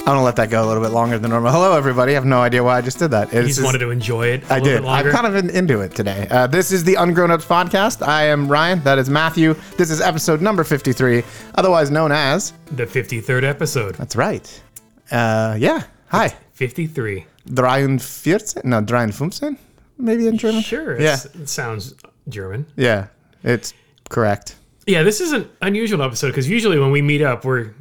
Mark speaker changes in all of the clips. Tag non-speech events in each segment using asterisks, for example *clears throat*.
Speaker 1: I'm gonna let that go a little bit longer than normal. Hello, everybody. I have no idea why I just did that.
Speaker 2: You just wanted to enjoy it. I
Speaker 1: I did. I'm kind of in, into it today. Uh, this is the Ungrown Ups podcast. I am Ryan. That is Matthew. This is episode number 53, otherwise known as.
Speaker 2: the 53rd episode.
Speaker 1: That's right. Uh, yeah. Hi.
Speaker 2: 53.
Speaker 1: 43? No, 53? Maybe in German?
Speaker 2: Sure.
Speaker 1: Yeah.
Speaker 2: it's- It sounds German.
Speaker 1: Yeah. It's correct.
Speaker 2: Yeah, this is an unusual episode because usually when we meet up, we're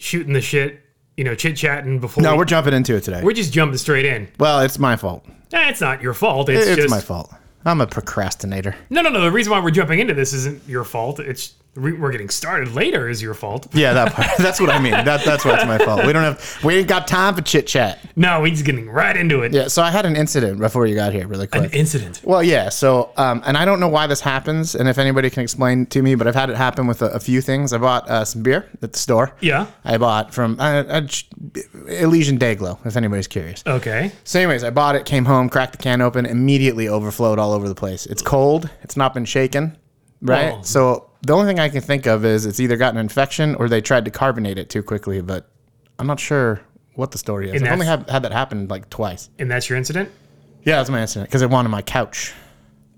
Speaker 2: shooting the shit, you know, chit chatting before.
Speaker 1: No,
Speaker 2: we,
Speaker 1: we're jumping into it today.
Speaker 2: we're just jumping straight in.
Speaker 1: Well, it's my fault.
Speaker 2: That's not your fault. It's,
Speaker 1: It's,
Speaker 2: just.
Speaker 1: my fault. I'm a procrastinator.
Speaker 2: No, no, no. The reason why we're jumping into this isn't your fault. It's re- we're getting started later is your fault.
Speaker 1: Yeah, that part. *laughs* that's what I mean. That, that's why it's my fault. We don't have, we ain't got time for chit chat.
Speaker 2: No, we're just getting right into it.
Speaker 1: Yeah, so I had an incident before you got here, really quick.
Speaker 2: An incident.
Speaker 1: Well, yeah. So, um, and I don't know why this happens, and if anybody can explain to me, but I've had it happen with a, a few things. I bought uh, some beer at the store.
Speaker 2: Yeah.
Speaker 1: I bought from uh, uh, Elysian Dayglow, if anybody's curious.
Speaker 2: Okay.
Speaker 1: So, anyways, I bought it, came home, cracked the can open, immediately overflowed all over the place. It's cold. It's not been shaken, right?
Speaker 2: Oh.
Speaker 1: So, the only thing I can think of is it's either got an infection or they tried to carbonate it too quickly, but I'm not sure what the story is.
Speaker 2: And
Speaker 1: I've only
Speaker 2: that's-
Speaker 1: have, had that happen like twice.
Speaker 2: And that's your incident?
Speaker 1: Yeah, that's my incident because it wanted my couch.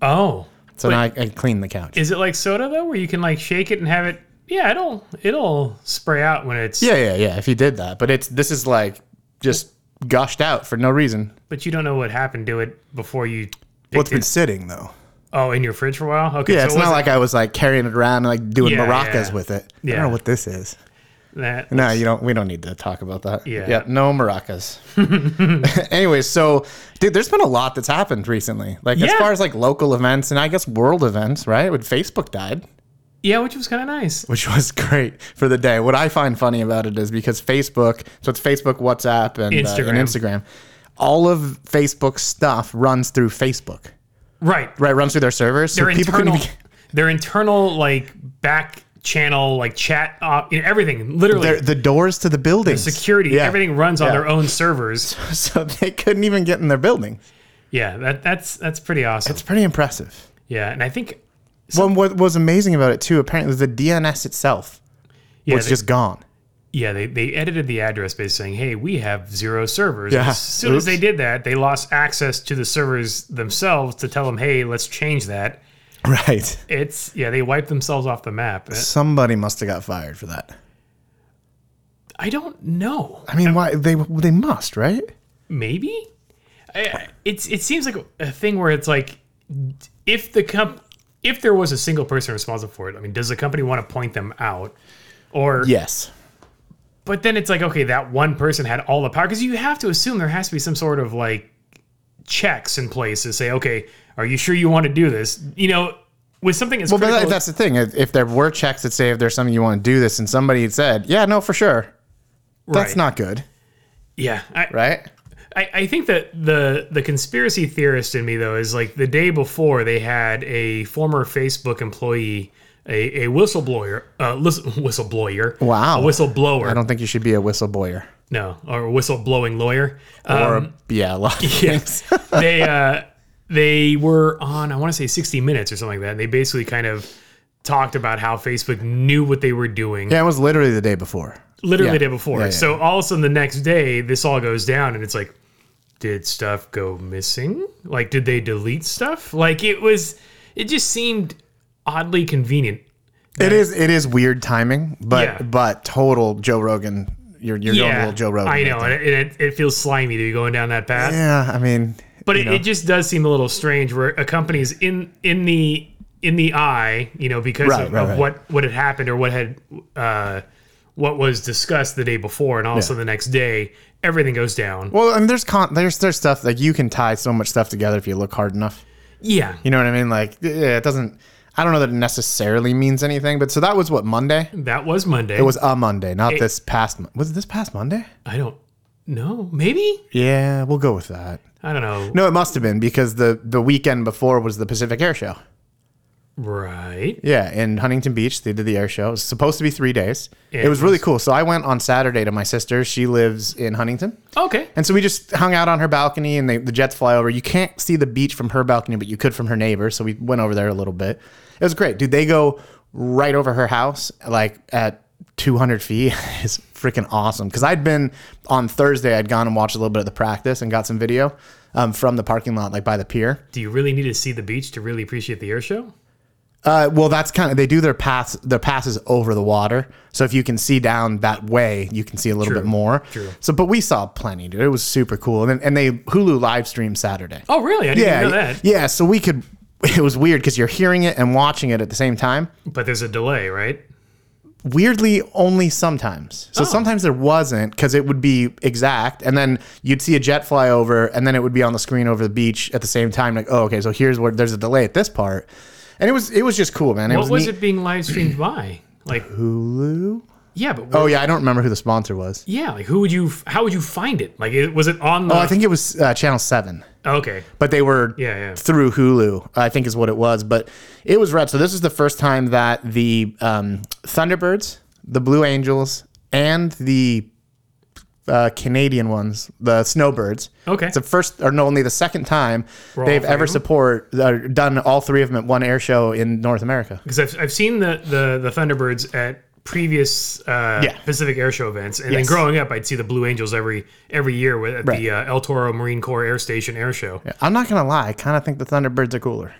Speaker 2: Oh.
Speaker 1: So now I, I clean the couch.
Speaker 2: Is it like soda though, where you can like shake it and have it? Yeah, it'll it'll spray out when it's.
Speaker 1: yeah, yeah, yeah. If you did that, but it's this is like just gushed out for no reason.
Speaker 2: But you don't know what happened to it before you.
Speaker 1: Well, it's
Speaker 2: picked
Speaker 1: been
Speaker 2: it.
Speaker 1: sitting though.
Speaker 2: Oh, in your fridge for a while. Okay.
Speaker 1: Yeah,
Speaker 2: so
Speaker 1: it's
Speaker 2: it
Speaker 1: not
Speaker 2: wasn't
Speaker 1: like I was like carrying it around and like doing
Speaker 2: Yeah,
Speaker 1: maracas
Speaker 2: yeah.
Speaker 1: with it. I
Speaker 2: Yeah.
Speaker 1: don't know what this is.
Speaker 2: that.
Speaker 1: No, you don't. We don't need to talk about that.
Speaker 2: Yeah.
Speaker 1: no
Speaker 2: *laughs*
Speaker 1: maracas. *laughs* Anyways, so dude, there's been a lot that's happened recently. Like as
Speaker 2: Yeah.
Speaker 1: far as like local events and I guess world events, right? When Facebook died.
Speaker 2: Yeah, which was kind of nice.
Speaker 1: which *laughs* was great for the day. What I find funny about it is because Facebook, so it's Facebook, WhatsApp, and Instagram. and
Speaker 2: Instagram.
Speaker 1: Instagram. All of Facebook's stuff runs through Facebook,
Speaker 2: Right.
Speaker 1: right? Runs through their servers. So
Speaker 2: Their internal.
Speaker 1: even-
Speaker 2: *laughs* Their internal like back channel like chat uh, you know, everything literally
Speaker 1: their, the doors to the buildings,
Speaker 2: security
Speaker 1: yeah.
Speaker 2: everything runs on
Speaker 1: Yeah.
Speaker 2: their
Speaker 1: *laughs*
Speaker 2: own servers
Speaker 1: So they couldn't even get in their building.
Speaker 2: yeah that that's that's pretty awesome
Speaker 1: It's pretty impressive.
Speaker 2: yeah and i think
Speaker 1: Well, what was amazing about it too, apparently, the DNS itself
Speaker 2: yeah
Speaker 1: was
Speaker 2: they-
Speaker 1: just gone.
Speaker 2: Yeah, they, they edited the address by saying, hey, we have zero servers.
Speaker 1: Yeah.
Speaker 2: As soon as
Speaker 1: Oops.
Speaker 2: they did that, they lost access to the servers themselves to tell them, hey, let's change that.
Speaker 1: Right.
Speaker 2: It's, yeah, they wiped themselves off the map.
Speaker 1: Somebody must have got fired for that.
Speaker 2: I don't know.
Speaker 1: I mean, why they they must, right?
Speaker 2: Maybe? I- It's, it seems like a thing where it's like, if the comp- if there was a single person responsible for it, I mean, does the company want to point them out? Or,
Speaker 1: Yes.
Speaker 2: but then it's like, okay, that one person had all the power because you have to assume there has to be some sort of like checks in place to say, okay, are you sure you want to do this? You know, with something as
Speaker 1: Well, but
Speaker 2: critical,
Speaker 1: that, that's the thing. If if there were checks that say if there's something you want to do this, and somebody had said, "Yeah, no, for sure," that's
Speaker 2: Right.
Speaker 1: not good,
Speaker 2: yeah, I,
Speaker 1: right?
Speaker 2: I, I think that the the conspiracy theorist in me though is like the day before they had a former Facebook employee, a, a whistleblower, uh, lis- *laughs* whistleblower,
Speaker 1: Wow.
Speaker 2: a whistleblower,
Speaker 1: I don't think you should be a whistleblower
Speaker 2: no, or a uh, whistleblowing lawyer,
Speaker 1: or a, yeah, a lot. of
Speaker 2: Um, *laughs* Yes.
Speaker 1: *laughs*
Speaker 2: they uh, they were on I want to say 60 minutes or something like that. And they basically kind of talked about how Facebook knew what they were doing
Speaker 1: Yeah, it was literally the day before.
Speaker 2: literally
Speaker 1: yeah.
Speaker 2: the day before.
Speaker 1: Yeah, yeah,
Speaker 2: so all of a sudden the next day this all goes down and it's like did stuff go missing? Like did they delete stuff? Like it was it just seemed oddly convenient.
Speaker 1: It is it is weird timing, but
Speaker 2: Yeah.
Speaker 1: but total Joe Rogan. You're you're going a little Joe Rogan.
Speaker 2: I
Speaker 1: right
Speaker 2: know,
Speaker 1: there.
Speaker 2: and it, it, it feels slimy to be going down that path.
Speaker 1: Yeah, I mean,
Speaker 2: but it, it just does seem a little strange where a company's in in the in the eye you know because
Speaker 1: Right,
Speaker 2: of,
Speaker 1: right,
Speaker 2: of
Speaker 1: right.
Speaker 2: what what had happened or what had uh what was discussed the day before and also the next day everything goes down
Speaker 1: well, and there's con- there's there's stuff like you can tie so much stuff together if you look hard enough.
Speaker 2: yeah
Speaker 1: You know what I mean? Like, yeah, it doesn't. I don't know that it necessarily means anything, but so that was what Monday.
Speaker 2: that was monday
Speaker 1: It was a Monday, not this past. Mon- Was it this past Monday?
Speaker 2: i don't know maybe
Speaker 1: Yeah, we'll go with that.
Speaker 2: i don't know
Speaker 1: No, it must have been because the the weekend before was the Pacific Air Show.
Speaker 2: right
Speaker 1: Yeah, in Huntington Beach, they did the air show. It was supposed to be three days. it was really cool. So I went on Saturday to my sister. She lives in Huntington.
Speaker 2: okay
Speaker 1: And so we just hung out on her balcony and they, the jets fly over. You can't see the beach from her balcony, but you could from her neighbor. So we went over there a little bit. It was great. Dude, they go right over her house like at 200 feet *laughs* is freaking awesome. Because I'd been on Thursday, I'd gone and watched a little bit of the practice and got some video um, from the parking lot, like by the pier.
Speaker 2: Do you really need to see the beach to really appreciate the air show?
Speaker 1: Uh, well, that's kind of they do their paths their passes over the water. So if you can see down that way, you can see a little
Speaker 2: True.
Speaker 1: bit more.
Speaker 2: True.
Speaker 1: So, but we saw plenty, dude. It was super cool. And then, and they Hulu live stream Saturday.
Speaker 2: Oh, really? I didn't
Speaker 1: yeah,
Speaker 2: know that.
Speaker 1: yeah. So we could. *laughs* It was weird because you're hearing it and watching it at the same time.
Speaker 2: But there's a delay, right?
Speaker 1: weirdly only sometimes
Speaker 2: Oh.
Speaker 1: so sometimes there wasn't because it would be exact and then you'd see a jet fly over and then it would be on the screen over the beach at the same time like oh okay so here's where there's a delay at this part and it was it was just cool man it
Speaker 2: What was
Speaker 1: neat.
Speaker 2: it being live streamed by? Like,
Speaker 1: hulu
Speaker 2: yeah, but
Speaker 1: oh yeah i don't remember who the sponsor was
Speaker 2: yeah, like who would you? How would you find it? Like, it, was it on the?
Speaker 1: oh i think it was uh, channel 7
Speaker 2: okay,
Speaker 1: but they were
Speaker 2: Yeah, yeah.
Speaker 1: through Hulu, I think is what it was. But it was red. So this is the first time that the um, Thunderbirds, the Blue Angels, and the uh, Canadian ones, the Snowbirds.
Speaker 2: Okay.
Speaker 1: It's the first, or no, only the second time
Speaker 2: all
Speaker 1: they've
Speaker 2: three of
Speaker 1: ever
Speaker 2: them?
Speaker 1: support uh, done all three of them at one air show in North America.
Speaker 2: because I've, I've seen the, the the Thunderbirds at previous uh,
Speaker 1: Yeah.
Speaker 2: Pacific Air Show events, and then
Speaker 1: Yes.
Speaker 2: growing up, I'd see the Blue Angels every every year with, at
Speaker 1: Right.
Speaker 2: the uh, El Toro Marine Corps Air Station Air Show.
Speaker 1: I'm not gonna lie, I kind of think the Thunderbirds are cooler.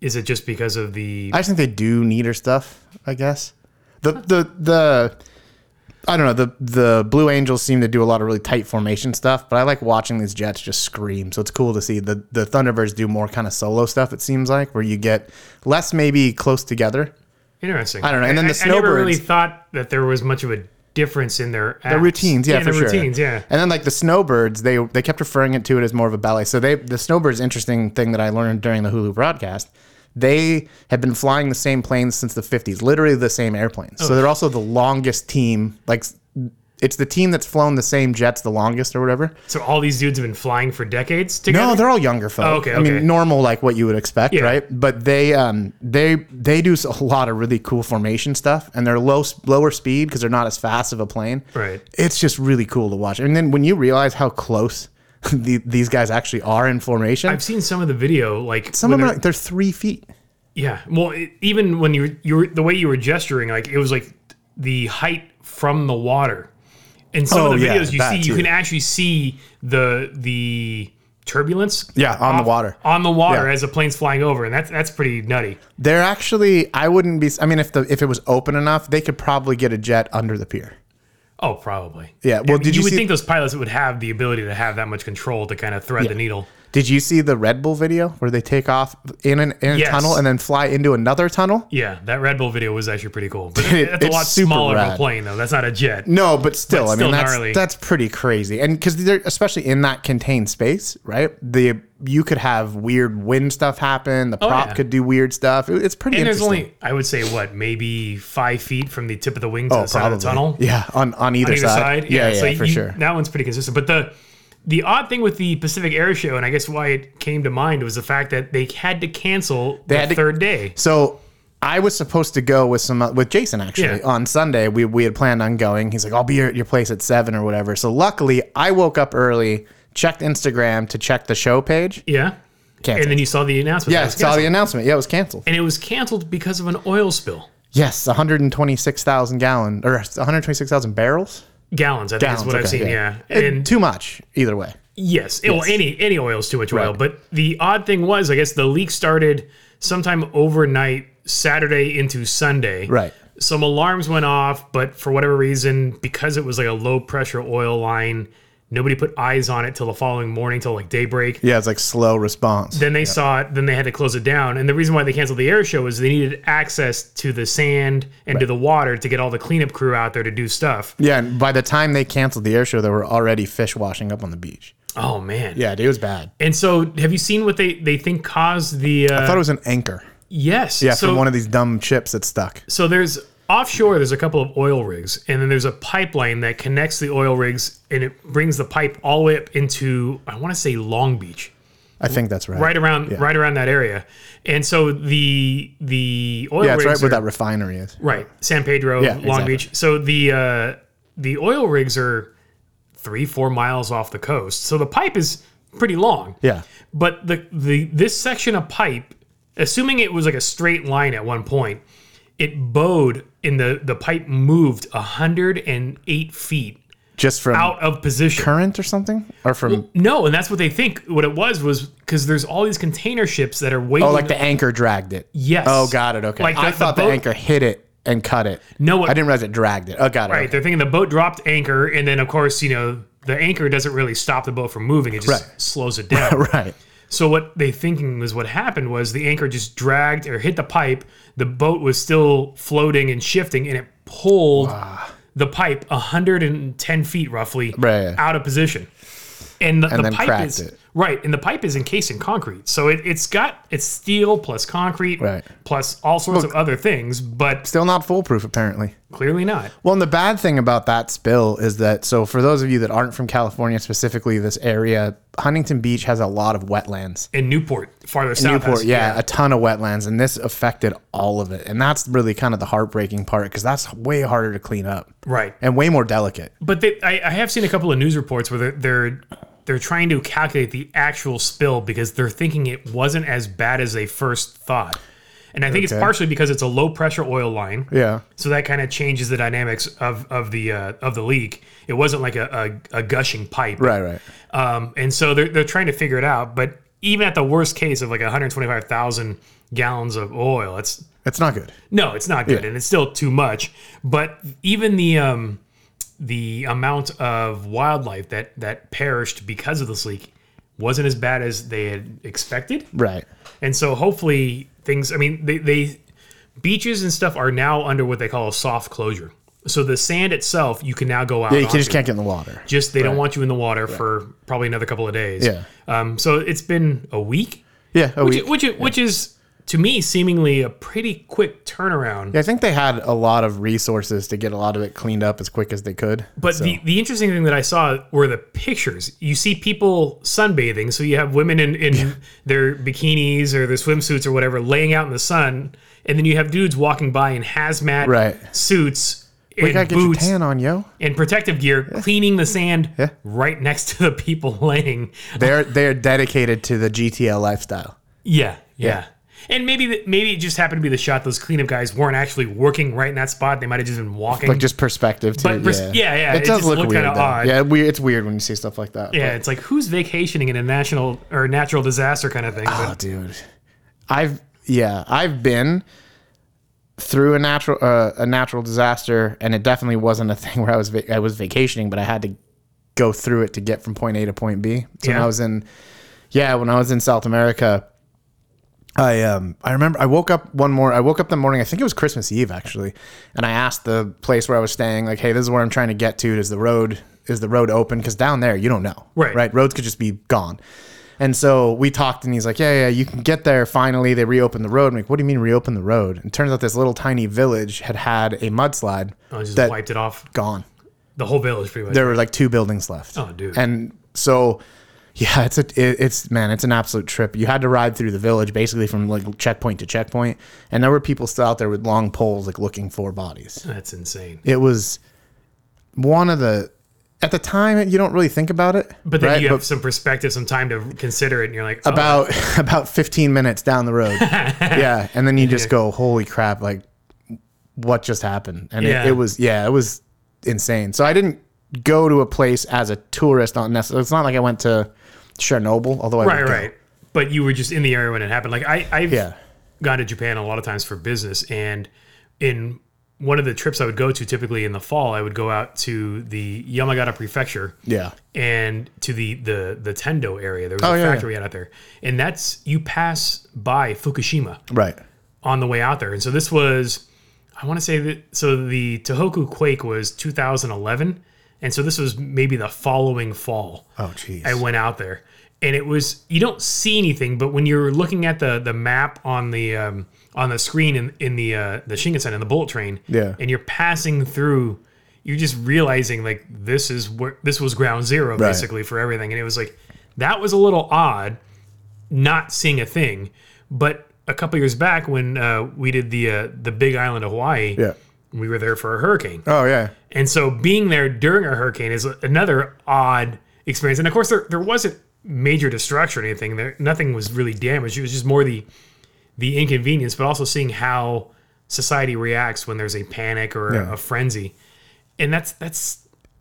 Speaker 2: Is it just because of the?
Speaker 1: I just think they do neater stuff. I guess the the the I don't know the the Blue Angels seem to do a lot of really tight formation stuff, but I like watching these Jets just scream. So it's cool to see the the Thunderbirds do more kind of solo stuff. It seems like where you get less maybe close together.
Speaker 2: Interesting.
Speaker 1: I don't know. And then the
Speaker 2: I, I never
Speaker 1: Snowbirds-
Speaker 2: really thought that there was much of a difference in their
Speaker 1: The
Speaker 2: acts.
Speaker 1: routines, yeah,
Speaker 2: in
Speaker 1: for
Speaker 2: their
Speaker 1: sure.
Speaker 2: routines, yeah.
Speaker 1: And then like the Snowbirds, they they kept referring it to it as more of a ballet. So they the Snowbirds interesting thing that I learned during the Hulu broadcast. They have been flying the same planes since the 50s, literally the same airplanes.
Speaker 2: Oh.
Speaker 1: So they're also the longest team. Like it's the team that's flown the same jets the longest or whatever.
Speaker 2: So all these dudes have been flying for decades together.
Speaker 1: No, they're all younger folk.
Speaker 2: Oh, okay,
Speaker 1: I mean
Speaker 2: okay.
Speaker 1: normal like what you would expect,
Speaker 2: Yeah.
Speaker 1: right? But they um they they do a lot of really cool formation stuff and they're low lower speed because they're not as fast of a plane.
Speaker 2: Right.
Speaker 1: It's just really cool to watch. And then when you realize how close *laughs* the, these guys actually are in formation,
Speaker 2: I've seen some of the video, like
Speaker 1: some of them
Speaker 2: when they're-
Speaker 1: are like they're three feet.
Speaker 2: Yeah. Well, it, even when you were- you were the way you were gesturing, like it was like the height from the water. In some
Speaker 1: Oh,
Speaker 2: of the
Speaker 1: yeah,
Speaker 2: videos you
Speaker 1: that
Speaker 2: see,
Speaker 1: too.
Speaker 2: you can actually see the the turbulence.
Speaker 1: Yeah, on the water.
Speaker 2: On the water
Speaker 1: Yeah.
Speaker 2: as the plane's flying over, and that's that's pretty nutty.
Speaker 1: They're actually I wouldn't be I mean if the if it was open enough, they could probably get a jet under the pier.
Speaker 2: Oh, probably.
Speaker 1: Yeah, well,
Speaker 2: I mean,
Speaker 1: did you
Speaker 2: would
Speaker 1: see-
Speaker 2: think those pilots would have the ability to have that much control to kind of thread the needle.
Speaker 1: Did you see the Red Bull video where they take off in an in a
Speaker 2: Yes.
Speaker 1: tunnel and then fly into another tunnel?
Speaker 2: Yeah, that Red Bull video was actually pretty cool.
Speaker 1: *laughs*
Speaker 2: But
Speaker 1: Dude,
Speaker 2: that's a
Speaker 1: it's
Speaker 2: lot
Speaker 1: super
Speaker 2: smaller of
Speaker 1: rad.
Speaker 2: a plane though. That's not a jet.
Speaker 1: No, but still, I
Speaker 2: still
Speaker 1: mean that's
Speaker 2: gnarly.
Speaker 1: that's pretty crazy, and because they're especially in that contained space, right? The you could have weird wind stuff happen. The prop
Speaker 2: Oh, yeah.
Speaker 1: could do weird stuff. It- it's pretty.
Speaker 2: And there's
Speaker 1: interesting.
Speaker 2: only, I would say, what, maybe five feet from the tip of the wing to
Speaker 1: Oh,
Speaker 2: the side of the tunnel.
Speaker 1: Yeah, on on either,
Speaker 2: either
Speaker 1: side.
Speaker 2: side.
Speaker 1: Yeah, yeah,
Speaker 2: so
Speaker 1: for
Speaker 2: you-
Speaker 1: sure.
Speaker 2: That one's pretty consistent. But the the odd thing with the Pacific Air Show, and I guess why it came to mind, was the fact that they had to cancel the
Speaker 1: had to-
Speaker 2: third day.
Speaker 1: So I was supposed to go with some with Jason actually
Speaker 2: Yeah.
Speaker 1: on Sunday. We we had planned on going. He's like, I'll be at your place at seven or whatever. So luckily, I woke up early, checked Instagram to check the show page.
Speaker 2: Yeah.
Speaker 1: Canceled.
Speaker 2: And then you saw the announcement. that
Speaker 1: Yeah,
Speaker 2: it was
Speaker 1: saw the
Speaker 2: canceled.
Speaker 1: announcement. Yeah, it was canceled.
Speaker 2: and it was canceled because of an oil spill.
Speaker 1: Yes, 126,000 gallon or 126,000 barrels.
Speaker 2: Gallons, I think is
Speaker 1: Gallons,
Speaker 2: what I've
Speaker 1: okay,
Speaker 2: seen. Yeah. And
Speaker 1: Too much either way.
Speaker 2: yes, it- well, any any oil is too much oil. But the odd thing was, I guess the leak started sometime overnight, Saturday into Sunday.
Speaker 1: Right.
Speaker 2: some alarms went off, but for whatever reason, because it was like a low pressure oil line, nobody put eyes on it till the following morning, till like daybreak.
Speaker 1: Yeah, it's like slow response.
Speaker 2: Then they saw it, then they had to close it down. And the reason why they canceled the air show is they needed access to the sand and to the water to get all the cleanup crew out there to do stuff.
Speaker 1: yeah, and by the time they canceled the air show, there were already fish washing up on the beach.
Speaker 2: Oh man.
Speaker 1: Yeah, dude, it was bad.
Speaker 2: And so have you seen what they they think caused the uh
Speaker 1: I thought it was an anchor.
Speaker 2: yes.
Speaker 1: Yeah,
Speaker 2: so,
Speaker 1: from one of these dumb chips that stuck.
Speaker 2: So there's offshore there's a couple of oil rigs and then there's a pipeline that connects the oil rigs and it brings the pipe all the way up into I want to say Long Beach.
Speaker 1: I think that's right.
Speaker 2: Right around right around that area. And so the the oil
Speaker 1: Yeah, it's right
Speaker 2: rigs
Speaker 1: where
Speaker 2: are-
Speaker 1: that refinery is.
Speaker 2: right San Pedro
Speaker 1: Yeah,
Speaker 2: Long
Speaker 1: exactly.
Speaker 2: Beach. So the uh the oil rigs are 3 4 miles off the coast. So the pipe is pretty long.
Speaker 1: Yeah.
Speaker 2: But the the this section of pipe, assuming it was like a straight line at one point, it bowed and the, the pipe moved 108 feet
Speaker 1: just from
Speaker 2: out of position.
Speaker 1: current or something, or from
Speaker 2: No, and that's what they think. What it was was because there's all these container ships that are waiting.
Speaker 1: oh, like the anchor dragged it.
Speaker 2: yes.
Speaker 1: Oh, got it. Okay,
Speaker 2: Like
Speaker 1: I
Speaker 2: the- the
Speaker 1: thought the,
Speaker 2: boat-
Speaker 1: anchor hit it and cut it.
Speaker 2: No,
Speaker 1: I
Speaker 2: what,
Speaker 1: didn't realize it dragged it. Oh, got it.
Speaker 2: right. They're thinking the boat dropped anchor, and then of course you know the anchor doesn't really stop the boat from moving. It just
Speaker 1: Right.
Speaker 2: slows it down.
Speaker 1: Okay. *laughs* Right.
Speaker 2: So what they thinking was what happened was the anchor just dragged or hit the pipe. The boat was still floating and shifting, and it pulled the pipe 110 feet roughly
Speaker 1: Right, yeah.
Speaker 2: out of position. And the, the
Speaker 1: then
Speaker 2: pipe
Speaker 1: cracked
Speaker 2: is
Speaker 1: it.
Speaker 2: right, and the pipe is encased in concrete, so it, it's got it's steel plus concrete
Speaker 1: Right.
Speaker 2: plus all sorts of other things, but
Speaker 1: Still not foolproof, apparently.
Speaker 2: clearly not.
Speaker 1: Well, and the bad thing about that spill is that so for those of you that aren't from California, specifically this area, Huntington Beach has a lot of wetlands.
Speaker 2: In Newport, farther south,
Speaker 1: Newport,
Speaker 2: has-
Speaker 1: yeah, a ton of wetlands, and this affected all of it. And that's really kind of the heartbreaking part because that's way harder to clean up
Speaker 2: right.
Speaker 1: and way more delicate.
Speaker 2: But they, I, I have seen a couple of news reports where they're, they're they're trying to calculate the actual spill because they're thinking it wasn't as bad as they first thought, and I think it's
Speaker 1: Okay.
Speaker 2: partially because it's a low pressure oil line,
Speaker 1: Yeah.
Speaker 2: so that kind of changes the dynamics of of the uh, of the leak. It wasn't like a, a, a gushing pipe,
Speaker 1: Right, right.
Speaker 2: um, and so they're they're trying to figure it out. But even at the worst case of like 125,000 gallons of oil, it's
Speaker 1: It's not good.
Speaker 2: no, it's not good, and it's still too much. But even the um, the amount of wildlife that that perished because of this leak wasn't as bad as they had expected,
Speaker 1: Right.
Speaker 2: and so hopefully things. I mean, they, they beaches and stuff are now under what they call a soft closure. So the sand itself, you can now go out.
Speaker 1: Yeah, you can, just
Speaker 2: onto.
Speaker 1: can't get in the water.
Speaker 2: Just they don't want you in the water for probably another couple of days.
Speaker 1: Yeah.
Speaker 2: Um. So it's been a week,
Speaker 1: Yeah, Oh, a
Speaker 2: which
Speaker 1: week.
Speaker 2: which, which is to me seemingly a pretty quick turnaround.
Speaker 1: I think they had a lot of resources to get a lot of it cleaned up as quick as they could.
Speaker 2: But the, the interesting thing that I saw were the pictures. You see people sunbathing. So you have women in, in *laughs* their bikinis or their swimsuits or whatever laying out in the sun. And then you have dudes walking by in hazmat
Speaker 1: Right.
Speaker 2: suits
Speaker 1: you gotta
Speaker 2: and
Speaker 1: get your
Speaker 2: boots
Speaker 1: tan on, yo.
Speaker 2: and protective gear cleaning the sand
Speaker 1: Yeah.
Speaker 2: right next to the people *laughs* laying.
Speaker 1: They're they're dedicated to the GTL lifestyle.
Speaker 2: Yeah, yeah. And maybe th- maybe it just happened to be the shot those cleanup guys weren't actually working right in that spot. They might have just been walking.
Speaker 1: Like just perspective too.
Speaker 2: But pers- yeah, yeah,
Speaker 1: It,
Speaker 2: it
Speaker 1: does
Speaker 2: just
Speaker 1: look
Speaker 2: looked
Speaker 1: weird.
Speaker 2: kinda
Speaker 1: though.
Speaker 2: odd.
Speaker 1: Yeah, we, it's weird when you see stuff like that. but-
Speaker 2: yeah, it's like who's vacationing in a national or natural disaster kind of thing. but-
Speaker 1: Oh, dude, I've yeah, I've been through a natural uh, a natural disaster, and it definitely wasn't a *laughs* thing where I was va- I was vacationing, but I had to go through it to get from point A to point B. So when
Speaker 2: Yeah.
Speaker 1: I was in, yeah, when I was in South America, I um I remember I woke up one more I woke up the morning I think it was Christmas Eve actually, and I asked the place where I was staying like, hey, this is where I'm trying to get to. Is the road is the road open? Because down there you don't know,
Speaker 2: Right.
Speaker 1: Right, roads could just be gone. And so we talked, and he's like, "Yeah, yeah, you can get there finally." They reopened the road. I'm like, "What do you mean reopen the road?" And turns out this little tiny village had had a mudslide.
Speaker 2: Oh, just
Speaker 1: that
Speaker 2: wiped it off.
Speaker 1: gone.
Speaker 2: The whole village, pretty much.
Speaker 1: There were like two buildings left.
Speaker 2: Oh, dude.
Speaker 1: And so, yeah, it's a it, it's man, it's an absolute trip. You had to ride through the village basically from like checkpoint to checkpoint, and there were people still out there with long poles like looking for bodies
Speaker 2: That's insane.
Speaker 1: it was one of the at the time you don't really think about it
Speaker 2: But then
Speaker 1: right?
Speaker 2: you have some perspective, some time to consider it, and you're like, oh,
Speaker 1: about *laughs* about 15 minutes down the road yeah and then you just go holy crap like what just happened and
Speaker 2: Yeah.
Speaker 1: it, it was yeah it was insane so i didn't go to a place as a tourist not necessarily it's not like i went to chernobyl although i would
Speaker 2: right,
Speaker 1: go.
Speaker 2: right. But you were just in the area when it happened. Like I, I've
Speaker 1: Yeah.
Speaker 2: gone to Japan a lot of times for business, and in one of the trips I would go to, typically in the fall, I would go out to the Yamagata Prefecture.
Speaker 1: yeah
Speaker 2: and to the the the Tendo area. There was a
Speaker 1: Oh, yeah, yeah.
Speaker 2: factory out there, and that's you pass by Fukushima
Speaker 1: right
Speaker 2: on the way out there. And so this was, I want to say that so the Tohoku quake was 2011, and so this was maybe the following fall.
Speaker 1: oh jeez
Speaker 2: I went out there, and it was you don't see anything, but when you're looking at the the map on the um, on the screen in in the uh, the Shinkansen and the bullet train,
Speaker 1: Yeah.
Speaker 2: and you're passing through, you're just realizing like this is where this was ground zero basically for everything, and it was like that was a little odd, not seeing a thing, but a couple years back when uh, we did the uh, the Big Island of Hawaii,
Speaker 1: yeah
Speaker 2: we were there for a hurricane.
Speaker 1: oh yeah
Speaker 2: And so being there during a hurricane is another odd experience. And of course, there, there wasn't major destruction or anything. There, nothing was really damaged. It was just more the the inconvenience, but also seeing how society reacts when there's a panic or
Speaker 1: Yeah.
Speaker 2: a, a frenzy, and that's that's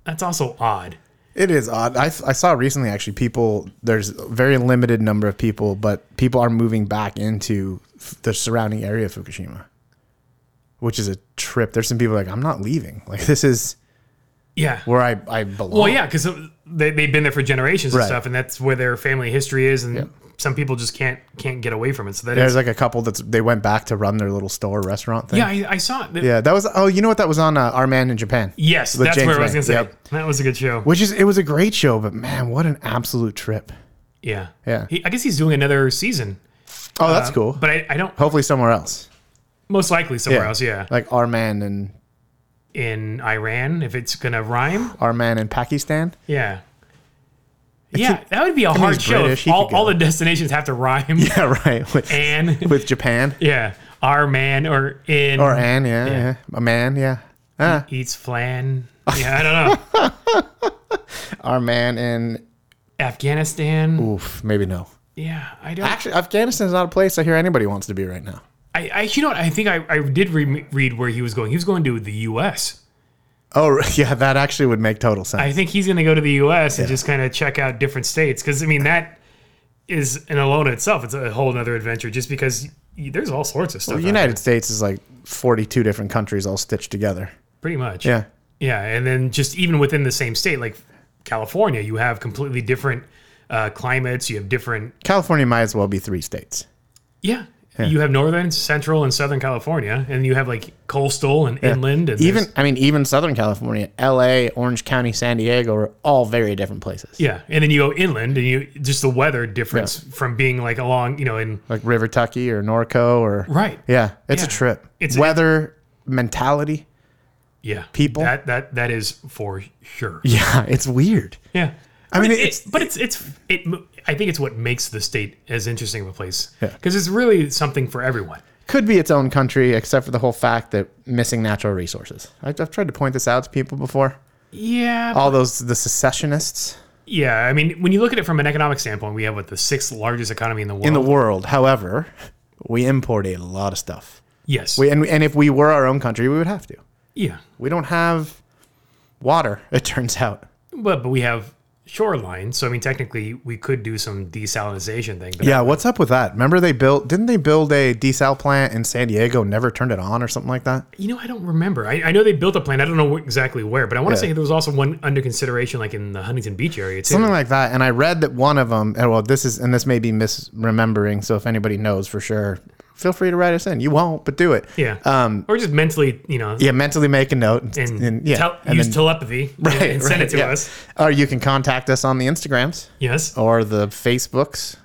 Speaker 2: that's also odd.
Speaker 1: It is odd. I, I saw recently actually people. There's a very limited number of people, but people are moving back into f- the surrounding area of Fukushima, which is a trip. There's some people like I'm not leaving. *laughs* Like this is
Speaker 2: Yeah.
Speaker 1: where I I belong.
Speaker 2: Well, yeah, because they they've been there for generations and
Speaker 1: Right.
Speaker 2: stuff, and that's where their family history is, and some people just can't can't get away from it. So that is
Speaker 1: There's like a couple that's they went back to run their little store restaurant thing.
Speaker 2: yeah, I, I saw it.
Speaker 1: Yeah, that was. Oh, you know what? That was on uh, Our Man in Japan.
Speaker 2: Yes, that's
Speaker 1: James
Speaker 2: where I was
Speaker 1: May,
Speaker 2: gonna say
Speaker 1: yep.
Speaker 2: that was a good show.
Speaker 1: Which is it was a great show, but man, what an absolute trip.
Speaker 2: Yeah,
Speaker 1: Yeah.
Speaker 2: He, I guess he's doing another season,
Speaker 1: Oh, that's cool.
Speaker 2: but I, I don't.
Speaker 1: Hopefully somewhere else.
Speaker 2: Most likely somewhere else. Yeah,
Speaker 1: Like Our Man and
Speaker 2: in Iran, if it's gonna rhyme.
Speaker 1: *gasps* Our Man in Pakistan. *laughs*
Speaker 2: Yeah. Yeah, that would be a hard
Speaker 1: he's
Speaker 2: show.
Speaker 1: British,
Speaker 2: if
Speaker 1: he
Speaker 2: all,
Speaker 1: could
Speaker 2: all
Speaker 1: go.
Speaker 2: the destinations have to rhyme. *laughs*
Speaker 1: Yeah, *laughs* right. With,
Speaker 2: And
Speaker 1: with Japan.
Speaker 2: yeah, our man or in
Speaker 1: Or Anne, yeah, yeah. A man, yeah. Ah,
Speaker 2: eats flan. Yeah, I don't
Speaker 1: *laughs*
Speaker 2: know.
Speaker 1: our man in
Speaker 2: Afghanistan.
Speaker 1: oof, maybe no.
Speaker 2: Yeah, I don't.
Speaker 1: Actually, Afghanistan's not a place I hear anybody wants to be right now.
Speaker 2: I, I you know what? I think I, I did re- read where he was going. He was going to the U.S.
Speaker 1: Oh, *laughs* yeah, that actually would make total sense.
Speaker 2: I think he's going to go to the U.S. and just kind of check out different states because I mean that is in alone in itself. It's a whole other adventure just because y there's all sorts of stuff.
Speaker 1: the
Speaker 2: out
Speaker 1: United States is like 42 different countries all stitched together.
Speaker 2: there, pretty much.
Speaker 1: Yeah.
Speaker 2: Yeah, and then just even within the same state, like California, you have completely different uh, climates. You have different.
Speaker 1: California might as well be three states.
Speaker 2: Yeah. You have northern, central, and southern California, and you have like coastal and inland, and
Speaker 1: Even
Speaker 2: there's-
Speaker 1: I mean even Southern California, LA, Orange County, San Diego are all very different places.
Speaker 2: yeah, and then you go inland, and you just the weather difference from being like along, you know, in
Speaker 1: Like River Tucky or Norco or
Speaker 2: right,
Speaker 1: Yeah, it's
Speaker 2: Yeah.
Speaker 1: a trip.
Speaker 2: It's-
Speaker 1: It's weather, mentality.
Speaker 2: yeah,
Speaker 1: People.
Speaker 2: that that that is for sure,
Speaker 1: Yeah, it's weird.
Speaker 2: yeah.
Speaker 1: I mean,
Speaker 2: But it-
Speaker 1: it's
Speaker 2: but it's it's it. I think it's what makes the state as interesting of a place
Speaker 1: Yeah.
Speaker 2: because it's really something for everyone.
Speaker 1: could be its own country, except for the whole fact that missing natural resources. I- I've tried to point this out to people before.
Speaker 2: Yeah,
Speaker 1: All those the secessionists
Speaker 2: Yeah, I mean, when you look at it from an economic standpoint, we have what the sixth largest economy in the world.
Speaker 1: in the world. However, we import a lot of stuff.
Speaker 2: yes,
Speaker 1: We, and, and if we were our own country, we would have to.
Speaker 2: yeah,
Speaker 1: We don't have water. It turns out.
Speaker 2: but but we have shoreline, so I mean, technically, we could do some desalinization thing. But
Speaker 1: Yeah, what's up with that? Remember they built? Didn't they build a desal plant in San Diego? Never turned it on or something like that.
Speaker 2: you know, I don't remember. I, I know they built a plant. I don't know wh- exactly where, but I want to
Speaker 1: Yeah.
Speaker 2: say there was also one under consideration, like in the Huntington Beach area too.
Speaker 1: something like that. And I read that one of them. And well, this is and this may be misremembering. So if anybody knows for sure, feel free to write us in. You won't, but do it.
Speaker 2: yeah,
Speaker 1: Um,
Speaker 2: or just mentally, you know,
Speaker 1: yeah, mentally make a note and,
Speaker 2: and,
Speaker 1: and- yeah,
Speaker 2: tel-
Speaker 1: and
Speaker 2: use
Speaker 1: then-
Speaker 2: telepathy right, and
Speaker 1: *laughs*
Speaker 2: send
Speaker 1: right,
Speaker 2: it to
Speaker 1: yeah.
Speaker 2: us.
Speaker 1: Or you can contact us on the Instagrams
Speaker 2: Yes,
Speaker 1: or the Facebooks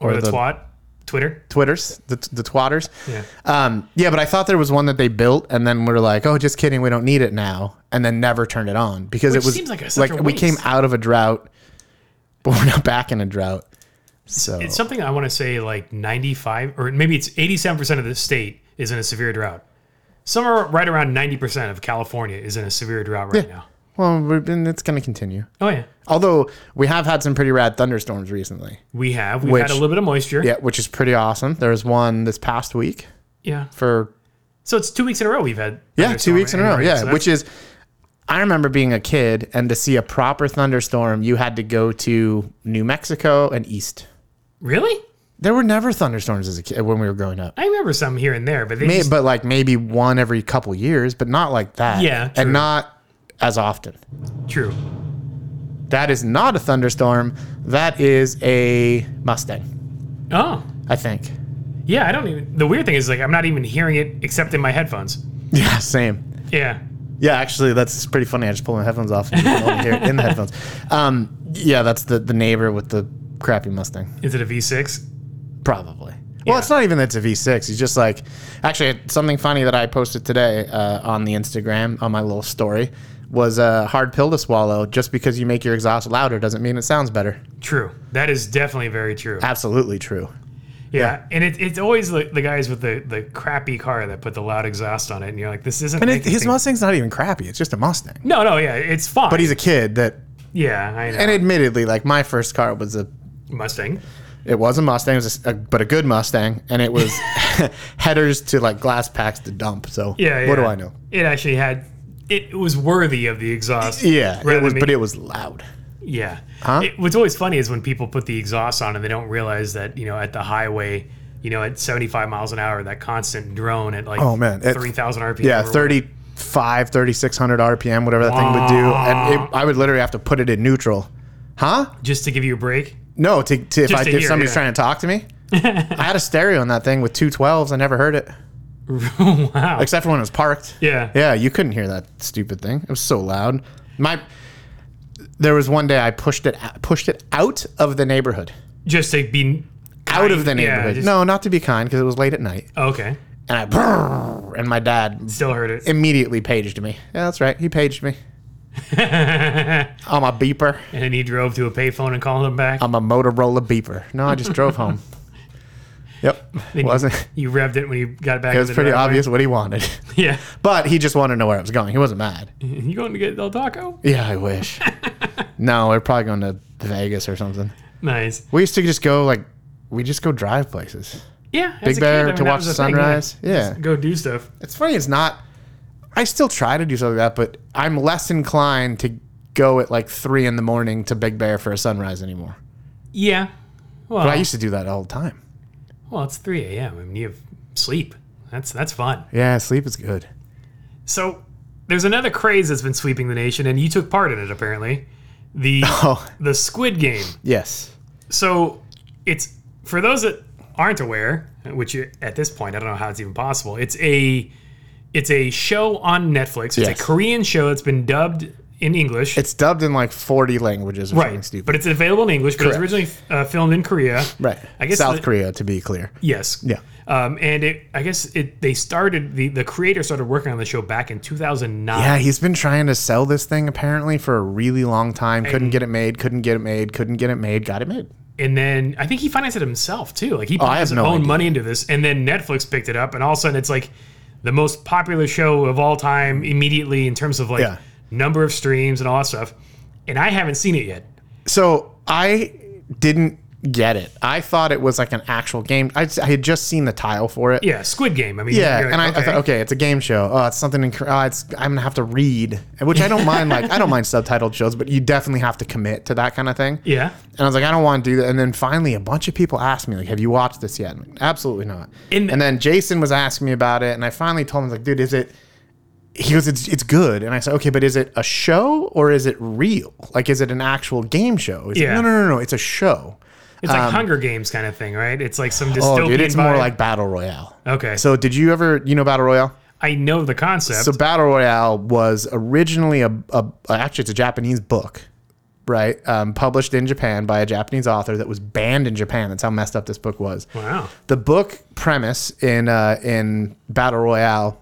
Speaker 2: or,
Speaker 1: or
Speaker 2: the,
Speaker 1: the-
Speaker 2: twat, Twitter.
Speaker 1: Twitters, the, the twatters.
Speaker 2: Yeah.
Speaker 1: Um, yeah, but I thought there was one that they built and then we're like, oh, just kidding, we don't need it now, and then never turned it on because
Speaker 2: Which
Speaker 1: it was
Speaker 2: seems like a- such
Speaker 1: like
Speaker 2: a
Speaker 1: we
Speaker 2: waste.
Speaker 1: came out of a drought, but we're not back in a drought. So
Speaker 2: It's something I want to say like 95 or maybe it's 87% of the state is in a severe drought. Somewhere right around 90% of California is in a severe drought right now.
Speaker 1: well, we've been, it's going to continue.
Speaker 2: Oh yeah.
Speaker 1: Although we have had some pretty rad thunderstorms recently.
Speaker 2: We have we've
Speaker 1: Which-
Speaker 2: had a little bit of moisture.
Speaker 1: Yeah, which is pretty awesome. There was one this past week
Speaker 2: Yeah.
Speaker 1: for
Speaker 2: So it's 2 weeks in a row we've had
Speaker 1: yeah, two weeks in a row.
Speaker 2: thunderstorm and
Speaker 1: Yeah,
Speaker 2: rain, so
Speaker 1: which
Speaker 2: that's-
Speaker 1: is I remember being a kid and to see a proper thunderstorm, you had to go to New Mexico and east.
Speaker 2: Really?
Speaker 1: There were never thunderstorms as a kid when we were growing up.
Speaker 2: I remember some here and there, but they
Speaker 1: May-
Speaker 2: just,
Speaker 1: but like maybe one every couple years, but not like that.
Speaker 2: Yeah, true.
Speaker 1: and not as often.
Speaker 2: true.
Speaker 1: That is not a thunderstorm. That is a Mustang,
Speaker 2: Oh.
Speaker 1: I think.
Speaker 2: Yeah, I don't even the weird thing is like I'm not even hearing it except in my headphones.
Speaker 1: *laughs* Yeah, same.
Speaker 2: Yeah.
Speaker 1: Yeah, actually, that's pretty funny. I just pulled my headphones off and you can only hear it in the *laughs* headphones. Um, yeah, that's the, the neighbor with the crappy Mustang,
Speaker 2: Is it a V6?
Speaker 1: probably. Well, it's not even that it's a V6. He's just like, actually, something funny that I posted today uh, on the Instagram on my little story was a hard pill to swallow. Just because you make your exhaust louder doesn't mean it sounds better.
Speaker 2: True. That is definitely very true.
Speaker 1: Absolutely true.
Speaker 2: Yeah, and it, it's always the, the guys with the, the crappy car that put the loud exhaust on it, and you're like, this isn't.
Speaker 1: And it,
Speaker 2: making
Speaker 1: his
Speaker 2: things-
Speaker 1: Mustang's not even crappy. It's just a Mustang.
Speaker 2: No, no, yeah, it's fine.
Speaker 1: But he's a kid that,
Speaker 2: yeah, I know.
Speaker 1: and admittedly, like my first car was a
Speaker 2: Mustang.
Speaker 1: It was a Mustang, it was a, but a good Mustang, and it *laughs* was headers to like glass packs to dump. So
Speaker 2: Yeah, yeah.
Speaker 1: what do I know?
Speaker 2: It actually had. It was worthy of the exhaust.
Speaker 1: Yeah,
Speaker 2: rather
Speaker 1: it was,
Speaker 2: than
Speaker 1: but
Speaker 2: being-
Speaker 1: it was loud.
Speaker 2: yeah. It- what's always funny is when people put the exhaust on and they don't realize that you know at the highway, you know at 75 miles an hour, that constant drone at like
Speaker 1: Oh, man. It-
Speaker 2: 3,000 RPM.
Speaker 1: Yeah,
Speaker 2: or
Speaker 1: 35, 3600 RPM, whatever that thing would do, and it, I would literally have to put it in neutral. Huh?
Speaker 2: whatever, just to give you a break. *laughs*
Speaker 1: No, to, to if I
Speaker 2: to
Speaker 1: if
Speaker 2: hear,
Speaker 1: somebody's
Speaker 2: yeah.
Speaker 1: trying to talk to me,
Speaker 2: *laughs*
Speaker 1: I had a stereo on that thing with two twelves. I never heard it
Speaker 2: wow.
Speaker 1: except for when it was parked.
Speaker 2: yeah.
Speaker 1: Yeah, you couldn't hear that stupid thing. It was so loud. My there was one day I pushed it pushed it out of the neighborhood.
Speaker 2: Just to be
Speaker 1: Out of the
Speaker 2: Yeah,
Speaker 1: neighborhood.
Speaker 2: just-
Speaker 1: no, not to be kind because it was late at night.
Speaker 2: okay.
Speaker 1: And I brrr, and my dad
Speaker 2: Still heard it.
Speaker 1: immediately paged me. Yeah, that's right. He paged
Speaker 2: *laughs*
Speaker 1: me. I'm a beeper.
Speaker 2: And then he drove to a payphone and called him back.
Speaker 1: I'm a Motorola beeper. No, I just drove
Speaker 2: *laughs*
Speaker 1: home. Yep.
Speaker 2: Then you- *laughs*
Speaker 1: Wasn't
Speaker 2: You revved it when you got back.
Speaker 1: it
Speaker 2: in
Speaker 1: was
Speaker 2: the
Speaker 1: pretty
Speaker 2: driveway.
Speaker 1: obvious what he wanted. *laughs*
Speaker 2: Yeah. *laughs*
Speaker 1: But he just wanted to know where I was going. He wasn't mad.
Speaker 2: You going to get Del Taco?
Speaker 1: Yeah, I
Speaker 2: *laughs*
Speaker 1: wish. no, we're probably going to Vegas or something.
Speaker 2: Nice.
Speaker 1: We used to just go like we just go drive places.
Speaker 2: Yeah.
Speaker 1: Big Bear to watch the sunrise. yeah.
Speaker 2: Go do stuff.
Speaker 1: It's funny, it's not I still try to do something like that, but I'm less inclined to go at like three in the morning to Big Bear for a sunrise anymore.
Speaker 2: Yeah. Well,
Speaker 1: But I used to do that all the time.
Speaker 2: well, it's 3 a.m. I mean, you have sleep. That's that's fun.
Speaker 1: Yeah, sleep is good. *laughs*
Speaker 2: So there's another craze that's been sweeping the nation, and you took part in it apparently.
Speaker 1: *laughs*
Speaker 2: The
Speaker 1: Oh
Speaker 2: the Squid Game.
Speaker 1: yes.
Speaker 2: So it's for those that aren't aware, which you, at this point I don't know how it's even possible. It's a it's a show on Netflix. It's
Speaker 1: Yes.
Speaker 2: a Korean show that's been dubbed in English.
Speaker 1: It's dubbed in like 40 languages or something
Speaker 2: right,
Speaker 1: stupid.
Speaker 2: but it's available in English. But it
Speaker 1: Correct.
Speaker 2: was originally uh, filmed in Korea.
Speaker 1: right.
Speaker 2: I guess
Speaker 1: South
Speaker 2: the-
Speaker 1: Korea to be clear.
Speaker 2: Yes.
Speaker 1: Yeah.
Speaker 2: Um, and it, I guess it, they started the the creator started working on the show back in 2009.
Speaker 1: Yeah, he's been trying to sell this thing apparently for a really long time. Couldn't get it made, couldn't get it made, couldn't get it made, got it made.
Speaker 2: and then I think he financed it himself too. Like he put
Speaker 1: Oh, I have
Speaker 2: his
Speaker 1: no
Speaker 2: own
Speaker 1: idea.
Speaker 2: money into this, and then Netflix picked it up, and all of a sudden it's like the most popular show of all time immediately in terms of like
Speaker 1: Yeah.
Speaker 2: number of streams and all that stuff. And I haven't seen it yet.
Speaker 1: So I didn't get it. I thought it was like an actual game. I, I had just seen the tile for it.
Speaker 2: Yeah, Squid Game. I mean,
Speaker 1: Yeah,
Speaker 2: you're
Speaker 1: and I,
Speaker 2: like,
Speaker 1: I thought, okay, it's a game show. Oh, it's something. Inc- oh, it's I'm gonna have to read, which I don't mind. Like I don't mind *laughs* subtitled shows, but you definitely have to commit to that kind of thing.
Speaker 2: yeah.
Speaker 1: And I was like, I don't want to do that. And then finally, a bunch of people asked me, like, have you watched this yet? I'm like, Absolutely not.
Speaker 2: In-
Speaker 1: and then Jason was asking me about it. And I finally told him, like, dude, is it, he goes, it's, it's good. And I said, okay, but is it a show or is it real? Like, is it an actual game show? He's like,
Speaker 2: Yeah.
Speaker 1: no, no, no, no. It's a show.
Speaker 2: It's like Hunger Games kind of thing, right? It's like some dystopian.
Speaker 1: um, Oh, dude, it's more
Speaker 2: vibe.
Speaker 1: like Battle Royale.
Speaker 2: okay. So
Speaker 1: So, did you ever, you know, Battle Royale?
Speaker 2: I know the concept.
Speaker 1: So Battle Royale was originally a, a actually it's a Japanese book, right? Um, published in Japan by a Japanese author that was banned in Japan. That's how messed up this book was.
Speaker 2: wow.
Speaker 1: The book premise in uh, in Battle Royale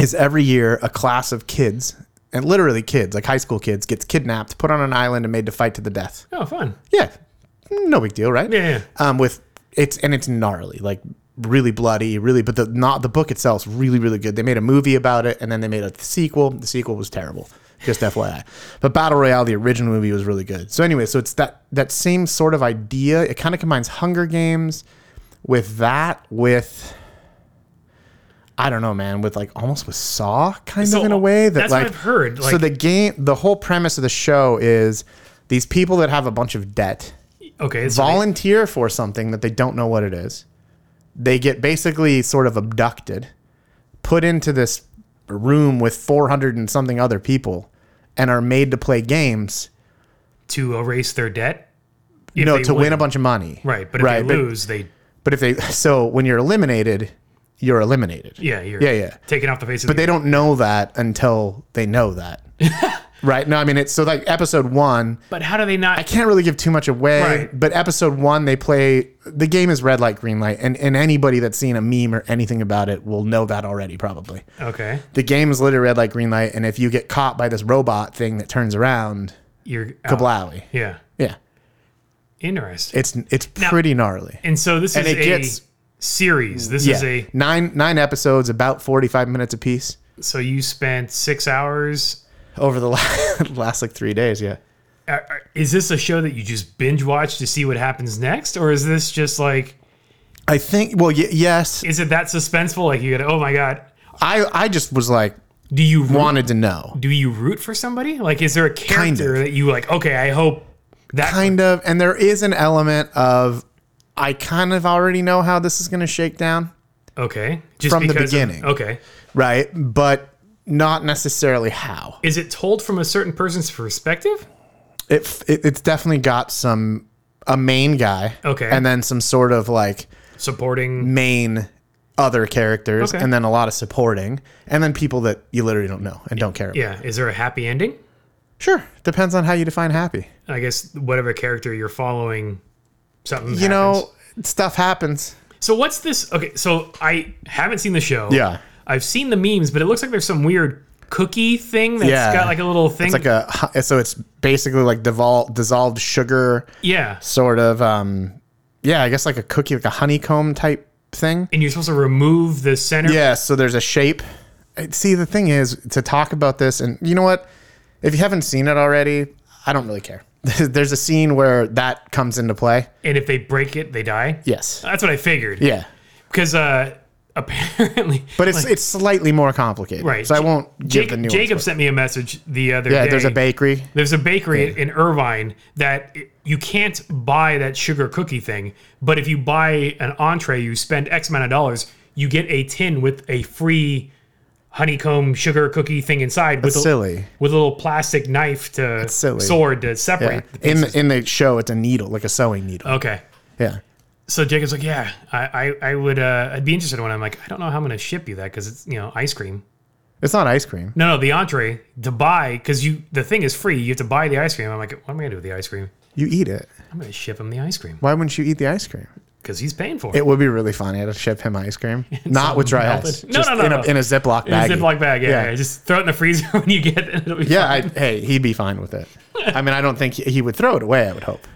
Speaker 1: is every year a class of kids and literally kids, like high school kids, gets kidnapped, put on an island, and made to fight to the death.
Speaker 2: Oh, fun.
Speaker 1: Yeah, no big deal, right?
Speaker 2: Yeah, yeah.
Speaker 1: Um, with it's and it's gnarly, like really bloody, really. But the not the book itself's really really good. They made a movie about it, and then they made a sequel. The sequel was terrible. Just FYI. But Battle Royale, the original movie, was really good. So anyway, so it's that that same sort of idea. It kind of combines Hunger Games with that with. I don't know, man. With like almost with Saw, kind
Speaker 2: So
Speaker 1: of in a way that
Speaker 2: that's
Speaker 1: like
Speaker 2: what I've heard. Like,
Speaker 1: so the game, the whole premise of the show is these people that have a bunch of debt
Speaker 2: okay, so they-
Speaker 1: volunteer for something that they don't know what it is. They get basically sort of abducted, put into this room with 400 and something other people, and are made to play games.
Speaker 2: to erase their debt. If
Speaker 1: no,
Speaker 2: they
Speaker 1: to win a bunch of money.
Speaker 2: Right, but if
Speaker 1: right,
Speaker 2: they
Speaker 1: but-
Speaker 2: lose, they
Speaker 1: But if they, so when you're eliminated, you're eliminated.
Speaker 2: yeah, you're
Speaker 1: Yeah, yeah.
Speaker 2: taken off the face of
Speaker 1: But they don't know that until they know
Speaker 2: *laughs*
Speaker 1: that. right? No, I mean, it's so like episode one,
Speaker 2: But how do they not?
Speaker 1: I can't really give too much away,
Speaker 2: Right.
Speaker 1: but episode one, they play the game is red light, green light, and, and anybody that's seen a meme or anything about it will know that already, probably.
Speaker 2: okay,
Speaker 1: The game is literally red light, green light, and if you get caught by this robot thing that turns around,
Speaker 2: you're out.
Speaker 1: kablowie.
Speaker 2: Yeah,
Speaker 1: Yeah.
Speaker 2: interesting.
Speaker 1: It's it's pretty gnarly.
Speaker 2: and so this
Speaker 1: and
Speaker 2: is
Speaker 1: it
Speaker 2: a
Speaker 1: gets-
Speaker 2: series. This is
Speaker 1: Yeah.
Speaker 2: a
Speaker 1: Nine nine episodes, about forty five minutes apiece
Speaker 2: so you spent six hours
Speaker 1: *laughs* over the last, last like three days, yeah.
Speaker 2: are- are- uh, is this a show that you just binge watch to see what happens next, or is this just like
Speaker 1: I think. Well, y- yes.
Speaker 2: is it that suspenseful? Like you got to oh my god,
Speaker 1: I I just was like
Speaker 2: do you root,
Speaker 1: wanted to know.
Speaker 2: do you root for somebody? Like is there a character
Speaker 1: Kind of.
Speaker 2: that you like? Okay, I hope that
Speaker 1: kind of and there is an element of i kind of already know how this is going to shake down
Speaker 2: okay just
Speaker 1: From the
Speaker 2: because of-
Speaker 1: beginning.
Speaker 2: okay,
Speaker 1: right but not necessarily how
Speaker 2: is it told from a certain person's perspective?
Speaker 1: it, f- it it's definitely got some a main guy
Speaker 2: Okay.
Speaker 1: and then some sort of like
Speaker 2: Supporting
Speaker 1: main other characters
Speaker 2: Okay.
Speaker 1: and then a lot of supporting and then people that you literally don't know and don't care about
Speaker 2: yeah, is there a happy ending?
Speaker 1: sure depends on how you define happy
Speaker 2: I guess whatever character you're following, something
Speaker 1: you know stuff happens
Speaker 2: So what's this? Okay, so I haven't seen the show.
Speaker 1: Yeah.
Speaker 2: I've seen the memes, but it looks like there's some weird cookie thing that's
Speaker 1: Yeah.
Speaker 2: got like a little thing.
Speaker 1: it's like a hu- so it's basically like devol- dissolved sugar
Speaker 2: yeah,
Speaker 1: sort of um yeah i guess like a cookie like a honeycomb type thing
Speaker 2: and you're supposed to remove the center.
Speaker 1: yeah so there's a shape Uh, see the thing is to talk about this and you know what if you haven't seen it already i don't really care *laughs* there's a scene where that comes into play
Speaker 2: And if they break it, they die.
Speaker 1: yes
Speaker 2: That's what I figured.
Speaker 1: yeah
Speaker 2: Because uh, apparently,
Speaker 1: but it's it's slightly more complicated
Speaker 2: Right.
Speaker 1: so i won't *laughs* give
Speaker 2: Jacob,
Speaker 1: the new
Speaker 2: Jacob sent me a message the other
Speaker 1: yeah
Speaker 2: day.
Speaker 1: there's a bakery
Speaker 2: There's a bakery in Irvine that it- you can't buy that sugar cookie thing, but if you buy an entree, you spend X amount of dollars, you get a tin with a free honeycomb sugar cookie thing inside with a,
Speaker 1: silly.
Speaker 2: with a little plastic knife to
Speaker 1: silly.
Speaker 2: sword to
Speaker 1: yeah.
Speaker 2: separate. the Oh.
Speaker 1: in
Speaker 2: pieces.
Speaker 1: the, in the show it's a needle like a sewing needle
Speaker 2: okay.
Speaker 1: yeah
Speaker 2: So Jacob's like, yeah, I, I, I would uh, I'd be interested in one. I'm like, I don't know how I'm gonna ship you that because it's you know ice cream.
Speaker 1: it's not ice cream
Speaker 2: No, no, the entree to buy because you the thing is free. You have to buy the ice cream. I'm like, what am I gonna do with the ice cream?
Speaker 1: you eat it
Speaker 2: I'm gonna ship him the ice cream.
Speaker 1: why wouldn't you eat the ice cream
Speaker 2: because he's paying for it.
Speaker 1: It would be really funny to ship him ice
Speaker 2: *laughs*
Speaker 1: cream, not with dry
Speaker 2: melted.
Speaker 1: ice.
Speaker 2: No,
Speaker 1: just
Speaker 2: no, no,
Speaker 1: in, a,
Speaker 2: no.
Speaker 1: in a Ziploc
Speaker 2: In a
Speaker 1: bag.
Speaker 2: Ziploc bag, yeah,
Speaker 1: Yeah.
Speaker 2: yeah. Just throw it in the freezer *laughs* when you get it. It'll be
Speaker 1: *laughs* Yeah,
Speaker 2: fine.
Speaker 1: I, hey, he'd be fine
Speaker 2: *laughs*
Speaker 1: with it. I mean, I don't think he, he would throw it away. I would hope.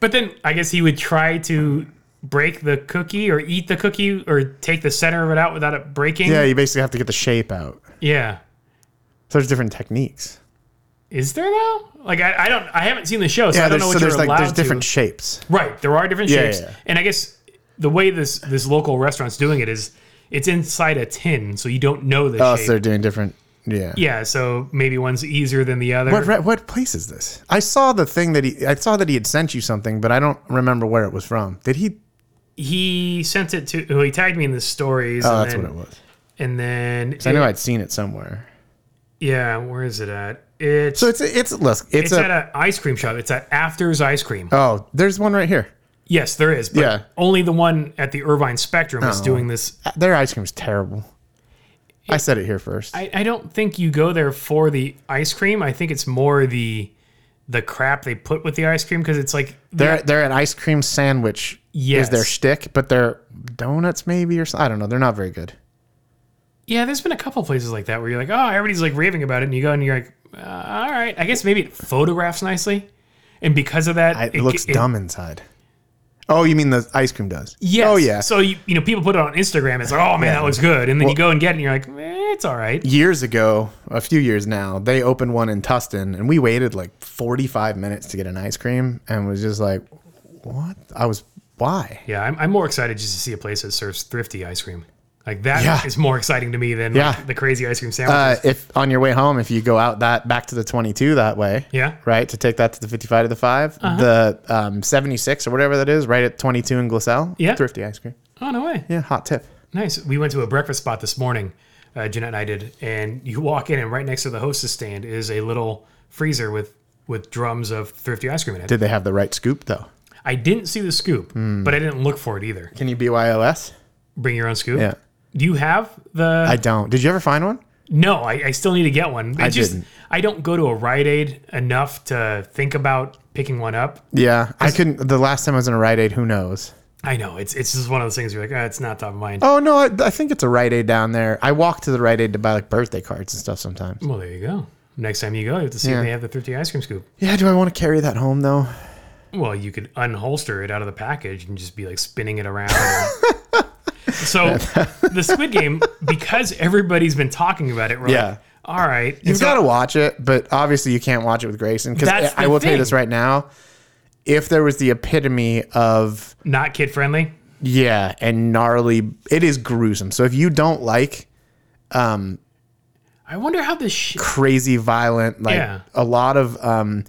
Speaker 2: But then I guess he would try to break the cookie or eat the cookie or take the center of it out without it breaking.
Speaker 1: Yeah, you basically have to get the shape out.
Speaker 2: Yeah.
Speaker 1: So there's different techniques.
Speaker 2: Is there though? Like I, I don't I haven't seen the show, so
Speaker 1: Yeah,
Speaker 2: I don't
Speaker 1: there's,
Speaker 2: know what
Speaker 1: so
Speaker 2: you're
Speaker 1: there's like
Speaker 2: allowed
Speaker 1: there's different
Speaker 2: to.
Speaker 1: shapes.
Speaker 2: Right, there are different
Speaker 1: Yeah,
Speaker 2: shapes,
Speaker 1: yeah, yeah.
Speaker 2: and I guess the way this this local restaurant's doing it is it's inside a tin, so you don't know the
Speaker 1: Oh,
Speaker 2: shape.
Speaker 1: so they're doing different. Yeah.
Speaker 2: yeah, so maybe one's easier than the other.
Speaker 1: What re- what place is this? I saw the thing that he I saw that he had sent you something, but I don't remember where it was from. Did he?
Speaker 2: he sent it to well, he tagged me in the stories
Speaker 1: Oh,
Speaker 2: and
Speaker 1: that's
Speaker 2: then,
Speaker 1: what it was.
Speaker 2: and then
Speaker 1: I knew I'd seen it somewhere.
Speaker 2: yeah where is it at it's
Speaker 1: So it's it's look, it's,
Speaker 2: it's
Speaker 1: a
Speaker 2: at an ice cream shop it's at afters ice cream
Speaker 1: oh, there's one right here.
Speaker 2: yes there is but
Speaker 1: Yeah. Oh.
Speaker 2: only the one at the irvine spectrum is doing this
Speaker 1: Their ice cream's terrible. I said it here first.
Speaker 2: I, I don't think you go there for the ice cream i think it's more the the crap they put with the ice cream because it's like
Speaker 1: They're they're an ice cream sandwich
Speaker 2: Yes.
Speaker 1: is their shtick, but they're donuts maybe or something. I don't know. They're not very good.
Speaker 2: yeah there's been a couple places like that where you're like oh everybody's like raving about it and you go and you're like uh, all right i guess maybe it photographs nicely and because of that
Speaker 1: I, it, looks dumb inside. Oh, you mean the ice cream does?
Speaker 2: Yes.
Speaker 1: Oh yeah.
Speaker 2: So you, you know people put it on Instagram. It's like, oh man, that looks good, and then you go and get it, and you're like, eh, it's all right.
Speaker 1: Years ago, a few years now, they opened one in Tustin, and we waited like 45 minutes to get an ice cream, and was just like, "What?" I was, "Why?"
Speaker 2: Yeah, I'm, I'm more excited just to see a place that serves thrifty ice cream. Like that is
Speaker 1: Yeah.
Speaker 2: more exciting to me than
Speaker 1: Yeah.
Speaker 2: like, the crazy ice cream
Speaker 1: Uh,
Speaker 2: sandwiches.
Speaker 1: if on your way home, if you go out that back to the 22 that way,
Speaker 2: yeah. Uh-huh.
Speaker 1: right? To take that to the 55 to the 5, the um, 76 or whatever that is, right at 22 in Glacel.
Speaker 2: Yeah.
Speaker 1: Thrifty ice cream.
Speaker 2: Oh no way.
Speaker 1: Yeah, hot tip.
Speaker 2: Nice. We went to a breakfast spot this morning. Uh, Jeanette and I did, and you walk in, and right next to the hostess stand is a little freezer with with drums of thrifty ice cream in it.
Speaker 1: Did they have the right scoop though?
Speaker 2: I didn't see the scoop,
Speaker 1: Hmm.
Speaker 2: but I didn't look for it either.
Speaker 1: Can you BYOS?
Speaker 2: Bring your own scoop.
Speaker 1: Yeah.
Speaker 2: Do you have the?
Speaker 1: I don't. Did you ever find one?
Speaker 2: No, I, I still need to get one. It's just
Speaker 1: didn't.
Speaker 2: I don't go to a Rite Aid enough to think about picking one up.
Speaker 1: Yeah, I couldn't. The last time I was in a Rite Aid, who knows?
Speaker 2: I know it's it's just one of those things. Where you're like, oh, it's not top of mind.
Speaker 1: Oh no, I, I think it's a Rite Aid down there. I walk to the Rite Aid to buy like birthday cards and stuff sometimes.
Speaker 2: Well, there you go. Next time you go, you have to see
Speaker 1: Yeah.
Speaker 2: if they have the thrifty ice cream scoop.
Speaker 1: Yeah, do I want to carry that home though?
Speaker 2: Well, you could unholster it out of the package and just be like spinning it around.
Speaker 1: *laughs*
Speaker 2: so the Squid Game, because everybody's been talking about it, we're
Speaker 1: Yeah.
Speaker 2: like, all right.
Speaker 1: You've got to watch it, but obviously you can't watch it with Grayson because
Speaker 2: That's
Speaker 1: I, I
Speaker 2: the
Speaker 1: will tell you
Speaker 2: thing.
Speaker 1: this right now. If there was the epitome of
Speaker 2: not kid friendly.
Speaker 1: yeah and gnarly, it is gruesome. So if you don't like
Speaker 2: I wonder how this. Sh-
Speaker 1: crazy violent, like
Speaker 2: Yeah.
Speaker 1: a lot of um,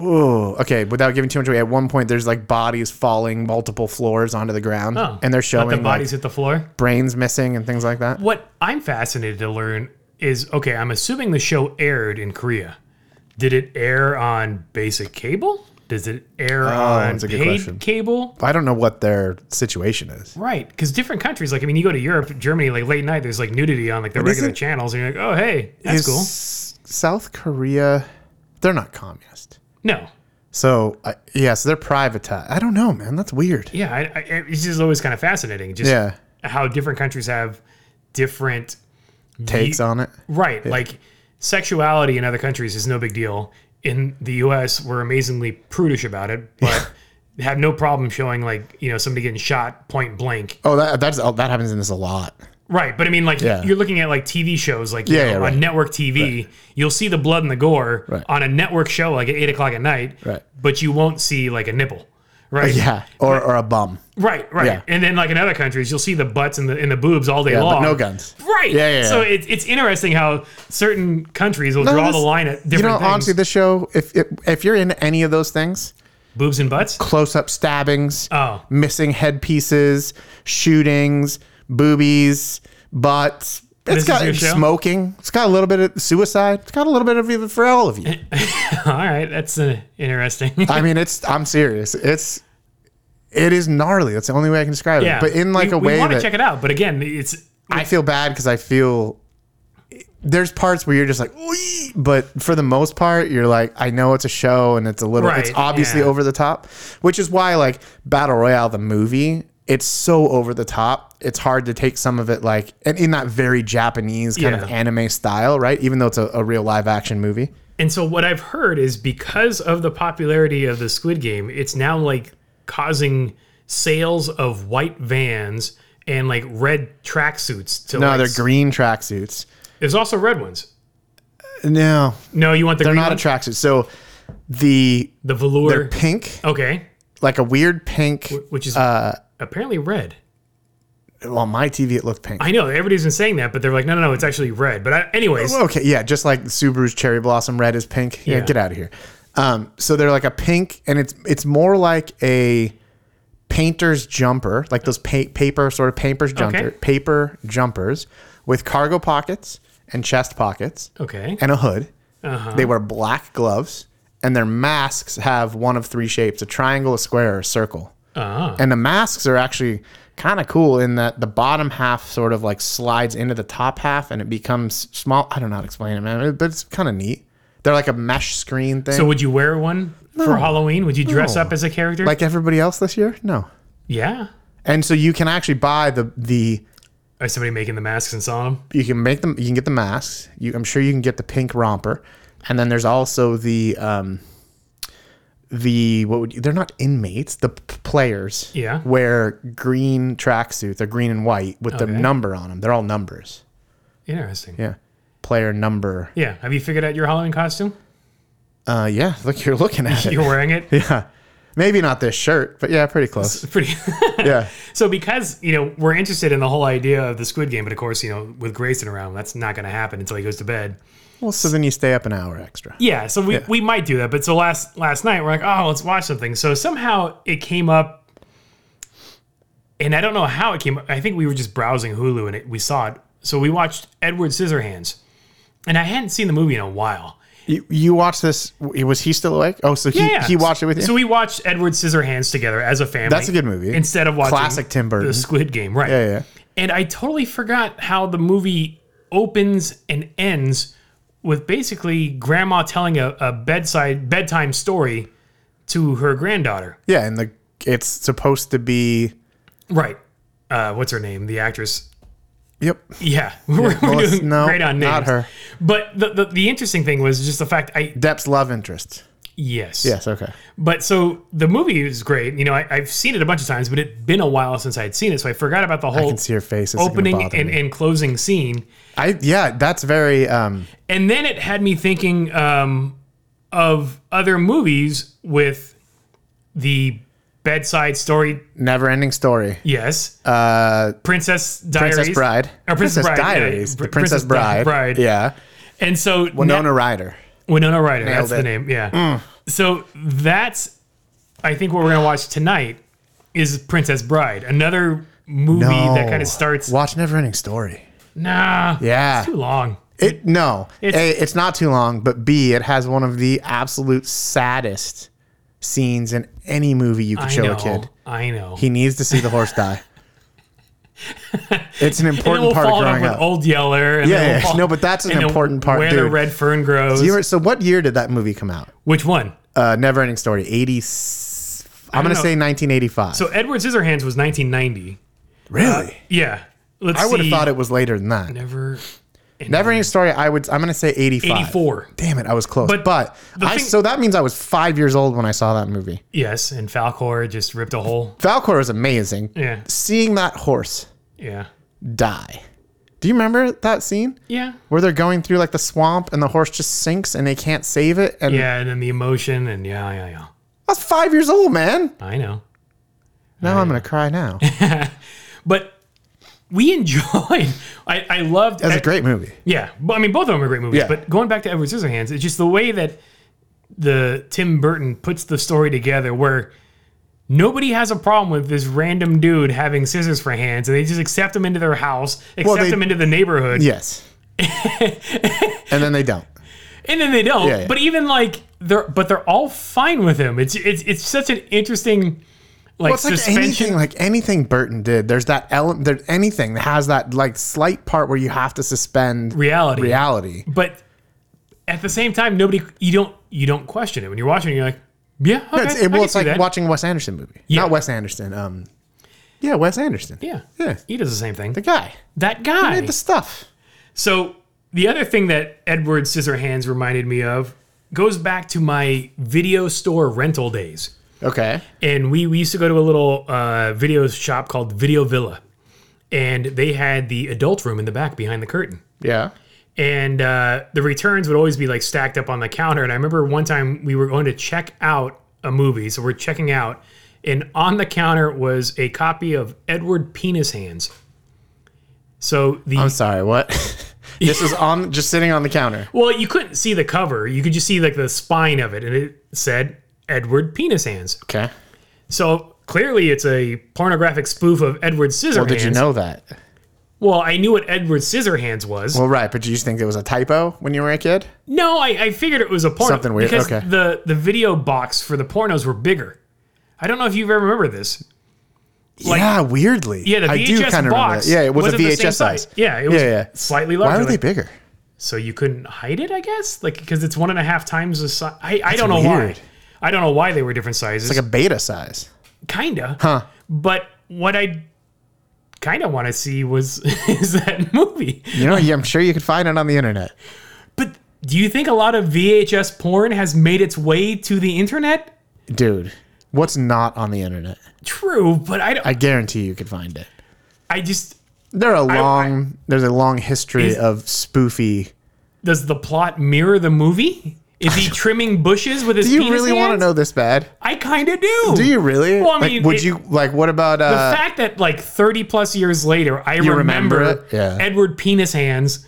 Speaker 1: ooh, okay, without giving too much away. At one point, there's like bodies falling multiple floors onto the ground,
Speaker 2: oh,
Speaker 1: and they're showing
Speaker 2: let the
Speaker 1: like,
Speaker 2: bodies hit the floor.
Speaker 1: brains missing and things like that.
Speaker 2: What I'm fascinated to learn is okay. I'm assuming the show aired in Korea. Did it air on basic cable? Does it air on
Speaker 1: Oh, that's a good
Speaker 2: paid
Speaker 1: question.
Speaker 2: cable?
Speaker 1: I don't know what their situation is.
Speaker 2: Right, because different countries, like I mean, you go to Europe, Germany, like late night, there's like nudity on like the regular
Speaker 1: isn't-
Speaker 2: channels, and you're like, oh hey, that's
Speaker 1: Is
Speaker 2: cool.
Speaker 1: South Korea, they're not communist.
Speaker 2: No,
Speaker 1: So uh, yeah, so they're privatized. I don't know, man. That's weird.
Speaker 2: yeah, I, I, it's just always kind of fascinating, just
Speaker 1: Yeah,
Speaker 2: how different countries have different
Speaker 1: takes on it.
Speaker 2: Right. Like sexuality in other countries is no big deal. In the US, we're amazingly prudish about it, but have no problem showing like, you know, somebody getting shot point blank.
Speaker 1: Oh, that that's oh, that happens in this a lot.
Speaker 2: Right. But I mean like
Speaker 1: Yeah.
Speaker 2: you're looking at like TV shows like you
Speaker 1: Yeah,
Speaker 2: know,
Speaker 1: yeah,
Speaker 2: on
Speaker 1: right.
Speaker 2: network TV, you'll see the blood and the gore on a network show like at eight o'clock at night.
Speaker 1: Right.
Speaker 2: But you won't see like a nipple. Right.
Speaker 1: Yeah, or or a bum.
Speaker 2: Right, right.
Speaker 1: Yeah.
Speaker 2: And then like in other countries, you'll see the butts and the and the boobs all day
Speaker 1: Yeah,
Speaker 2: long.
Speaker 1: but no guns.
Speaker 2: Right.
Speaker 1: Yeah, yeah,
Speaker 2: So
Speaker 1: yeah.
Speaker 2: it's it's interesting how certain countries will draw the
Speaker 1: this-
Speaker 2: line at different
Speaker 1: You know,
Speaker 2: things.
Speaker 1: honestly, this show, if, if if you're in any of those things,
Speaker 2: Boobs and butts?
Speaker 1: close-up stabbings,
Speaker 2: Oh. *laughs*
Speaker 1: missing headpieces, shootings, boobies, butts.
Speaker 2: This
Speaker 1: It's
Speaker 2: is
Speaker 1: got
Speaker 2: your show?
Speaker 1: smoking. It's got a little bit of suicide. It's got a little bit of even for all of you.
Speaker 2: All right. That's uh,
Speaker 1: *laughs*
Speaker 2: interesting.
Speaker 1: I mean, it's. I'm serious. It's. It is gnarly. That's the only way I can describe
Speaker 2: yeah.
Speaker 1: it. But in like
Speaker 2: we,
Speaker 1: a way
Speaker 2: We want to
Speaker 1: that
Speaker 2: check it out. But again, it's.
Speaker 1: I feel bad because I feel there's parts where you're just like, "Oy," but for the most part, you're like, I know it's a show and it's a little, it's
Speaker 2: Right,
Speaker 1: obviously
Speaker 2: yeah.
Speaker 1: over the top, which is why like Battle Royale, the movie, it's so over the top. It's hard to take some of it like, and in that very Japanese kind of
Speaker 2: Yeah.
Speaker 1: anime style, right? Even though it's a, a real live action movie.
Speaker 2: And so what I've heard is because of the popularity of the Squid Game, it's now like causing sales of white vans and like red tracksuits to
Speaker 1: No,
Speaker 2: like,
Speaker 1: they're green tracksuits.
Speaker 2: there's also red ones.
Speaker 1: No,
Speaker 2: No, you want the
Speaker 1: they're
Speaker 2: green
Speaker 1: not a
Speaker 2: ones?
Speaker 1: tracksuit. So the
Speaker 2: the velour.
Speaker 1: they're pink,
Speaker 2: Okay,
Speaker 1: like a weird pink.
Speaker 2: which is
Speaker 1: Uh,
Speaker 2: apparently red.
Speaker 1: Well, on my TV, it looked pink.
Speaker 2: I know everybody's been saying that, but they're like, no, no, no, it's actually red. But I, anyways,
Speaker 1: Okay, yeah, just like Subaru's cherry blossom red is pink. Yeah,
Speaker 2: Yeah.
Speaker 1: get out of here. Um, so they're like a pink, and it's it's more like a painter's jumper, like those pa- paper sort of paper's jumper, paper jumpers with cargo pockets and chest pockets
Speaker 2: okay,
Speaker 1: and a hood. They wear black gloves, and their masks have one of three shapes: a triangle, a square, or a circle.
Speaker 2: uh
Speaker 1: And the masks are actually kind of cool in that the bottom half sort of like slides into the top half and it becomes small. I don't know how to explain it, man, but it's kind of neat. They're like a mesh screen thing.
Speaker 2: So would you wear one for Halloween? Would you dress up as a character?
Speaker 1: like everybody else this year? No.
Speaker 2: yeah.
Speaker 1: And so you can actually buy the the
Speaker 2: Or somebody making the masks and selling them?
Speaker 1: you can make them you can get the masks. You, I'm sure you can get the pink romper. And then there's also the um the what would you, they're not inmates, the p- players
Speaker 2: Yeah.
Speaker 1: wear green tracksuits, they're green and white with the
Speaker 2: Okay.
Speaker 1: number on them. They're all numbers.
Speaker 2: Interesting. Yeah.
Speaker 1: Yeah. Player number.
Speaker 2: Have you figured out your Halloween costume?
Speaker 1: Uh, yeah. Look, you're looking
Speaker 2: *laughs*
Speaker 1: at it.
Speaker 2: You're wearing it.
Speaker 1: *laughs* Yeah. Maybe not this shirt, but yeah, pretty close.
Speaker 2: *laughs* It's pretty.
Speaker 1: Yeah.
Speaker 2: so because you know we're interested in the whole idea of the Squid Game, but of course you know with Grayson around, that's not going to happen until he goes to bed.
Speaker 1: Well, so then you stay up an hour extra.
Speaker 2: Yeah, so we, we might do that. But so last last night we're like, oh, let's watch something. So somehow it came up, and I don't know how it came up. I think we were just browsing Hulu and it, we saw it. So we watched Edward Scissorhands, and I hadn't seen the movie in a while.
Speaker 1: You, you watched this. Was he still awake? Oh, so he, he watched it with you?
Speaker 2: So we watched Edward Scissorhands together as a family.
Speaker 1: That's a good movie.
Speaker 2: Instead of watching
Speaker 1: Classic Tim Burton.
Speaker 2: the *laughs* Squid Game, right?
Speaker 1: yeah, yeah.
Speaker 2: And I totally forgot how the movie opens and ends with basically grandma telling a, a bedside bedtime story to her granddaughter.
Speaker 1: Yeah. And the it's supposed to be.
Speaker 2: Right. Uh, what's her name?
Speaker 1: *laughs*
Speaker 2: The actress. *laughs*
Speaker 1: Yep.
Speaker 2: Yeah, we're, we're
Speaker 1: Melissa-
Speaker 2: doing
Speaker 1: no,
Speaker 2: great on names.
Speaker 1: not her.
Speaker 2: But the, the the interesting thing was just the fact I
Speaker 1: Depp's love interest.
Speaker 2: Yes.
Speaker 1: Yes. Okay.
Speaker 2: But so the movie is great. You know, I, I've seen it a bunch of times, but it'd been a while since I had seen it, so I forgot about the
Speaker 1: I
Speaker 2: whole
Speaker 1: can see your face. It's
Speaker 2: opening
Speaker 1: Gonna bother
Speaker 2: and,
Speaker 1: me.
Speaker 2: and closing scene.
Speaker 1: I yeah, that's very um
Speaker 2: And then it had me thinking um, of other movies with the bedside story.
Speaker 1: never-ending story.
Speaker 2: Yes.
Speaker 1: Uh,
Speaker 2: Princess Diaries.
Speaker 1: Princess Bride.
Speaker 2: Or Princess Bride, yeah.
Speaker 1: Diaries.
Speaker 2: Pr-
Speaker 1: The Princess,
Speaker 2: Princess Di-
Speaker 1: Bride.
Speaker 2: Bride.
Speaker 1: Yeah.
Speaker 2: And so
Speaker 1: Winona Ryder.
Speaker 2: Winona Ryder. that's
Speaker 1: it. Mm.
Speaker 2: the name. Yeah. So that's, I think, what we're gonna watch tonight is Princess Bride, another movie that kind of starts.
Speaker 1: Watch Never-Ending Story.
Speaker 2: Nah.
Speaker 1: Yeah.
Speaker 2: It's too long.
Speaker 1: It no.
Speaker 2: It's-
Speaker 1: a, it's not too long, but B, it has one of the absolute saddest scenes in any movie you could
Speaker 2: I
Speaker 1: show
Speaker 2: know.
Speaker 1: a kid.
Speaker 2: I know.
Speaker 1: He needs to see the horse die. it's an
Speaker 2: *laughs* and then we'll
Speaker 1: important part of
Speaker 2: follow it up
Speaker 1: growing
Speaker 2: with
Speaker 1: up.
Speaker 2: Old Yeller. And
Speaker 1: Yeah,
Speaker 2: then we'll
Speaker 1: yeah.
Speaker 2: follow-
Speaker 1: No, but that's an
Speaker 2: and then
Speaker 1: important part,
Speaker 2: Where the
Speaker 1: dude.
Speaker 2: red fern grows.
Speaker 1: You were- so what year did that movie come out?
Speaker 2: Which one?
Speaker 1: Uh, Never-Ending Story. 80 I'm
Speaker 2: don't
Speaker 1: going to
Speaker 2: know.
Speaker 1: say 1985.
Speaker 2: So uh, Edward Scissorhands was 1990.
Speaker 1: really?
Speaker 2: Yeah. Let's
Speaker 1: I would have
Speaker 2: see.
Speaker 1: thought it was later than that.
Speaker 2: never
Speaker 1: Never ending story. I would. I'm gonna say 85.
Speaker 2: 84.
Speaker 1: Damn it, I was close. But,
Speaker 2: But the
Speaker 1: I,
Speaker 2: thing-
Speaker 1: so that means I was five years old when I saw that movie.
Speaker 2: Yes, and Falcor just ripped a hole.
Speaker 1: Falcor is amazing.
Speaker 2: Yeah.
Speaker 1: Seeing that horse
Speaker 2: Yeah.
Speaker 1: die. Do you remember that scene
Speaker 2: Yeah.
Speaker 1: where they're going through like the swamp and the horse just sinks and they can't save it? And
Speaker 2: Yeah, and then the emotion and yeah, yeah, yeah.
Speaker 1: I was five years old, man.
Speaker 2: I know.
Speaker 1: Now I'm gonna cry now.
Speaker 2: But we *laughs* enjoyed I, I loved
Speaker 1: That's a great movie.
Speaker 2: Yeah, but I mean, both of them are great movies.
Speaker 1: Yeah.
Speaker 2: But going back to Edward Scissorhands, it's just the way that the Tim Burton puts the story together, where nobody has a problem with this random dude having scissors for hands, and they just accept him into their house, accept
Speaker 1: they-
Speaker 2: him into the
Speaker 1: *laughs*
Speaker 2: neighborhood,
Speaker 1: Yes. and then they don't.
Speaker 2: and then they don't.
Speaker 1: Yeah, yeah.
Speaker 2: But even like they're, but they're all fine with him. It's it's it's such an interesting like
Speaker 1: Well, it's like
Speaker 2: suspension.
Speaker 1: anything, like anything Burton did. There's that element. There's anything that has that like slight part where you have to suspend
Speaker 2: Reality.
Speaker 1: Reality.
Speaker 2: but at the same time, nobody you don't you don't question it when you're watching. it, You're like, yeah, okay,
Speaker 1: It's,
Speaker 2: I
Speaker 1: it, well,
Speaker 2: can
Speaker 1: it's
Speaker 2: see
Speaker 1: like
Speaker 2: that.
Speaker 1: watching a Wes Anderson movie.
Speaker 2: Yeah.
Speaker 1: Not Wes Anderson. Um, yeah, Wes Anderson.
Speaker 2: yeah,
Speaker 1: yeah.
Speaker 2: He does the same thing.
Speaker 1: The guy
Speaker 2: that guy.
Speaker 1: did the stuff.
Speaker 2: So the other thing that Edward Scissorhands reminded me of goes back to my video store rental days,
Speaker 1: Okay.
Speaker 2: and we, we used to go to a little uh, video shop called Video Villa, and they had the adult room in the back behind the curtain.
Speaker 1: Yeah.
Speaker 2: And uh, the returns would always be like stacked up on the counter. And I remember one time we were going to check out a movie, so we're checking out, and on the counter was a copy of Edward Penis Hands. So the
Speaker 1: I'm sorry. What? *laughs* this is on just sitting on the counter.
Speaker 2: Well, you couldn't see the cover. You could just see like the spine of it, and it said Edward Penis Hands.
Speaker 1: Okay.
Speaker 2: So clearly, it's a pornographic spoof of Edward Scissorhands.
Speaker 1: Well, did you know that?
Speaker 2: Well, I knew what Edward Scissorhands was.
Speaker 1: Well, right. But did you just think it was a typo when you were a kid?
Speaker 2: no, I, I figured it was a porno
Speaker 1: Something weird,
Speaker 2: because
Speaker 1: okay.
Speaker 2: the the video box for the pornos were bigger. I don't know if you ever remember this.
Speaker 1: yeah. Weirdly.
Speaker 2: Yeah, the
Speaker 1: I do
Speaker 2: VHS
Speaker 1: kinda remember
Speaker 2: box.
Speaker 1: that. Yeah, it was, a
Speaker 2: the same
Speaker 1: VHS size.
Speaker 2: Yeah, it was
Speaker 1: Yeah, yeah.
Speaker 2: slightly
Speaker 1: Why
Speaker 2: larger.
Speaker 1: were they
Speaker 2: like-
Speaker 1: bigger?
Speaker 2: so you couldn't hide it, I guess, like because it's one and a half times the size. I, I don't know
Speaker 1: weird.
Speaker 2: why. I don't know why they were different sizes.
Speaker 1: Like a beta size.
Speaker 2: kinda.
Speaker 1: Huh.
Speaker 2: But what I kind of want to see was *laughs* is that movie.
Speaker 1: You know, yeah, I'm sure you could find it on the internet.
Speaker 2: But do you think a lot of VHS porn has made its way to the internet?
Speaker 1: Dude, what's not on the internet?
Speaker 2: True, but I don't,
Speaker 1: I
Speaker 2: I,
Speaker 1: guarantee you could find it.
Speaker 2: just
Speaker 1: There are a long there's a long history of spoofy.
Speaker 2: does the plot mirror the movie? Is
Speaker 1: *laughs*
Speaker 2: he trimming bushes with his?
Speaker 1: Do you
Speaker 2: penis
Speaker 1: really want to
Speaker 2: hands?
Speaker 1: know this bad?
Speaker 2: I kind of do.
Speaker 1: Do you really?
Speaker 2: Well, I
Speaker 1: Like,
Speaker 2: mean,
Speaker 1: would
Speaker 2: it-
Speaker 1: you like what about
Speaker 2: The
Speaker 1: uh
Speaker 2: fact that like thirty plus years later, I
Speaker 1: remember
Speaker 2: remember,
Speaker 1: it? Yeah.
Speaker 2: Edward Penis Hands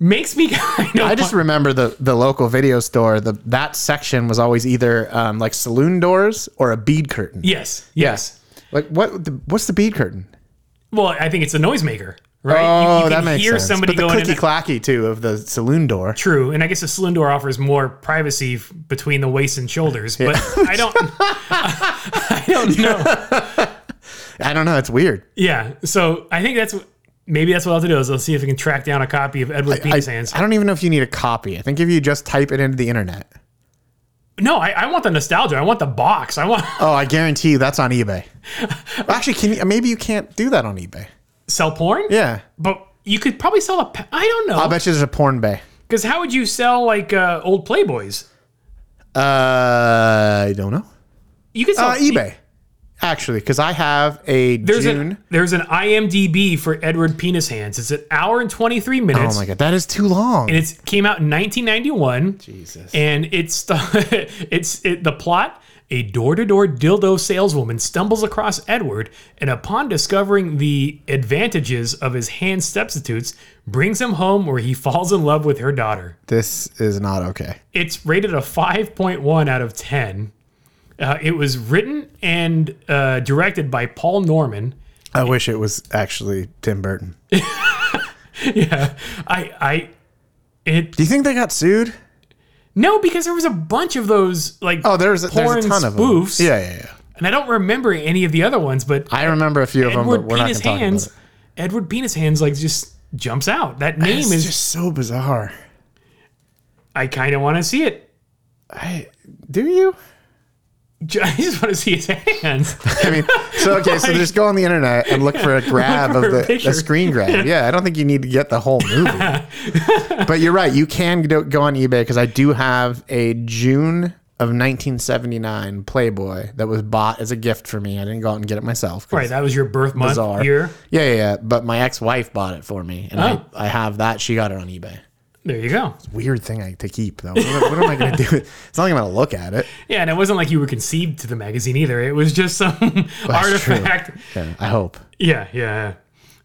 Speaker 2: makes me *laughs* kind of.
Speaker 1: I just remember the the local video store, the that section was always either um like saloon doors or a bead curtain.
Speaker 2: yes, yes.
Speaker 1: Like what the, what's the bead curtain?
Speaker 2: Well, I think it's a noisemaker, right?
Speaker 1: Oh,
Speaker 2: you, you
Speaker 1: that
Speaker 2: can
Speaker 1: makes
Speaker 2: hear
Speaker 1: sense.
Speaker 2: somebody
Speaker 1: but the
Speaker 2: going in
Speaker 1: clicky
Speaker 2: and
Speaker 1: clacky too of the saloon door.
Speaker 2: true, and I guess a saloon door offers more privacy f- between the waist and shoulders, but
Speaker 1: *laughs*
Speaker 2: I don't, *laughs* I don't know.
Speaker 1: I don't know, it's weird.
Speaker 2: Yeah, so I think that's what- maybe that's what I'll have to do is I'll see if I can track down a copy of Edward
Speaker 1: I,
Speaker 2: Penis Hands.
Speaker 1: I don't even know if you need a copy. I think if you just type it into the internet.
Speaker 2: no, I, I want the nostalgia. I want the box. I want *laughs*
Speaker 1: Oh, I guarantee you that's on eBay. Actually, can you, maybe you can't do that on eBay.
Speaker 2: sell porn.
Speaker 1: Yeah.
Speaker 2: but you could probably sell a. pa- I don't
Speaker 1: I'll
Speaker 2: know
Speaker 1: bet you there's a porn bay.
Speaker 2: because how would you sell like uh, old Playboys?
Speaker 1: Uh, I don't know.
Speaker 2: Oh, You can sell
Speaker 1: Uh, eBay, actually, because I have a
Speaker 2: There's
Speaker 1: June.
Speaker 2: an there's an IMDb for Edward Penis Hands. It's an hour and 23
Speaker 1: oh
Speaker 2: minutes.
Speaker 1: my god, that is too long.
Speaker 2: and it came out in 1991.
Speaker 1: Jesus.
Speaker 2: And it's the *laughs* it's it, the plot. A door-to-door dildo saleswoman stumbles across Edward, and upon discovering the advantages of his hand substitutes, brings him home where he *laughs* falls in love with her daughter.
Speaker 1: This is not okay.
Speaker 2: It's rated a 5.1 out of 10. Uh, it was written and uh, directed by Paul Norman. *laughs*
Speaker 1: I wish it was actually Tim Burton.
Speaker 2: yeah, I I it
Speaker 1: Do you think they got sued?
Speaker 2: no because there was a bunch of those like
Speaker 1: Oh, there's a,
Speaker 2: porn
Speaker 1: there's a ton of
Speaker 2: spoofs.
Speaker 1: them. Yeah, yeah, yeah.
Speaker 2: and I don't remember any of the other ones, but
Speaker 1: I remember a few of them, but
Speaker 2: Edward
Speaker 1: we're not going
Speaker 2: Penis
Speaker 1: to talk about
Speaker 2: Hands,
Speaker 1: it.
Speaker 2: Edward Penis Hands, like just jumps out. That name
Speaker 1: It's
Speaker 2: is.
Speaker 1: just so bizarre.
Speaker 2: I kind of want to see it. *laughs*
Speaker 1: I do you?
Speaker 2: J- I just want to see
Speaker 1: *laughs*
Speaker 2: his hands.
Speaker 1: I mean, so okay,
Speaker 2: *laughs*
Speaker 1: so just go on the internet and look for a grab
Speaker 2: for
Speaker 1: of
Speaker 2: a
Speaker 1: the a
Speaker 2: picture.
Speaker 1: screen grab. Yeah, I don't think you need to get the whole movie.
Speaker 2: *laughs*
Speaker 1: but you're right. You can go go on eBay because I do have a June of 1979 Playboy that was bought as a gift for me. I didn't go out and get it myself. 'cause
Speaker 2: right, that was your birth month
Speaker 1: bizarre.
Speaker 2: year.
Speaker 1: Yeah, yeah, yeah. But my ex-wife bought it for me, and
Speaker 2: Oh.
Speaker 1: I, I have that. She got it on eBay.
Speaker 2: There you go.
Speaker 1: Weird thing I, to keep *laughs* though. What, am- what am I going to do? with- It's not like I'm going to look at
Speaker 2: *laughs*
Speaker 1: it.
Speaker 2: Yeah, and it wasn't like you were conceived to the magazine either. It was just some *laughs*
Speaker 1: That's true.
Speaker 2: artifact.
Speaker 1: Yeah, I hope.
Speaker 2: Yeah, yeah.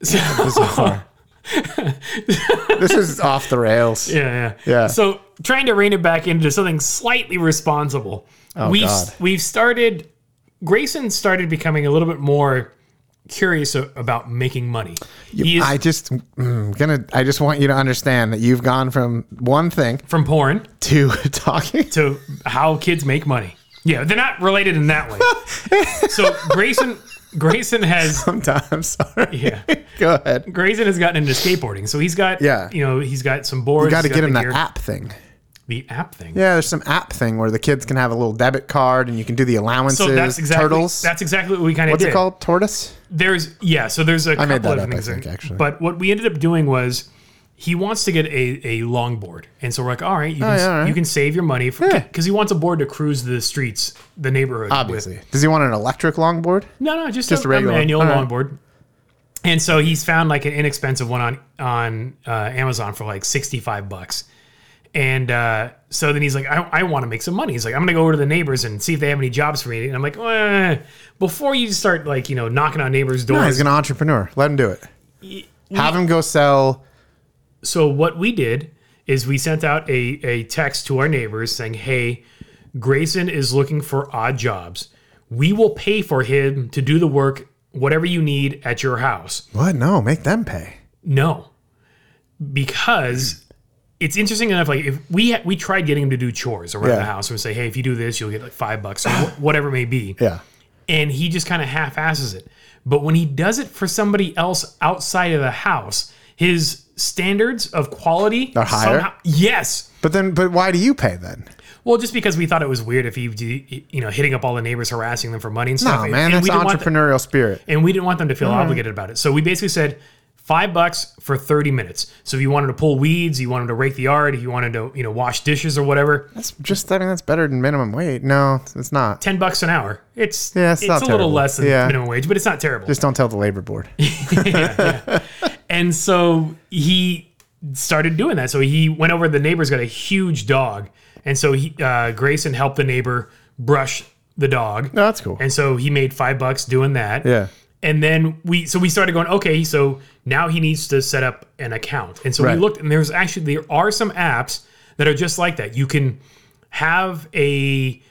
Speaker 2: So,
Speaker 1: Bizarre. Oh. *laughs* this is off the rails.
Speaker 2: yeah, yeah,
Speaker 1: Yeah.
Speaker 2: So trying to rein it back into something slightly responsible. we've
Speaker 1: Oh, God.
Speaker 2: we've started. Grayson started becoming a little bit more curious a- about making money. He is
Speaker 1: I just mm, gonna. I just want you to understand that you've gone from one thing
Speaker 2: from porn
Speaker 1: to *laughs* talking.
Speaker 2: to how kids make money. Yeah, they're not related
Speaker 1: *laughs*
Speaker 2: in that way. so Grayson Grayson has
Speaker 1: I'm, done. I'm *laughs* sorry.
Speaker 2: yeah.
Speaker 1: Go ahead. You
Speaker 2: Grayson has gotten into skateboarding. So he's got
Speaker 1: Yeah.
Speaker 2: you know, he's got some boards.
Speaker 1: got to
Speaker 2: he's
Speaker 1: get in
Speaker 2: the
Speaker 1: that
Speaker 2: gear.
Speaker 1: app thing.
Speaker 2: the app thing.
Speaker 1: Yeah, there's some app thing where the kids can have a little debit card and you can do the allowances.
Speaker 2: So that's exactly
Speaker 1: turtles.
Speaker 2: that's exactly what we kind of
Speaker 1: What's
Speaker 2: did.
Speaker 1: it called? Tortoise.
Speaker 2: There's yeah, so there's a
Speaker 1: made
Speaker 2: couple
Speaker 1: that
Speaker 2: of
Speaker 1: up, I
Speaker 2: things.
Speaker 1: think,
Speaker 2: there.
Speaker 1: actually.
Speaker 2: But what we ended up doing was he wants to get a, a longboard. And so we're like, all right, you, can,
Speaker 1: Oh, yeah, all right.
Speaker 2: you can save your money for
Speaker 1: Yeah.
Speaker 2: because he wants a board to cruise the streets, the neighborhood. with.
Speaker 1: Obviously. Does he want an electric longboard?
Speaker 2: No, no, just,
Speaker 1: Just
Speaker 2: a,
Speaker 1: a regular
Speaker 2: a
Speaker 1: one.
Speaker 2: manual
Speaker 1: All right.
Speaker 2: longboard. And so he's found like an inexpensive one on on uh, Amazon for like sixty five bucks. And uh, so then he's like, I, I want to make some money. He's like, I'm gonna go over to the neighbors and see if they have any jobs for me. And I'm like, eh. before you start like you know knocking on neighbors'
Speaker 1: No,
Speaker 2: doors.
Speaker 1: he's an entrepreneur. Let him do it. Have him go sell.
Speaker 2: so what we did is we sent out a a text to our neighbors saying, Hey, Grayson is looking for odd jobs. We will pay for him to do the work, whatever you need at your house.
Speaker 1: What? No, make them pay.
Speaker 2: No, because it's interesting enough. Like if we ha- we tried getting him to do chores around
Speaker 1: Yeah.
Speaker 2: the house and say, hey, if you do this, you'll get like five bucks or wh- whatever it may be,
Speaker 1: Yeah.
Speaker 2: and he just kind of half-asses it. But when he does it for somebody else outside of the house, his standards of quality are
Speaker 1: higher?
Speaker 2: yes.
Speaker 1: But then, but why do you pay then?
Speaker 2: Well, just because we thought it was weird if he, d- you know, hitting up all the neighbors, harassing them for money and stuff.
Speaker 1: Oh
Speaker 2: and-
Speaker 1: man,
Speaker 2: and
Speaker 1: that's Mm.
Speaker 2: we didn't want th-
Speaker 1: entrepreneurial spirit.
Speaker 2: and we didn't want them to feel obligated about it. So we basically said five bucks for 30 minutes. So if you wanted to pull weeds, you wanted to rake the yard, if you wanted to, you know, wash dishes or whatever,
Speaker 1: That's just. I mean, that's better than minimum wage. No, it's not.
Speaker 2: 10 bucks an hour. It's,
Speaker 1: Yeah,
Speaker 2: it's,
Speaker 1: it's not
Speaker 2: a little
Speaker 1: terrible.
Speaker 2: less than
Speaker 1: Yeah.
Speaker 2: minimum wage, but it's not terrible.
Speaker 1: Just don't tell the labor *laughs* board.
Speaker 2: and so he started doing that. So he went over. The neighbor's got a huge dog, and so he uh, Grayson helped the neighbor brush the dog.
Speaker 1: No, that's cool.
Speaker 2: And so he made five bucks doing that.
Speaker 1: Yeah.
Speaker 2: And then we so we started going. Okay, so now he needs to set up an account. And so
Speaker 1: Right.
Speaker 2: we looked, and there's actually there are some apps that are just like that. You can have a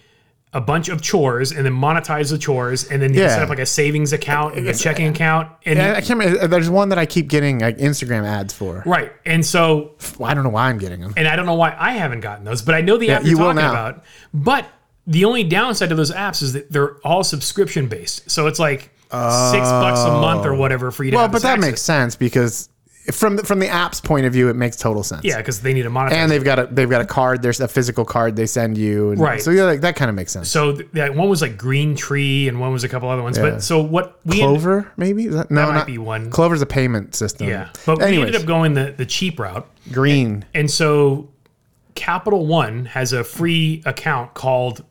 Speaker 2: a bunch of chores and then monetize the chores and then you
Speaker 1: Yeah.
Speaker 2: can set up like a savings account and a checking account and
Speaker 1: I, I can't. Remember, uh, there's one that I keep getting like Instagram ads for.
Speaker 2: right and so
Speaker 1: Well, I don't know why I'm getting them.
Speaker 2: and I don't know why I haven't gotten those, but I know the app you're
Speaker 1: you will
Speaker 2: talking
Speaker 1: now.
Speaker 2: about. But the only downside to those apps is that they're all subscription based, so it's like six bucks a month or whatever for you. To
Speaker 1: Well,
Speaker 2: have
Speaker 1: but
Speaker 2: this
Speaker 1: that
Speaker 2: access.
Speaker 1: makes sense because from the- from the app's point of view, it makes total sense.
Speaker 2: yeah, because they need to monetize.
Speaker 1: And they've got a they've got a card. There's a physical card they send you. And
Speaker 2: Right.
Speaker 1: So yeah, like, that kind of makes sense.
Speaker 2: so th- that one was like Green Tree, and one was a couple other ones.
Speaker 1: Yeah.
Speaker 2: But so what we ended-
Speaker 1: Clover, maybe? Is that, no,
Speaker 2: might
Speaker 1: not
Speaker 2: be one.
Speaker 1: Clover's a payment system.
Speaker 2: yeah, but we
Speaker 1: Anyways,
Speaker 2: ended up going the the cheap route,
Speaker 1: green.
Speaker 2: and so Capital One has a free account called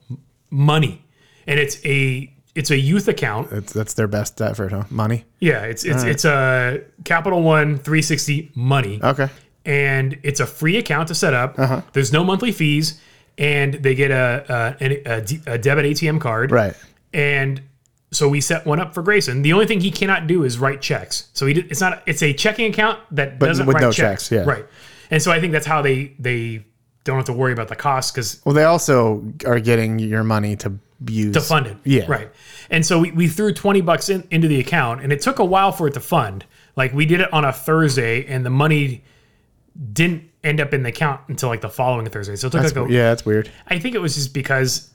Speaker 2: Money, and it's a it's a youth account.
Speaker 1: That's, that's their best effort, huh? Money.
Speaker 2: Yeah, it's it's it's a Capital One 360 Money.
Speaker 1: Okay.
Speaker 2: and it's a free account to set up.
Speaker 1: Uh-huh.
Speaker 2: There's no monthly fees, and they get a a, an- a, D- a debit ATM card.
Speaker 1: Right.
Speaker 2: And so we set one up for Grayson. The only thing he cannot do is write checks. So he did, it's not it's a checking account that doesn't
Speaker 1: with
Speaker 2: write
Speaker 1: no
Speaker 2: checks.
Speaker 1: checks, yeah.
Speaker 2: Right. And so I think that's how they they don't have to worry about the cost because
Speaker 1: Well, they also are getting your money to use.
Speaker 2: to fund it.
Speaker 1: Yeah.
Speaker 2: Right. And so we, we threw 20 bucks in, into the account and it took a while for it to fund. Like we did it on a Thursday and the money didn't end up in the account until like the following Thursday. So it took like a,
Speaker 1: Yeah, that's weird.
Speaker 2: I think it was just because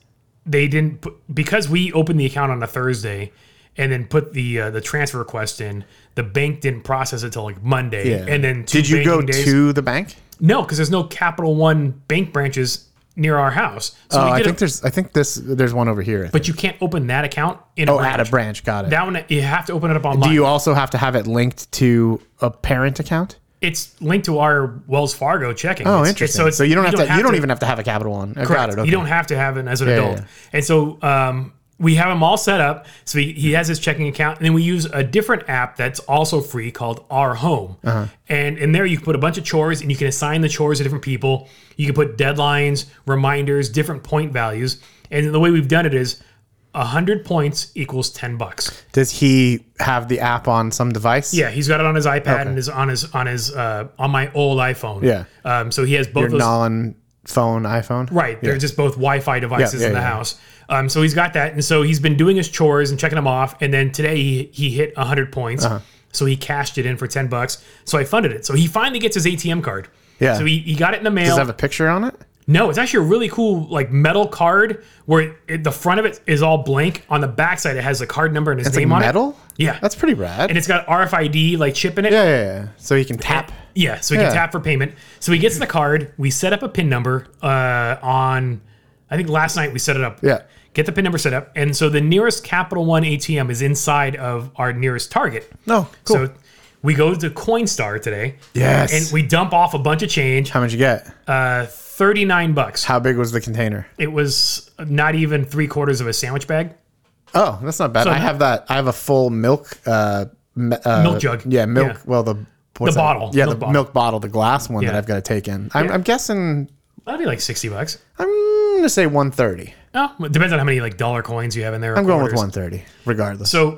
Speaker 2: they didn't put, because we opened the account on a Thursday and then put the uh, the transfer request in. The bank didn't process it till like Monday.
Speaker 1: Yeah.
Speaker 2: And then two
Speaker 1: Did you go
Speaker 2: banking days-
Speaker 1: to the bank?
Speaker 2: No, because there's no Capital One bank branches near our house. So
Speaker 1: Oh,
Speaker 2: we
Speaker 1: I
Speaker 2: did
Speaker 1: think
Speaker 2: it,
Speaker 1: there's. I think this. There's one over here.
Speaker 2: but you can't open that account in a
Speaker 1: oh,
Speaker 2: branch.
Speaker 1: at a branch. Got it.
Speaker 2: That one you have to open it up online.
Speaker 1: Do you also have to have it linked to a parent account?
Speaker 2: it's linked to our Wells Fargo checking.
Speaker 1: Oh,
Speaker 2: It's- it's-
Speaker 1: interesting. So, you don't have to. you don't
Speaker 2: to-
Speaker 1: even have to have a Capital One. I
Speaker 2: Correct.
Speaker 1: Got it. Okay.
Speaker 2: You don't have to have it as an
Speaker 1: yeah,
Speaker 2: adult.
Speaker 1: yeah.
Speaker 2: And so um, we have him all set up. So he, he has his checking account, and then we use a different app that's also free called Our Home.
Speaker 1: Uh-huh.
Speaker 2: And in there, you can put a bunch of chores, and you can assign the chores to different people. You can put deadlines, reminders, different point values. And the way we've done it is. 100 points equals 10 bucks.
Speaker 1: Does he have the app on some device?
Speaker 2: Yeah, he's got it on his iPad and is on his on his uh, on my old iPhone.
Speaker 1: Yeah.
Speaker 2: Um, so he has both those
Speaker 1: Non-phone iPhone.
Speaker 2: Right. They're just both Wi-Fi devices
Speaker 1: yeah,
Speaker 2: in the
Speaker 1: yeah.
Speaker 2: house. Um, so he's got that, and so he's been doing his chores and checking them off. And then today he, he hit hundred points,
Speaker 1: Uh-huh.
Speaker 2: so he cashed it in for ten bucks. So I funded it. So he finally gets his ATM card.
Speaker 1: Yeah.
Speaker 2: So he, he got it in the mail.
Speaker 1: Does it have a picture on it?
Speaker 2: no, it's actually a really cool like metal card where it, the front of it is all blank. On the backside, it has the card number and his
Speaker 1: It's like
Speaker 2: name on it.
Speaker 1: metal.
Speaker 2: Yeah.
Speaker 1: That's pretty rad.
Speaker 2: And it's got RFID like chip in it.
Speaker 1: yeah, yeah, yeah. So he can tap.
Speaker 2: Yeah, so he
Speaker 1: Yeah.
Speaker 2: can tap for payment. So he gets the card. We set up a pin number uh, on, I think last night we set it up.
Speaker 1: Yeah.
Speaker 2: Get the pin number set up. And so the nearest Capital One ATM is inside of our nearest Target.
Speaker 1: No. Cool.
Speaker 2: So we go to Coinstar today.
Speaker 1: Yes.
Speaker 2: And we dump off a bunch of change,
Speaker 1: How much you get?
Speaker 2: uh, 39 bucks.
Speaker 1: How big was the container?
Speaker 2: It was not even three quarters of a sandwich bag.
Speaker 1: Oh, that's not bad. I have that. I have a full milk. Uh, me- uh,
Speaker 2: Milk jug.
Speaker 1: Yeah, milk.
Speaker 2: Yeah.
Speaker 1: Well, the what's
Speaker 2: The
Speaker 1: that?
Speaker 2: bottle.
Speaker 1: Yeah,
Speaker 2: Milk
Speaker 1: the
Speaker 2: bottle.
Speaker 1: milk bottle, the glass one that
Speaker 2: Yeah.
Speaker 1: I've got to take in. I'm, I'm guessing.
Speaker 2: That'd be like 60 bucks.
Speaker 1: I'm gonna say 130.
Speaker 2: Oh, it depends on how many like dollar coins you have in there.
Speaker 1: I'm going with 130, regardless.
Speaker 2: So, *laughs*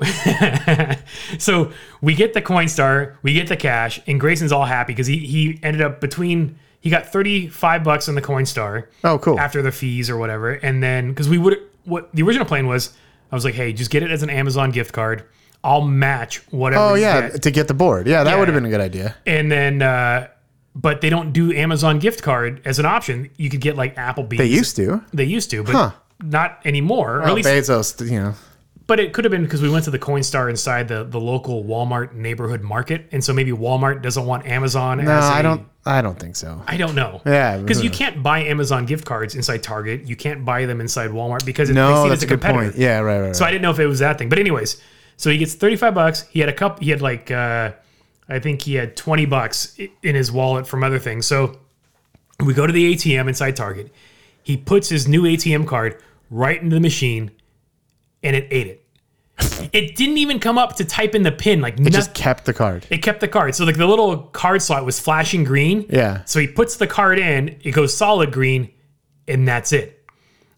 Speaker 2: so we get the Coinstar, we get the cash, and Grayson's all happy because he he ended up between he got thirty five bucks on the Coinstar
Speaker 1: oh, cool.
Speaker 2: after the fees or whatever, and then because we would what the original plan was, I was like, hey, just get it as an Amazon gift card. I'll match whatever.
Speaker 1: oh
Speaker 2: you
Speaker 1: yeah,
Speaker 2: get."
Speaker 1: to get the board. Yeah, that would have
Speaker 2: yeah.
Speaker 1: been a good idea.
Speaker 2: and then. uh but they don't do Amazon gift card as an option. You could get like Applebee's.
Speaker 1: They used to.
Speaker 2: They used to, but
Speaker 1: Huh.
Speaker 2: not anymore. Or at
Speaker 1: Well,
Speaker 2: least
Speaker 1: Oh, Bezos, you know.
Speaker 2: But it could have been because we went to the Coinstar inside the, the local Walmart neighborhood market, and so maybe Walmart doesn't want Amazon.
Speaker 1: No,
Speaker 2: as a-
Speaker 1: I don't. I don't think so.
Speaker 2: I don't know.
Speaker 1: Yeah,
Speaker 2: because you
Speaker 1: uh.
Speaker 2: can't buy Amazon gift cards inside Target. You can't buy them inside Walmart because it,
Speaker 1: No,
Speaker 2: they see it
Speaker 1: that's
Speaker 2: as
Speaker 1: a
Speaker 2: a
Speaker 1: good
Speaker 2: competitor.
Speaker 1: point. Yeah, right, right. right.
Speaker 2: So I didn't know if it was that thing. But anyways, so he gets thirty five bucks. He had a cup. He had like uh, I think he had twenty bucks i- in his wallet from other things. So we go to the ATM inside Target. He puts his new ATM card right into the machine, and it ate it. it didn't even come up to type in the pin. Like nothing.
Speaker 1: just kept the card.
Speaker 2: it kept the card. So like the little card slot was flashing green.
Speaker 1: Yeah.
Speaker 2: So he puts the card in. It goes solid green, and that's it.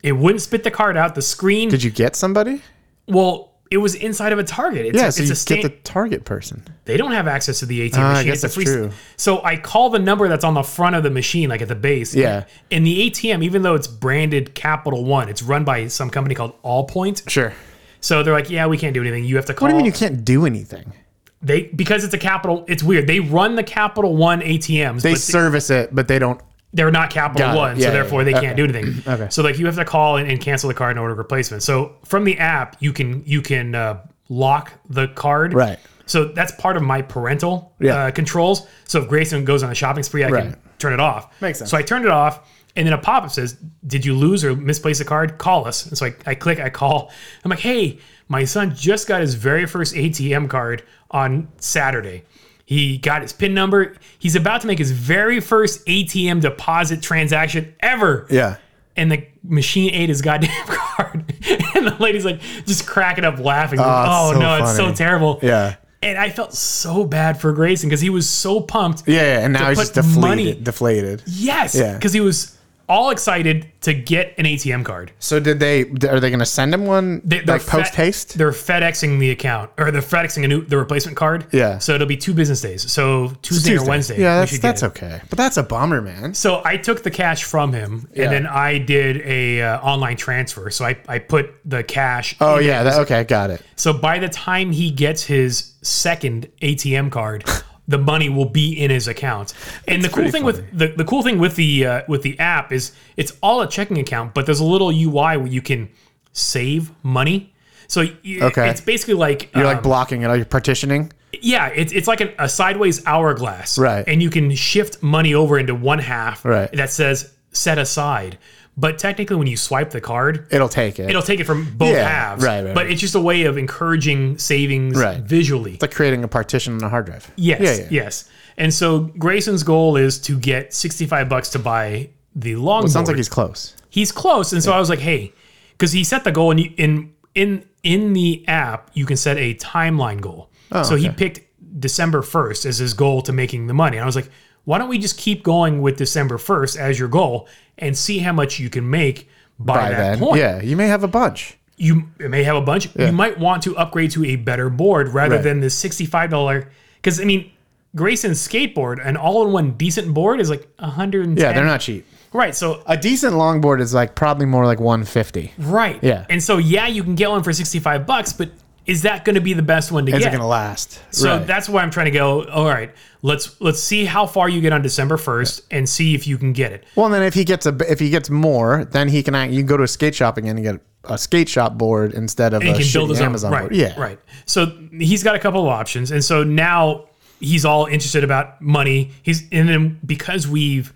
Speaker 2: It wouldn't spit the card out. The screen
Speaker 1: Did you get somebody?
Speaker 2: well, it was inside of a Target. It's
Speaker 1: Yeah,
Speaker 2: a,
Speaker 1: so
Speaker 2: it's
Speaker 1: you
Speaker 2: a stand-
Speaker 1: get the target person.
Speaker 2: They don't have access to the ATM
Speaker 1: I
Speaker 2: machine.
Speaker 1: guess
Speaker 2: it's a
Speaker 1: that's
Speaker 2: free.
Speaker 1: true.
Speaker 2: So I call the number that's on the front of the machine, like at the base.
Speaker 1: Yeah.
Speaker 2: And the ATM, even though it's branded Capital One, it's run by some company called Allpoint.
Speaker 1: Sure.
Speaker 2: So they're like, yeah, we can't do anything. You have to call.
Speaker 1: What do you mean you can't do anything?
Speaker 2: They because it's a Capital. It's weird. They run the Capital One ATMs.
Speaker 1: They
Speaker 2: but
Speaker 1: service it, but they don't.
Speaker 2: they're not Capital
Speaker 1: Got it.
Speaker 2: One,
Speaker 1: Yeah,
Speaker 2: so
Speaker 1: yeah,
Speaker 2: therefore
Speaker 1: yeah.
Speaker 2: they can't
Speaker 1: *clears throat*
Speaker 2: do anything. okay. So like you have to call and, and cancel the card and order a replacement. So from the app, you can you can uh, lock the card.
Speaker 1: Right.
Speaker 2: So that's part of my parental
Speaker 1: Yeah.
Speaker 2: uh, controls. So if Grayson goes on a shopping spree, I
Speaker 1: Right.
Speaker 2: can turn it off.
Speaker 1: Makes sense.
Speaker 2: So I turned it off, and then a pop up says, "Did you lose or misplace a card? Call us." And so I, I click, I call. I'm like, "Hey, my son just got his very first ATM card on Saturday. He He got his PIN number. He's about to make his very first ATM deposit transaction ever.
Speaker 1: Yeah.
Speaker 2: And the machine ate his goddamn *laughs* card. and the lady's like just cracking up laughing. Like,
Speaker 1: Oh,
Speaker 2: oh
Speaker 1: it's so
Speaker 2: no, it's so
Speaker 1: funny.
Speaker 2: terrible.
Speaker 1: Yeah.
Speaker 2: And I felt so bad for Grayson because he was so pumped.
Speaker 1: Yeah, yeah, and now he's
Speaker 2: put
Speaker 1: just deflated.
Speaker 2: money-
Speaker 1: Deflated.
Speaker 2: Yes.
Speaker 1: Yeah.
Speaker 2: Because he was all excited to get an ATM card.
Speaker 1: So did they? Are they going to send him one
Speaker 2: they're
Speaker 1: like post
Speaker 2: Fed-
Speaker 1: haste?
Speaker 2: They're FedExing the account or they're FedExing a new the replacement card.
Speaker 1: Yeah.
Speaker 2: So it'll be two business days. So Tuesday, or Wednesday. we
Speaker 1: Yeah, that's,
Speaker 2: should get
Speaker 1: that's
Speaker 2: it.
Speaker 1: okay. But that's a bummer, man.
Speaker 2: So I took the cash from him
Speaker 1: Yeah.
Speaker 2: and then I did a uh, online transfer. So I, I put the cash.
Speaker 1: Oh yeah, that, okay, got it.
Speaker 2: So by the time he gets his second ATM
Speaker 1: *laughs*
Speaker 2: card, the money will be in his account. And the cool
Speaker 1: pretty
Speaker 2: thing with the, the cool thing with the uh, with the app is it's all a checking account, but there's a little UI where you can save money. So y-
Speaker 1: Okay.
Speaker 2: it's basically like um,
Speaker 1: You're like blocking it. Are you partitioning?
Speaker 2: yeah, it's it's like an, a sideways hourglass,
Speaker 1: Right.
Speaker 2: And you can shift money over into one half,
Speaker 1: Right.
Speaker 2: That says set aside, but technically, when you swipe the card,
Speaker 1: It'll take it.
Speaker 2: it'll take it from both
Speaker 1: Yeah,
Speaker 2: halves,
Speaker 1: right, right,
Speaker 2: But
Speaker 1: right.
Speaker 2: it's just a way of encouraging savings
Speaker 1: Right.
Speaker 2: visually.
Speaker 1: it's like creating a partition on a hard drive.
Speaker 2: yes,
Speaker 1: Yeah, yeah.
Speaker 2: yes. And so Grayson's goal is to get sixty-five bucks to buy the longboard.
Speaker 1: Sounds like he's close.
Speaker 2: he's close, and so I was like, hey, because he set the goal, and you, in in in the app you can set a timeline goal.
Speaker 1: Oh,
Speaker 2: so he picked December first as his goal to making the money. And I was like, why don't we just keep going with December first as your goal and see how much you can make by,
Speaker 1: By
Speaker 2: that
Speaker 1: then,
Speaker 2: point?
Speaker 1: yeah, you may have a bunch.
Speaker 2: you may have a bunch. You might want to upgrade to a better board rather
Speaker 1: Right.
Speaker 2: than the sixty-five dollar. Because I mean, Grayson's skateboard, an all-in-one decent board, is like a hundred and ten.
Speaker 1: Yeah, they're not cheap.
Speaker 2: right. So
Speaker 1: A decent longboard is like probably more like 150.
Speaker 2: right.
Speaker 1: Yeah.
Speaker 2: And so yeah, you can get one for sixty-five bucks, but is that going to be the best one to
Speaker 1: Is
Speaker 2: get?
Speaker 1: it going to last?
Speaker 2: so
Speaker 1: Right.
Speaker 2: that's why I'm trying to go. All right, let's let's see how far you get on December first and see if you can get it.
Speaker 1: Well, and then if he gets a if he gets more, then he can act, you can go to a skate shop again and get a skate shop board instead of a
Speaker 2: he can build
Speaker 1: Uh, shitty
Speaker 2: his own.
Speaker 1: Amazon
Speaker 2: right,
Speaker 1: board. Yeah,
Speaker 2: right. So he's got a couple of options, and so now he's all interested about money. He's and then because we've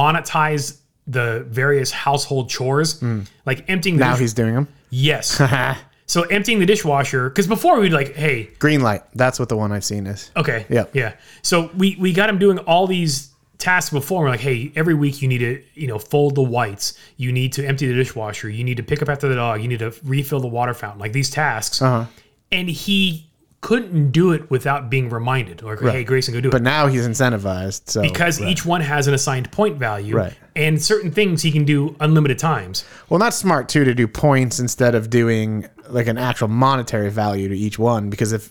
Speaker 2: monetized the various household chores, like emptying the
Speaker 1: Hmm. Now
Speaker 2: dish-
Speaker 1: he's doing them. *laughs*
Speaker 2: yes. so emptying the dishwasher because before we'd like, hey,
Speaker 1: Green light. That's what the one I've seen is.
Speaker 2: okay,
Speaker 1: Yeah.
Speaker 2: yeah. So we we got him doing all these tasks before. We're like, hey, every week you need to you know fold the whites, you need to empty the dishwasher, you need to pick up after the dog, you need to refill the water fountain, like these tasks
Speaker 1: Uh-huh.
Speaker 2: and he couldn't do it without being reminded or hey grayson go do
Speaker 1: But
Speaker 2: it
Speaker 1: now he's incentivized. So
Speaker 2: because each one has an assigned point value
Speaker 1: Right.
Speaker 2: and certain things he can do unlimited times
Speaker 1: well, not smart too to do points instead of doing like an actual monetary value to each one because if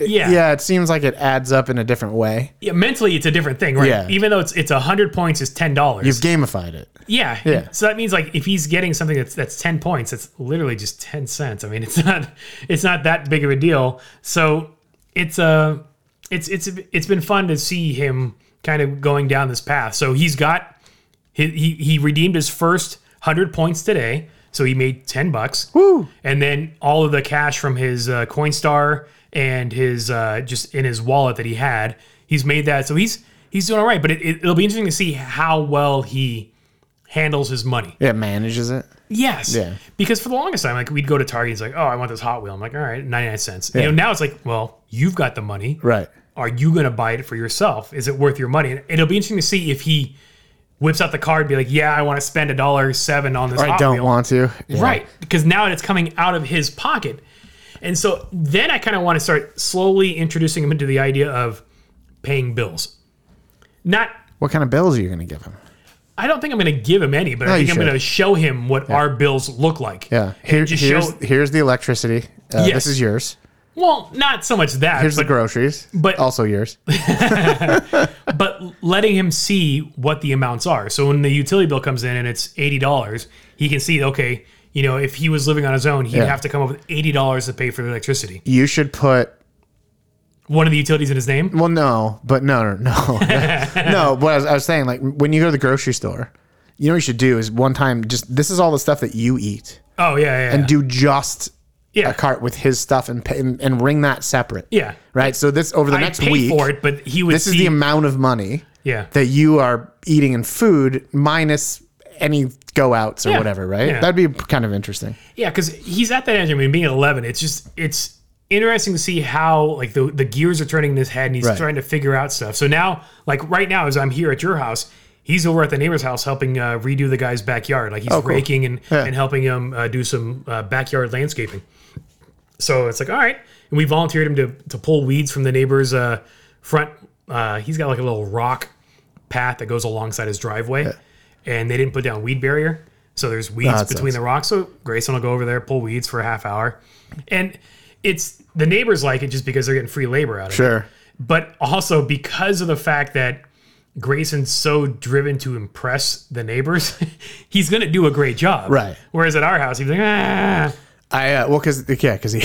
Speaker 2: yeah.
Speaker 1: yeah, it seems like it adds up in a different way.
Speaker 2: Yeah, mentally it's a different thing right
Speaker 1: Yeah.
Speaker 2: even though it's it's 100 points is $10
Speaker 1: You've gamified it.
Speaker 2: yeah
Speaker 1: Yeah.
Speaker 2: so that means like if he's getting something that's that's 10 points it's literally just 10 cents i mean it's *laughs* not it's not that big of a deal so it's uh it's it's it's been fun to see him kind of going down this path so he's got he he, he redeemed his first 100 points today so he made 10 bucks Woo! and then all of the cash from his uh, coinstar and his uh, just in his wallet that he had he's made that so he's he's doing all right but it, it, it'll be interesting to see how well he handles his money
Speaker 1: It manages it.
Speaker 2: yes
Speaker 1: Yeah.
Speaker 2: because for the longest time like we'd go to target he's like oh i want this hot wheel i'm like all right 99 cents you know now it's like well you've got the money
Speaker 1: Right.
Speaker 2: are you going to buy it for yourself? Is it worth your money? And it'll be interesting to see if he whips out the card, and be like, "Yeah, I want to spend a dollar seven on this."
Speaker 1: I
Speaker 2: Hot
Speaker 1: don't
Speaker 2: Wheel."
Speaker 1: want to. Yeah.
Speaker 2: right because now it's coming out of his pocket, and so then I kind of want to start slowly introducing him into the idea of paying bills. Not,
Speaker 1: What kind of bills are you going to give him?
Speaker 2: I don't think I'm going to give him any, but
Speaker 1: No,
Speaker 2: I
Speaker 1: you
Speaker 2: think I'm
Speaker 1: should.
Speaker 2: going to show him what our bills look like.
Speaker 1: Yeah. Here,
Speaker 2: and just
Speaker 1: here's
Speaker 2: show.
Speaker 1: here's the electricity. Uh,
Speaker 2: Yes.
Speaker 1: This is yours.
Speaker 2: Well, not so much that,
Speaker 1: Here's
Speaker 2: but
Speaker 1: the groceries.
Speaker 2: but-
Speaker 1: also yours.
Speaker 2: but letting him see what the amounts are. So when the utility bill comes in and it's eighty dollars, he can see okay, you know, if he was living on his own, he'd
Speaker 1: Yeah.
Speaker 2: have to come up with eighty dollars to pay for the electricity.
Speaker 1: You should put
Speaker 2: One of the utilities in his name.
Speaker 1: Well, no, but no, no,
Speaker 2: *laughs*
Speaker 1: no, no. But I was, I was saying, like, when you go to the grocery store, you know what you should do is one time just this is all the stuff that you eat,
Speaker 2: Oh yeah, yeah, yeah.
Speaker 1: and do just
Speaker 2: yeah.
Speaker 1: a cart with his stuff and pay, and, and ring that separate.
Speaker 2: Yeah.
Speaker 1: Right. So this over the
Speaker 2: I
Speaker 1: next
Speaker 2: paid
Speaker 1: week,
Speaker 2: for it, but he would
Speaker 1: this
Speaker 2: see.
Speaker 1: is the amount of money
Speaker 2: yeah,
Speaker 1: that you are eating in food minus any go outs or
Speaker 2: Yeah.
Speaker 1: whatever. Right.
Speaker 2: Yeah.
Speaker 1: That'd be kind of interesting.
Speaker 2: yeah, because he's at that age. I mean, being at eleven, it's just it's interesting to see how like the, the gears are turning in his head and he's
Speaker 1: Right.
Speaker 2: trying to figure out stuff. So now, like right now, as I'm here at your house, he's over at the neighbor's house helping uh, redo the guy's backyard. Like he's
Speaker 1: Oh, cool.
Speaker 2: raking and,
Speaker 1: Yeah.
Speaker 2: and helping him uh, do some uh, backyard landscaping. So it's like, all right. And we volunteered him to, to pull weeds from the neighbor's uh, front. Uh, he's got like a little rock path that goes alongside his driveway. And they didn't put down weed barrier. So there's weeds
Speaker 1: Oh, that
Speaker 2: between
Speaker 1: sucks.
Speaker 2: the rocks. So Grayson will go over there, pull weeds for a half hour. And it's the neighbors like it just because they're getting free labor out of it.
Speaker 1: Sure.
Speaker 2: But also because of the fact that Grayson's so driven to impress the neighbors, *laughs* he's going to do a great job.
Speaker 1: Right.
Speaker 2: Whereas at our house, he's like, ah.
Speaker 1: I uh, well, cause yeah, cause he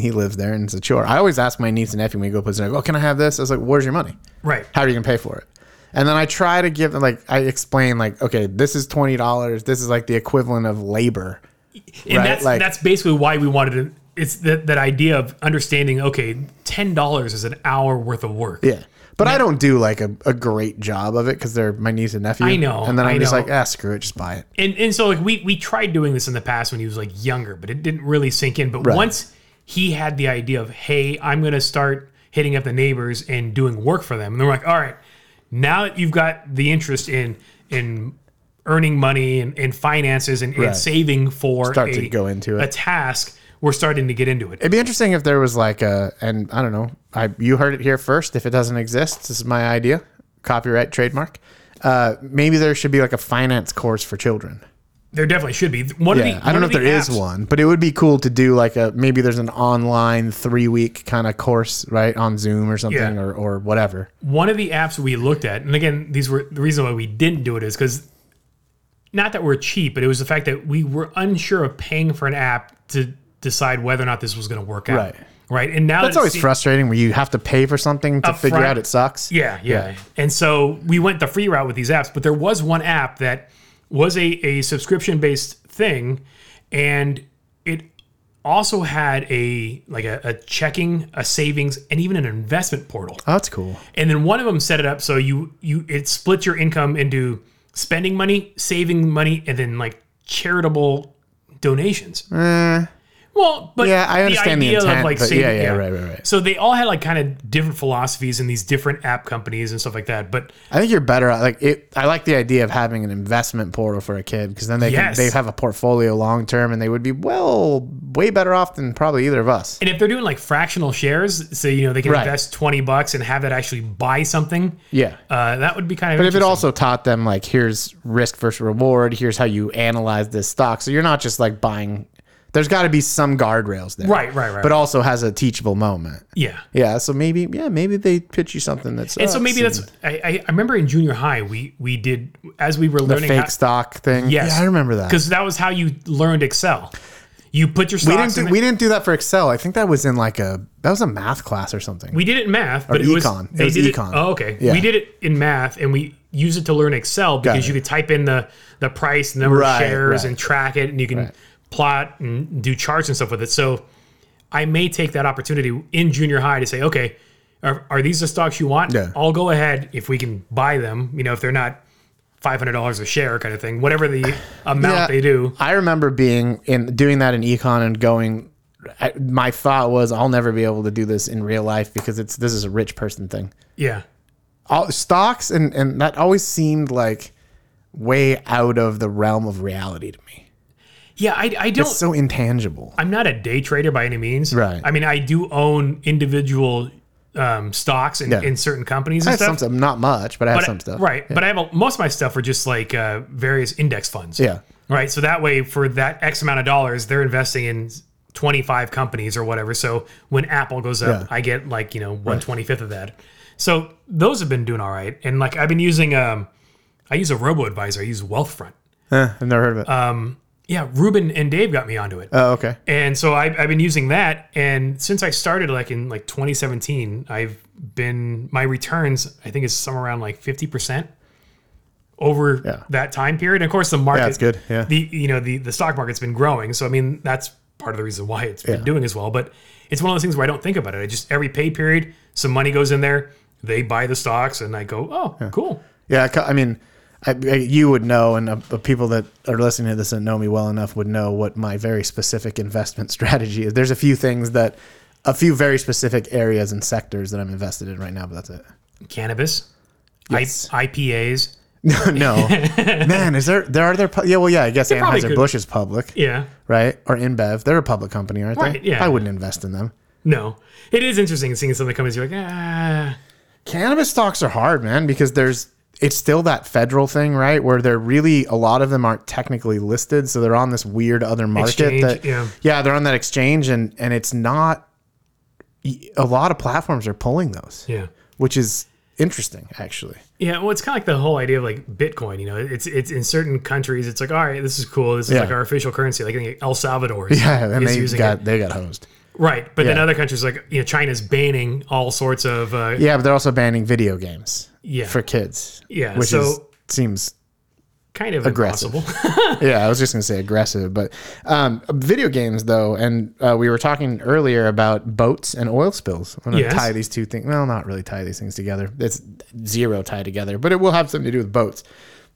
Speaker 1: he *laughs* lives there and it's a chore. I always ask my niece and nephew when we go places. Like, oh, can I have this? I was like, where's your money?
Speaker 2: Right.
Speaker 1: How are you gonna pay for it? And then I try to give them like I explain like, okay, this is twenty dollars. This is like the equivalent of labor.
Speaker 2: and
Speaker 1: right?
Speaker 2: that's
Speaker 1: Like-
Speaker 2: that's basically why we wanted to. It's that that idea of understanding. Okay, ten dollars is an hour worth of work.
Speaker 1: Yeah. But I don't do like a, a great job of it because they're my niece and nephew.
Speaker 2: I know,
Speaker 1: And then I'm
Speaker 2: I
Speaker 1: just
Speaker 2: know.
Speaker 1: like, ah, screw it, just buy it.
Speaker 2: And and so like we we tried doing this in the past when he was like younger, but it didn't really sink in. But once he had the idea of, hey, I'm gonna start hitting up the neighbors and doing work for them, and they're like, all right, now that you've got the interest in in earning money and, and finances and, and
Speaker 1: Right.
Speaker 2: saving for
Speaker 1: Start
Speaker 2: a,
Speaker 1: to go into it.
Speaker 2: a task, we're starting to get into it.
Speaker 1: It'd be interesting if there was like a, and I don't know, I you heard it here first. If it doesn't exist, this is my idea, copyright trademark. Uh, maybe there should be like a finance course for children.
Speaker 2: There definitely should be one of
Speaker 1: Yeah,
Speaker 2: the.
Speaker 1: I don't know
Speaker 2: of
Speaker 1: if there
Speaker 2: the
Speaker 1: is
Speaker 2: apps-
Speaker 1: one, but it would be cool to do like a maybe there's an online three week kind of course right on Zoom or something
Speaker 2: Yeah.
Speaker 1: or, or whatever.
Speaker 2: one of the apps we looked at, and again, these were the reason why we didn't do it is because not that we're cheap, but it was the fact that we were unsure of paying for an app to decide whether or not this was going to work out.
Speaker 1: Right.
Speaker 2: Right. And now
Speaker 1: That's always
Speaker 2: frustrating.
Speaker 1: frustrating where you have to pay for something to figure
Speaker 2: front.
Speaker 1: out it sucks.
Speaker 2: Yeah, yeah, And so we went the free route with these apps, but there was one app that was a, a subscription based thing, and it also had a like a, a checking, a savings, and even an investment portal.
Speaker 1: Oh, that's cool.
Speaker 2: and then one of them set it up so you you it splits your income into spending money, saving money, and then like charitable donations. well, but
Speaker 1: Eh. Yeah, I understand the intent, but yeah, yeah, right, right, right.
Speaker 2: So they all had like kind of different philosophies in these different app companies and stuff like that. But
Speaker 1: I think you're better at like it. I like the idea of having an investment portal for a kid because then they
Speaker 2: Yes.
Speaker 1: can, they have a portfolio long term and they would be well way better off than probably either of us.
Speaker 2: and if they're doing like fractional shares, so you know they can
Speaker 1: Right.
Speaker 2: invest twenty bucks and have that actually buy something.
Speaker 1: Yeah.
Speaker 2: Uh, that would be kind of.
Speaker 1: But if it also taught them like here's risk versus reward, here's how you analyze this stock, so you're not just like buying. There's got to be some guardrails there,
Speaker 2: Right, right, right.
Speaker 1: But also has a teachable moment.
Speaker 2: yeah.
Speaker 1: Yeah, so maybe yeah maybe they pitch you something that's uh,
Speaker 2: And so maybe that's I, I I remember in junior high we we did as we were
Speaker 1: the
Speaker 2: learning
Speaker 1: fake
Speaker 2: how-
Speaker 1: stock thing.
Speaker 2: Yes.
Speaker 1: yeah, I remember that.
Speaker 2: because that was how you learned Excel. You put your
Speaker 1: We
Speaker 2: stocks.
Speaker 1: didn't,
Speaker 2: in
Speaker 1: do,
Speaker 2: it-
Speaker 1: we didn't do that for Excel. I think that was in like a that was a math class or something.
Speaker 2: we did it in math, but it was
Speaker 1: econ. It
Speaker 2: they
Speaker 1: was
Speaker 2: did
Speaker 1: econ.
Speaker 2: oh, okay.
Speaker 1: Yeah.
Speaker 2: We did it in math, and we use it to learn Excel because
Speaker 1: it.
Speaker 2: you could type in the the price, the number
Speaker 1: Right,
Speaker 2: of shares,
Speaker 1: right.
Speaker 2: and track it, and you can plot and do charts and stuff with it. So I may take that opportunity in junior high to say, okay, are, are these the stocks you want?
Speaker 1: Yeah.
Speaker 2: I'll go ahead if we can buy them. You know, if they're not. Five hundred dollars a share, kind of thing. Whatever
Speaker 1: *sighs*
Speaker 2: the amount
Speaker 1: Yeah.
Speaker 2: they do,
Speaker 1: I remember being in doing that in econ and going. I, my thought was, I'll never be able to do this in real life because it's this is a rich person thing.
Speaker 2: yeah,
Speaker 1: All, stocks and and that always seemed like way out of the realm of reality to me.
Speaker 2: yeah. I, I don't.
Speaker 1: It's so intangible.
Speaker 2: I'm not a day trader by any means.
Speaker 1: Right.
Speaker 2: I mean, I do own individual um, stocks in,
Speaker 1: Yeah.
Speaker 2: in certain companies and
Speaker 1: I have
Speaker 2: stuff.
Speaker 1: some stuff, not much, but I have
Speaker 2: but
Speaker 1: some stuff.
Speaker 2: Right. But I have a, most of my stuff are just like uh, various index funds.
Speaker 1: Yeah.
Speaker 2: Right. So that way, for that X amount of dollars, they're investing in 25 companies or whatever. So when Apple goes up,
Speaker 1: Yeah.
Speaker 2: I get like, you know, 125th of that. So those have been doing all right. And like, I've been using, um, I use a robo advisor, I use Wealthfront.
Speaker 1: Eh, I've never heard of it.
Speaker 2: Um, Yeah. Ruben and Dave got me onto it.
Speaker 1: oh, okay.
Speaker 2: and so I, I've been using that. And since I started, like in like 2017, I've been my returns. I think is somewhere around like 50 percent over
Speaker 1: Yeah.
Speaker 2: that time period. And of course, the market.
Speaker 1: it's good, yeah.
Speaker 2: The you know the the stock market's been growing. So I mean that's part of the reason why it's been doing as well. But it's one of those things where I don't think about it. I just every pay period, some money goes in there. They buy the stocks, and I go, oh, cool.
Speaker 1: Yeah, I co- I mean, I, I, you would know, and uh, the people that are listening to this *laughs* and know me well enough would know what my very specific investment strategy is. There's a few things that a few very specific areas and sectors that I'm invested in right now, but that's it. *laughs*
Speaker 2: Cannabis, I-
Speaker 1: Yes.
Speaker 2: IPAs. *laughs*
Speaker 1: no, man, is there there are there? pu- Yeah, well, yeah, I guess
Speaker 2: probably
Speaker 1: Anheuser
Speaker 2: could-
Speaker 1: Busch is public,
Speaker 2: Yeah.
Speaker 1: right? Or InBev, they're a public company, aren't
Speaker 2: Right,
Speaker 1: they?
Speaker 2: yeah.
Speaker 1: I wouldn't invest in them.
Speaker 2: No, it is interesting seeing some of the companies. You're like, ah,
Speaker 1: Cannabis stocks are hard, man, because there's it's still that federal thing, right? Where they're really a lot of them aren't technically listed, so they're on this weird other market
Speaker 2: Exchange,
Speaker 1: that
Speaker 2: yeah.
Speaker 1: they're on that exchange, and and it's not a lot of platforms are pulling those,
Speaker 2: yeah,
Speaker 1: which is interesting actually. *laughs*
Speaker 2: yeah. Well, it's kind of like the whole idea of like Bitcoin. You know, it's it's in certain countries, it's like, all right, this is cool. This is
Speaker 1: Yeah.
Speaker 2: like our official currency. Like I think El Salvador, is,
Speaker 1: *laughs* Yeah, and
Speaker 2: is
Speaker 1: they
Speaker 2: using
Speaker 1: got
Speaker 2: it.
Speaker 1: they got hosed.
Speaker 2: right. But then
Speaker 1: Yeah.
Speaker 2: other countries, like you know, China's banning all sorts of uh,
Speaker 1: Yeah, but they're also banning video games
Speaker 2: yeah,
Speaker 1: for kids,
Speaker 2: yeah.
Speaker 1: which
Speaker 2: so
Speaker 1: is seems
Speaker 2: kind of
Speaker 1: aggressive.
Speaker 2: impossible. *laughs*
Speaker 1: yeah, I was just gonna say aggressive, but um, video games though, and uh, we were talking earlier about boats and oil spills. I'm gonna
Speaker 2: Yes.
Speaker 1: tie these two things. Well, not really tie these things together. It's zero tie together, but it will have something to do with boats.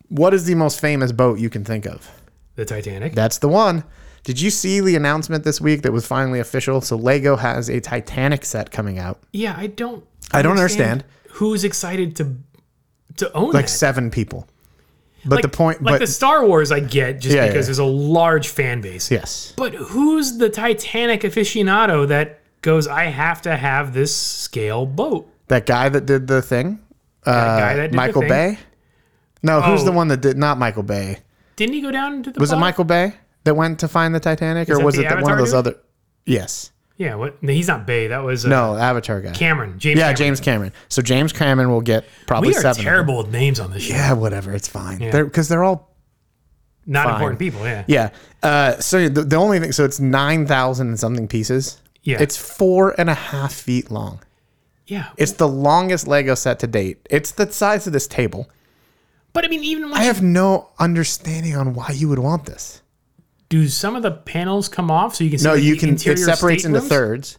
Speaker 1: What is the most famous boat you can think of?
Speaker 2: the Titanic.
Speaker 1: That's the one. Did you see the announcement this week that was finally official? So Lego has a Titanic set coming out.
Speaker 2: yeah, I don't.
Speaker 1: I don't understand.
Speaker 2: who's excited to to own
Speaker 1: Like
Speaker 2: that.
Speaker 1: seven people. But the point,
Speaker 2: like
Speaker 1: but
Speaker 2: the Star Wars, I get just
Speaker 1: Yeah, yeah,
Speaker 2: because
Speaker 1: yeah.
Speaker 2: there's a large fan base.
Speaker 1: yes,
Speaker 2: But who's the Titanic aficionado that goes, I have to have this scale boat?
Speaker 1: that guy that did the thing, Uh,
Speaker 2: That guy that did the
Speaker 1: Michael
Speaker 2: thing.
Speaker 1: Bay. No, who's
Speaker 2: Oh.
Speaker 1: the one that did not Michael Bay?
Speaker 2: Didn't he go down into the
Speaker 1: Was it
Speaker 2: bottom?
Speaker 1: Michael Bay that went to find the Titanic, or
Speaker 2: that
Speaker 1: was
Speaker 2: the
Speaker 1: it that one
Speaker 2: Avatar
Speaker 1: of those
Speaker 2: dude?
Speaker 1: other? Yes.
Speaker 2: Yeah, what? No, he's not Bay. That was uh,
Speaker 1: No, Avatar guy.
Speaker 2: Cameron. James.
Speaker 1: yeah,
Speaker 2: Cameron.
Speaker 1: James Cameron. So James Cameron will get probably
Speaker 2: We are
Speaker 1: seven. of them.
Speaker 2: terrible with names on this show.
Speaker 1: Yeah, whatever. It's fine. They're because they're all
Speaker 2: Not important people. Yeah.
Speaker 1: yeah. Uh, so the, the only thing, so it's nine thousand and something pieces.
Speaker 2: Yeah.
Speaker 1: It's four and a half feet long.
Speaker 2: yeah.
Speaker 1: It's the longest Lego set to date. It's the size of this table.
Speaker 2: But I mean, even when
Speaker 1: I have no understanding on why you would want this.
Speaker 2: do some of the panels come off so you can see
Speaker 1: No,
Speaker 2: like,
Speaker 1: you
Speaker 2: the
Speaker 1: can. It
Speaker 2: interior
Speaker 1: separates into
Speaker 2: staterooms?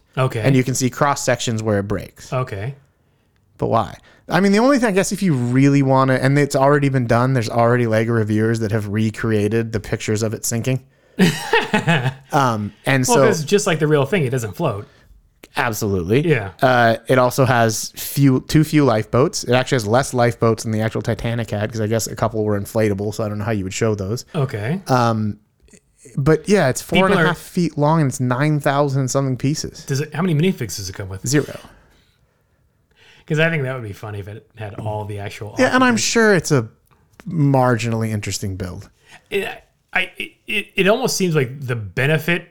Speaker 1: thirds,
Speaker 2: Okay.
Speaker 1: and you can see cross sections where it breaks.
Speaker 2: okay.
Speaker 1: But why? I mean, the only thing I guess if you really want to, and it's already been done. There's already Lego reviewers that have recreated the pictures of it
Speaker 2: *laughs*
Speaker 1: sinking. um, and
Speaker 2: Well,
Speaker 1: so
Speaker 2: because just like the real thing, it doesn't float.
Speaker 1: absolutely,
Speaker 2: Yeah.
Speaker 1: Uh, it also has few too few lifeboats. It actually has less lifeboats than the actual Titanic had because I guess a couple were inflatable, so I don't know how you would show those.
Speaker 2: Okay.
Speaker 1: uh, But yeah, it's four and a half
Speaker 2: People are-
Speaker 1: feet long and it's nine thousand and something pieces.
Speaker 2: Does it? How many minifigs does it come with?
Speaker 1: Zero.
Speaker 2: Because I think that would be funny if it had all the actual.
Speaker 1: Yeah, and I'm sure it's a marginally interesting build.
Speaker 2: it, I it, it almost seems like the benefit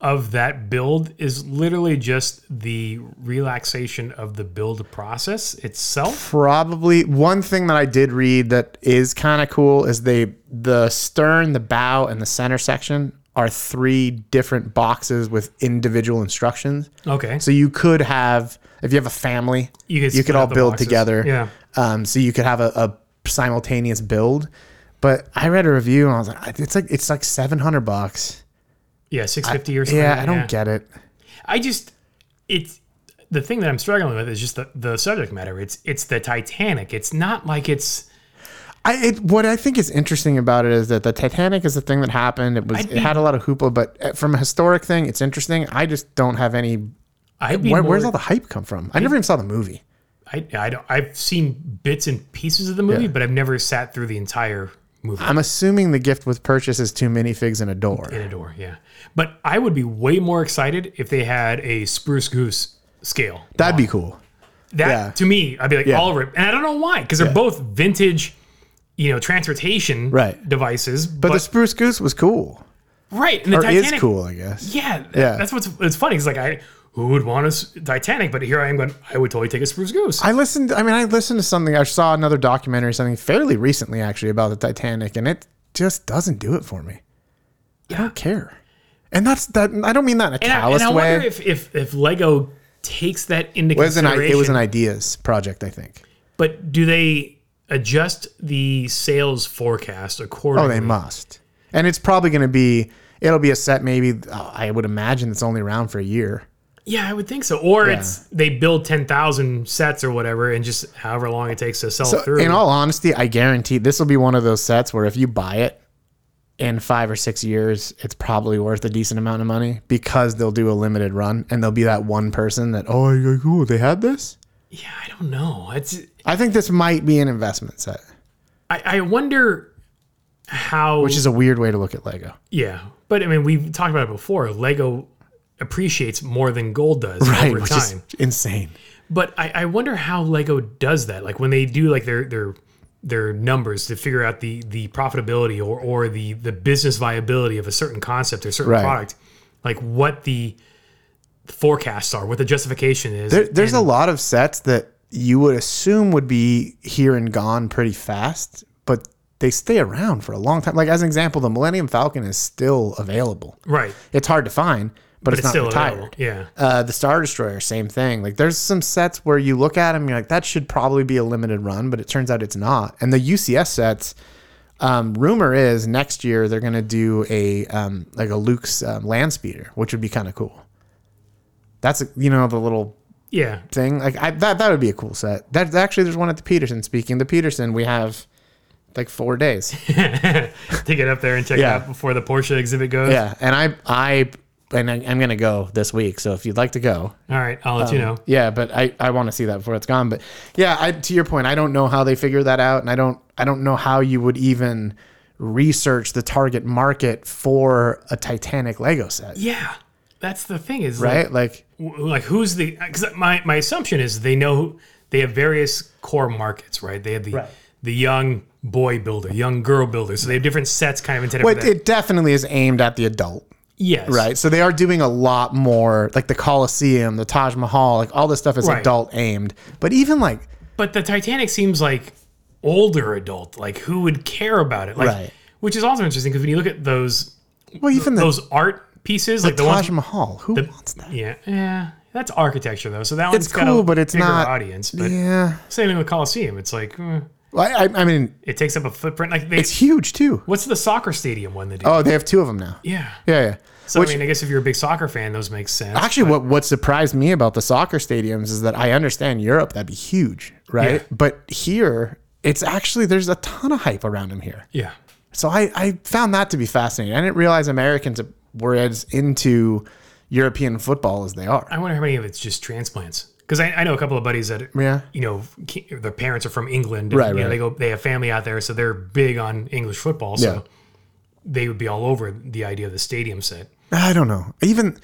Speaker 2: of that build is literally just the relaxation of the build process itself.
Speaker 1: probably one thing that I did read that is kind of cool is they the stern, the bow, and the center section are three different boxes with individual instructions.
Speaker 2: Okay,
Speaker 1: So you could have if you have a family,
Speaker 2: You could
Speaker 1: you
Speaker 2: split
Speaker 1: could all
Speaker 2: up the
Speaker 1: build
Speaker 2: boxes.
Speaker 1: together.
Speaker 2: Yeah.
Speaker 1: Um, so you could have a, a simultaneous build. But I read a review and I was like, it's like it's like seven hundred bucks.
Speaker 2: yeah, six fifty or something.
Speaker 1: Yeah, I don't get it.
Speaker 2: I just it's the thing that I'm struggling with is just the, the subject matter. It's it's the Titanic. It's not like it's
Speaker 1: I it, what I think is interesting about it is that the Titanic is the thing that happened. It was
Speaker 2: I'd
Speaker 1: it
Speaker 2: be-
Speaker 1: had a lot of hoopla, but uh, from a historic thing, it's interesting. I just don't have any.
Speaker 2: I'd be
Speaker 1: Where,
Speaker 2: more,
Speaker 1: where's all the hype come from? I never even saw the movie.
Speaker 2: I, I don't I've seen bits and pieces of the movie, but I've never sat through the entire movie.
Speaker 1: I'm assuming the gift with purchase is two minifigs and a door.
Speaker 2: In a door, yeah. But I would be way more excited if they had a spruce goose scale.
Speaker 1: That'd be cool.
Speaker 2: That
Speaker 1: yeah.
Speaker 2: to me, I'd be like all right. And I don't know why, because they're both vintage, you know, transportation
Speaker 1: Right.
Speaker 2: devices.
Speaker 1: But,
Speaker 2: But,
Speaker 1: the Spruce Goose was cool,
Speaker 2: right, and the
Speaker 1: or
Speaker 2: Titanic
Speaker 1: is cool, I guess.
Speaker 2: Yeah,
Speaker 1: Yeah.
Speaker 2: That's what's it's funny. It's like I who would want a s- Titanic, but here I am going. I would totally take a spruce goose.
Speaker 1: I listened. I mean, I listened to something. I saw another documentary, something fairly recently actually about the Titanic, and it just doesn't do it for me. I don't care. And that's that. I don't mean that in a
Speaker 2: and I,
Speaker 1: callous
Speaker 2: and I
Speaker 1: way.
Speaker 2: wonder if, if if Lego takes that into
Speaker 1: It was an i-
Speaker 2: consideration.
Speaker 1: it was an ideas project, I think.
Speaker 2: but do they adjust the sales forecast accordingly?
Speaker 1: Oh, they must, and it's probably going to be. It'll be a set maybe. oh, I would imagine it's only around for a year.
Speaker 2: Yeah, I would think so. Or it's they build ten thousand sets or whatever, and just however long it takes to sell
Speaker 1: So,
Speaker 2: through.
Speaker 1: in all honesty, I guarantee this will be one of those sets where if you buy it, in five or six years, it's probably worth a decent amount of money because they'll do a limited run and they'll be that one person that, oh, you're like, "Ooh, they had this?
Speaker 2: Yeah, I don't know. It's
Speaker 1: I think this might be an investment set,
Speaker 2: I, I wonder how
Speaker 1: which is a weird way to look at Lego.
Speaker 2: yeah. But I mean, we've talked about it before. Lego appreciates more than
Speaker 1: *laughs*
Speaker 2: gold does over
Speaker 1: which
Speaker 2: time.
Speaker 1: is insane.
Speaker 2: But I, I wonder how Lego does that. Like when they do like their their their numbers to figure out the the profitability or or the the business viability of a certain concept or certain
Speaker 1: Right.
Speaker 2: product, like what the forecasts are, what the justification is.
Speaker 1: There, there's a lot of sets that you would assume would be here and gone pretty fast, but they stay around for a long time. Like as an example, the Millennium Falcon is still available.
Speaker 2: right.
Speaker 1: It's hard to find, but, it's,
Speaker 2: It's
Speaker 1: not
Speaker 2: still
Speaker 1: retired.
Speaker 2: available. Yeah.
Speaker 1: Uh, the Star Destroyer, same thing. Like there's some sets where you look at them, you're like, that should probably be a limited run, but it turns out it's not. And the UCS sets, um, rumor is next year they're gonna do a um, like a Luke's um, land speeder, which would be kind of cool. That's you know the little
Speaker 2: Yeah.
Speaker 1: thing. Like I, that that would be a cool set. That actually there's one at the Peterson. Speaking of the Peterson, we have like four days.
Speaker 2: to get up there and check
Speaker 1: Yeah.
Speaker 2: it out before the Porsche exhibit goes.
Speaker 1: yeah, and I I and I, I'm gonna go this week. So if you'd like to go,
Speaker 2: All right, I'll let you know.
Speaker 1: Yeah, but I, I want to see that before it's gone. But yeah, I, to your point, I don't know how they figure that out, and I don't I don't know how you would even research the target market for a Titanic Lego set,
Speaker 2: Yeah, that's the thing is
Speaker 1: right? Like,
Speaker 2: like, w- like who's the? Because my my assumption is they know who- they have various core markets, right? They have the the young boy builder, young girl builder, so they have different sets kind of intended
Speaker 1: but
Speaker 2: for that.
Speaker 1: it definitely is aimed at the adult,
Speaker 2: yes,
Speaker 1: right? So they are doing a lot more, like the Coliseum, the Taj Mahal, like all this stuff is
Speaker 2: Right.
Speaker 1: adult aimed. But even like
Speaker 2: But the Titanic seems like older adult. Like who would care about it? Like,
Speaker 1: Right.
Speaker 2: Which is also interesting because when you look at those
Speaker 1: well, even the,
Speaker 2: those art pieces, like the
Speaker 1: Taj
Speaker 2: ones,
Speaker 1: Mahal, who wants that?
Speaker 2: yeah, yeah, that's architecture though. So that one's got
Speaker 1: cool,
Speaker 2: a
Speaker 1: but it's
Speaker 2: bigger
Speaker 1: not-
Speaker 2: audience. But
Speaker 1: Yeah,
Speaker 2: same thing with Coliseum. It's like. eh.
Speaker 1: well, I, I- I mean
Speaker 2: It takes up a footprint. Like they,
Speaker 1: it's huge too.
Speaker 2: what's the soccer stadium one that?
Speaker 1: Oh, they have two of them now.
Speaker 2: yeah.
Speaker 1: Yeah, yeah.
Speaker 2: So I mean, I guess if you're a big soccer fan, those make sense.
Speaker 1: Actually, what what surprised me about the soccer stadiums is that I understand Europe that'd be huge, right?
Speaker 2: Yeah.
Speaker 1: But here, it's actually there's a ton of hype around him here.
Speaker 2: yeah.
Speaker 1: So I I found that to be fascinating. I didn't realize Americans were as into European football as they are.
Speaker 2: I wonder how many of it's just transplants. Because I, I know a couple of buddies that,
Speaker 1: Yeah.
Speaker 2: you know, ca- their parents are from England. And,
Speaker 1: Right,
Speaker 2: you know,
Speaker 1: right.
Speaker 2: They go, they have family out there, so they're big on English football. So
Speaker 1: Yeah.
Speaker 2: they would be all over the idea of the stadium set.
Speaker 1: I don't know. Even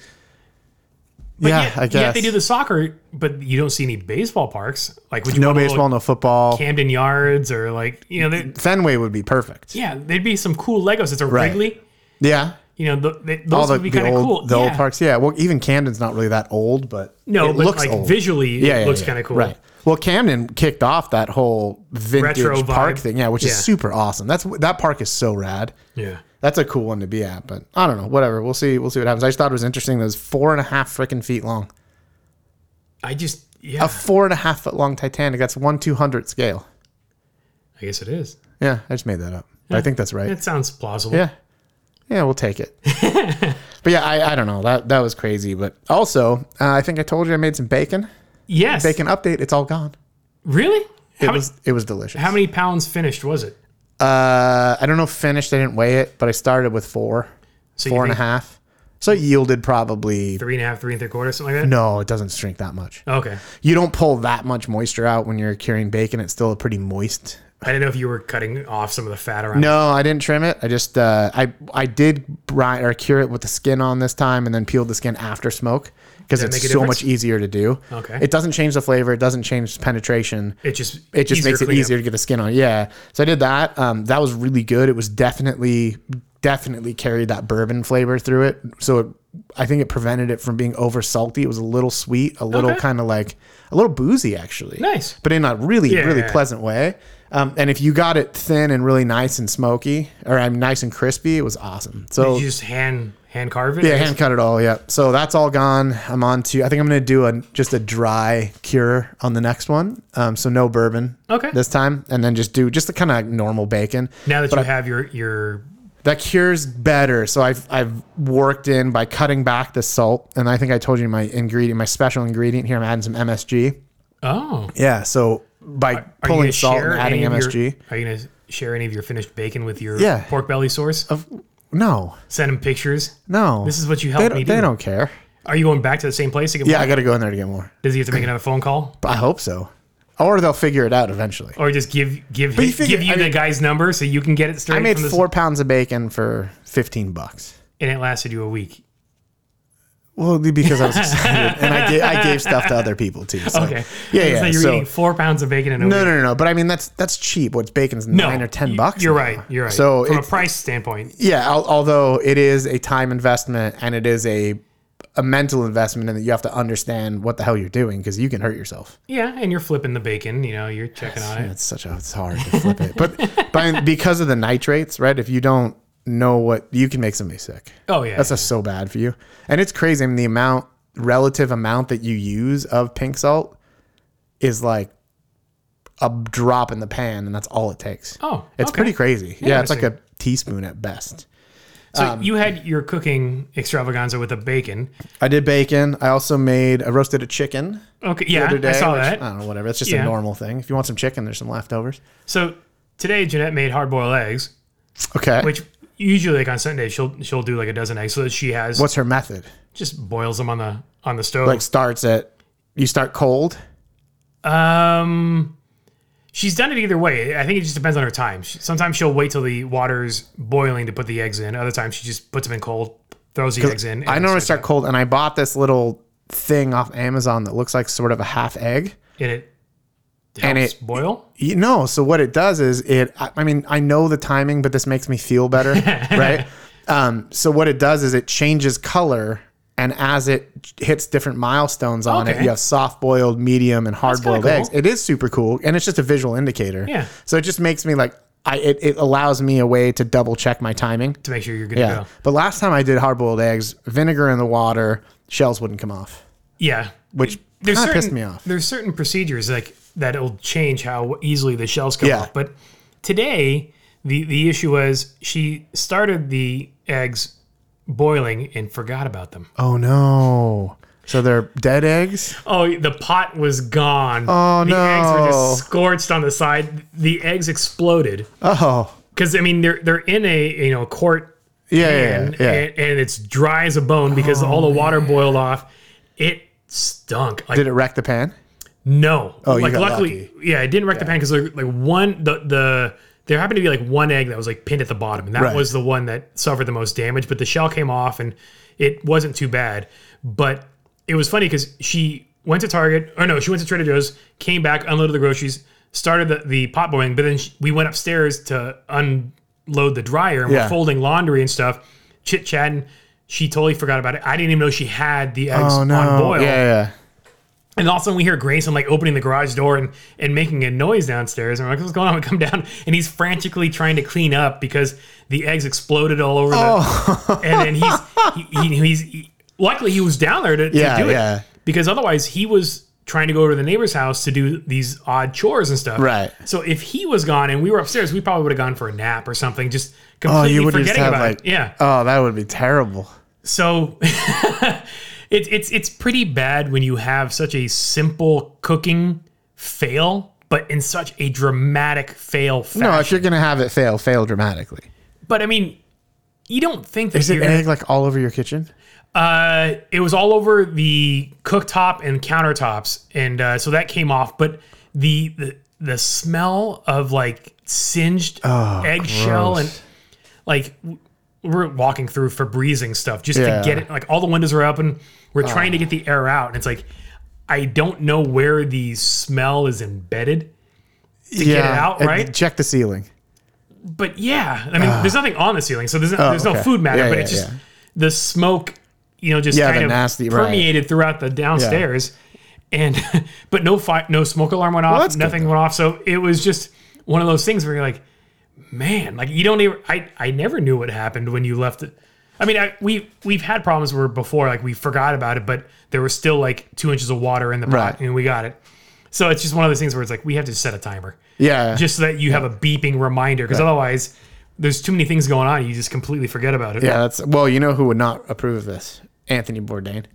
Speaker 1: yeah,
Speaker 2: Yet-
Speaker 1: I guess
Speaker 2: Yet they do the soccer, but you don't see any baseball parks. Like would you
Speaker 1: no
Speaker 2: want a
Speaker 1: baseball,
Speaker 2: little
Speaker 1: no football.
Speaker 2: Camden Yards, or like you know, there-
Speaker 1: Fenway would be perfect.
Speaker 2: yeah, there'd be some cool Legos. It's a Wrigley.
Speaker 1: Yeah,
Speaker 2: You know, th th- those
Speaker 1: all the,
Speaker 2: would be
Speaker 1: the
Speaker 2: kind of
Speaker 1: old
Speaker 2: cool.
Speaker 1: the old
Speaker 2: Yeah.
Speaker 1: parks. Yeah, well, even Camden's not really that old, but
Speaker 2: No,
Speaker 1: it
Speaker 2: but
Speaker 1: looks
Speaker 2: like
Speaker 1: old.
Speaker 2: visually, it looks kind of cool.
Speaker 1: Right. Well, Camden kicked off that whole vintage
Speaker 2: Retro vibe.
Speaker 1: park thing, yeah, which
Speaker 2: Yeah.
Speaker 1: is super awesome. That's that park is so rad.
Speaker 2: Yeah.
Speaker 1: That's a cool one to be at, but I don't know. Whatever, we'll see. We'll see what happens. I just thought it was interesting. That it was four and a half freaking feet long.
Speaker 2: I just, yeah.
Speaker 1: A four and a half foot long Titanic. That's one two hundred scale.
Speaker 2: I guess it is.
Speaker 1: Yeah, I just made that up. But I think that's right.
Speaker 2: That sounds plausible.
Speaker 1: Yeah. Yeah, we'll take
Speaker 2: *laughs*
Speaker 1: it. but yeah, I, I don't know. That that was crazy. But also, uh, I think I told you I made some bacon.
Speaker 2: Yes.
Speaker 1: Bacon update. It's all gone.
Speaker 2: Really?
Speaker 1: It
Speaker 2: How,
Speaker 1: was it was delicious.
Speaker 2: many, how many pounds finished was it?
Speaker 1: Uh, I don't know if finished. I didn't weigh it, but I started with four,
Speaker 2: So
Speaker 1: four and a
Speaker 2: think
Speaker 1: half. So it yielded probably.
Speaker 2: Three and a half, three and three quarters, something like that?
Speaker 1: No, it doesn't shrink that much.
Speaker 2: Okay.
Speaker 1: You don't pull that much moisture out when you're curing bacon. It's still a pretty moist.
Speaker 2: I didn't know if you were cutting off some of the fat around.
Speaker 1: No, I didn't trim it. I just uh, I I did brine or cure it with the skin on this time, and then peeled the skin after smoke because
Speaker 2: that
Speaker 1: it's
Speaker 2: make a
Speaker 1: so much
Speaker 2: difference?
Speaker 1: easier to do.
Speaker 2: Okay.
Speaker 1: It doesn't change the flavor. It doesn't change penetration.
Speaker 2: It just,
Speaker 1: it just
Speaker 2: easier
Speaker 1: makes it
Speaker 2: cleanup.
Speaker 1: easier to get the skin on. Yeah. So I did that. Um, that was really good. It was definitely, definitely carried that bourbon flavor through it. So it, I think it prevented it from being over salty. It was a little sweet, a little
Speaker 2: Okay.
Speaker 1: kind of like a little boozy actually.
Speaker 2: Nice.
Speaker 1: But in a really,
Speaker 2: Yeah.
Speaker 1: really pleasant way. Um, and if you got it thin and really nice and smoky, or I'm nice and crispy, it was awesome. So
Speaker 2: Did you just hand hand carve it?
Speaker 1: yeah, hand cut it all. Yeah. So that's all gone. I'm on to. I think I'm gonna do a just a dry cure on the next one. Um, so no bourbon.
Speaker 2: Okay.
Speaker 1: This time, and then just do just the kind of normal bacon.
Speaker 2: Now that you have your, your
Speaker 1: That cures better. So I've I've worked in by cutting back the salt, and I think I told you my ingredient, my special ingredient here. I'm adding some MSG.
Speaker 2: oh,
Speaker 1: Yeah. So by
Speaker 2: Are you
Speaker 1: pulling
Speaker 2: gonna
Speaker 1: salt and
Speaker 2: share
Speaker 1: adding
Speaker 2: any of your-
Speaker 1: MSG.
Speaker 2: are you going to share any of your finished bacon with your
Speaker 1: Yeah.
Speaker 2: pork belly source?
Speaker 1: No,
Speaker 2: Send him pictures.
Speaker 1: no.
Speaker 2: This is what you
Speaker 1: they,
Speaker 2: helped
Speaker 1: don't-
Speaker 2: me
Speaker 1: they
Speaker 2: do.
Speaker 1: don't care.
Speaker 2: Are you going back to the same place to get
Speaker 1: Yeah,
Speaker 2: more?
Speaker 1: I got to go in there to get more.
Speaker 2: Does he have to make another phone call,
Speaker 1: But I hope so. Or they'll figure it out eventually.
Speaker 2: or just give give
Speaker 1: you
Speaker 2: him,
Speaker 1: figure-
Speaker 2: give you
Speaker 1: I
Speaker 2: the guy's number so you can get it straight?
Speaker 1: I made
Speaker 2: from this-
Speaker 1: four pounds of bacon for fifteen bucks.
Speaker 2: and it lasted you a week.
Speaker 1: Well, because
Speaker 2: *laughs*
Speaker 1: I was excited, and I gave, I gave stuff to other people too. So.
Speaker 2: Okay.
Speaker 1: Oh. Yeah,
Speaker 2: So
Speaker 1: yeah.
Speaker 2: you're
Speaker 1: so
Speaker 2: eating four pounds of bacon in a
Speaker 1: no,
Speaker 2: week.
Speaker 1: no, no, no. But I mean, that's that's cheap. What's bacon's nine or ten
Speaker 2: you-
Speaker 1: bucks.
Speaker 2: You're
Speaker 1: now.
Speaker 2: right. You're right.
Speaker 1: So
Speaker 2: from a
Speaker 1: it's-
Speaker 2: price standpoint,
Speaker 1: Yeah, al- although it is a time investment and it is a a mental investment, and that you have to understand what the hell you're doing because you can hurt yourself.
Speaker 2: yeah, and you're flipping the bacon. You know, you're checking on it.
Speaker 1: It's such a it's hard to flip it, but
Speaker 2: *laughs*
Speaker 1: but because of the nitrates, right? If you don't know what you can make somebody sick.
Speaker 2: Oh yeah.
Speaker 1: That's just so bad for you. And it's crazy. I mean, the amount, relative amount that you use of pink salt is like a drop in the pan, and that's all it takes.
Speaker 2: oh,
Speaker 1: it's
Speaker 2: okay.
Speaker 1: pretty crazy. Yeah, it's like a
Speaker 2: Interesting.
Speaker 1: teaspoon at best.
Speaker 2: So
Speaker 1: Um,
Speaker 2: you had your cooking extravaganza with a bacon.
Speaker 1: I did bacon. I also made, I roasted a chicken
Speaker 2: Okay,
Speaker 1: the
Speaker 2: yeah,
Speaker 1: other day.
Speaker 2: I saw
Speaker 1: which- uh,
Speaker 2: that.
Speaker 1: I don't know, whatever. It's just
Speaker 2: Yeah.
Speaker 1: a normal thing. If you want some chicken, there's some leftovers.
Speaker 2: so today Jeanette made hard boiled eggs,
Speaker 1: Okay.
Speaker 2: which usually like on Sunday she'll she'll do like a dozen eggs so that she has
Speaker 1: What's her method?
Speaker 2: just boils them on the on the stove.
Speaker 1: Like, starts at, you start cold.
Speaker 2: Um, she's done it either way. I think it just depends on her time. She, sometimes she'll wait till the water's boiling to put the eggs in. Other times she just puts them in cold, throws the eggs in.
Speaker 1: I
Speaker 2: and
Speaker 1: normally
Speaker 2: starts
Speaker 1: start cold, and I bought this little thing off Amazon that looks like sort of a half egg.
Speaker 2: it. and it helps
Speaker 1: and
Speaker 2: boil.
Speaker 1: You know, so what it does is it. I I mean, I know the timing, but this makes me feel
Speaker 2: *laughs*
Speaker 1: better, right? Um, so what it does is it changes color, and as it hits different milestones on it,
Speaker 2: Okay.
Speaker 1: you have soft boiled, medium, and hard boiled
Speaker 2: kinda
Speaker 1: eggs.
Speaker 2: cool.
Speaker 1: It is super cool, and it's just a visual indicator.
Speaker 2: Yeah.
Speaker 1: So it just makes me like, I it, it allows me a way to double check my timing.
Speaker 2: to make sure you're good
Speaker 1: Yeah.
Speaker 2: to go.
Speaker 1: But last time I did hard boiled eggs, vinegar in the water, shells wouldn't come off,
Speaker 2: Yeah,
Speaker 1: which kind
Speaker 2: there's
Speaker 1: of
Speaker 2: certain
Speaker 1: pissed me off.
Speaker 2: there's certain procedures like that'll change how easily the shells come
Speaker 1: Yeah.
Speaker 2: off. But today the the issue was she started the eggs boiling and forgot
Speaker 1: *laughs*
Speaker 2: about them.
Speaker 1: Oh no. So they're dead eggs?
Speaker 2: Oh, the pot was gone.
Speaker 1: Oh,
Speaker 2: the eggs were
Speaker 1: no.
Speaker 2: just scorched on the side. The eggs exploded
Speaker 1: Oh.
Speaker 2: because I mean they're they're in a you know quart
Speaker 1: Yeah, yeah,
Speaker 2: pan
Speaker 1: yeah.
Speaker 2: And, and it's dry as a bone because all the water boiled off. It stunk. Like
Speaker 1: Did it wreck the pan?
Speaker 2: no. Oh,
Speaker 1: you
Speaker 2: like
Speaker 1: got
Speaker 2: luckily, yeah, it didn't wreck the pan because like, like one the the there happened to be like one egg that was like pinned at the bottom, and that
Speaker 1: Right.
Speaker 2: was the one that suffered the most damage. But the shell came off, and it wasn't too bad. But it was funny because she went to Target, or no, she went to Trader Joe's, came back, unloaded the groceries, started the, the pot boiling, but then she, we went upstairs to unload the dryer, and
Speaker 1: Yeah.
Speaker 2: we're folding laundry and stuff, chit chatting. She totally forgot about it. I didn't even know she had the eggs on boil.
Speaker 1: Oh, Yeah, yeah.
Speaker 2: And all of a sudden we hear Grayson like opening the garage door and, and making a noise downstairs. And we're like, what's going on? We come down and he's frantically trying to clean up because the eggs exploded all over the
Speaker 1: Oh.
Speaker 2: *laughs* and then he's he, he, he's he- luckily he was down there to, to
Speaker 1: Yeah,
Speaker 2: do it.
Speaker 1: yeah.
Speaker 2: Because otherwise he was trying to go to the neighbor's house to do these odd chores and stuff.
Speaker 1: Right.
Speaker 2: So if he was gone and we were upstairs, we probably would have gone for a nap or something, just completely forgetting about it. Yeah.
Speaker 1: *laughs* Oh, that would be terrible.
Speaker 2: So *laughs* it's it's it's pretty bad when you have such a simple cooking fail, but in such a dramatic fail fashion.
Speaker 1: No, if you're gonna have it fail, fail dramatically.
Speaker 2: but I mean, you don't think that
Speaker 1: Is it
Speaker 2: you're-
Speaker 1: egg like all over your kitchen?
Speaker 2: uh, it was all over the cooktop and countertops, and uh, so that came off. But the the, the smell of like singed eggshell and like w- we're walking through Febreze and stuff just
Speaker 1: Yeah.
Speaker 2: to get it. Like all the windows are open, we're trying to get the air out, and it's like I don't know where the smell is embedded.
Speaker 1: To yeah.
Speaker 2: it out,
Speaker 1: and
Speaker 2: right?
Speaker 1: Check the ceiling.
Speaker 2: But yeah, I mean, there's nothing on the ceiling, so there's no, there's no
Speaker 1: Ah. Oh, okay.
Speaker 2: food matter,
Speaker 1: Yeah,
Speaker 2: but
Speaker 1: yeah,
Speaker 2: it's just
Speaker 1: yeah.
Speaker 2: the smoke, you know, just
Speaker 1: Yeah,
Speaker 2: kind
Speaker 1: the
Speaker 2: of
Speaker 1: nasty- right.
Speaker 2: permeated throughout the downstairs, and *laughs* but no fi- no smoke alarm went off,
Speaker 1: that's good,
Speaker 2: nothing went off, so it was just one of those things where you're like, man, like you don't even I I never knew what happened when you left it. I mean, I, we we've had problems where before like we forgot about it, but there was still like two inches of water in the pot,
Speaker 1: Right.
Speaker 2: and we got it. So it's just one of those things where it's like we have to set a timer
Speaker 1: Yeah.
Speaker 2: just so that you have a beeping reminder because otherwise there's too many things going on you just completely forget about it
Speaker 1: yeah, that's well, you know who would not approve of this? Anthony Bourdain.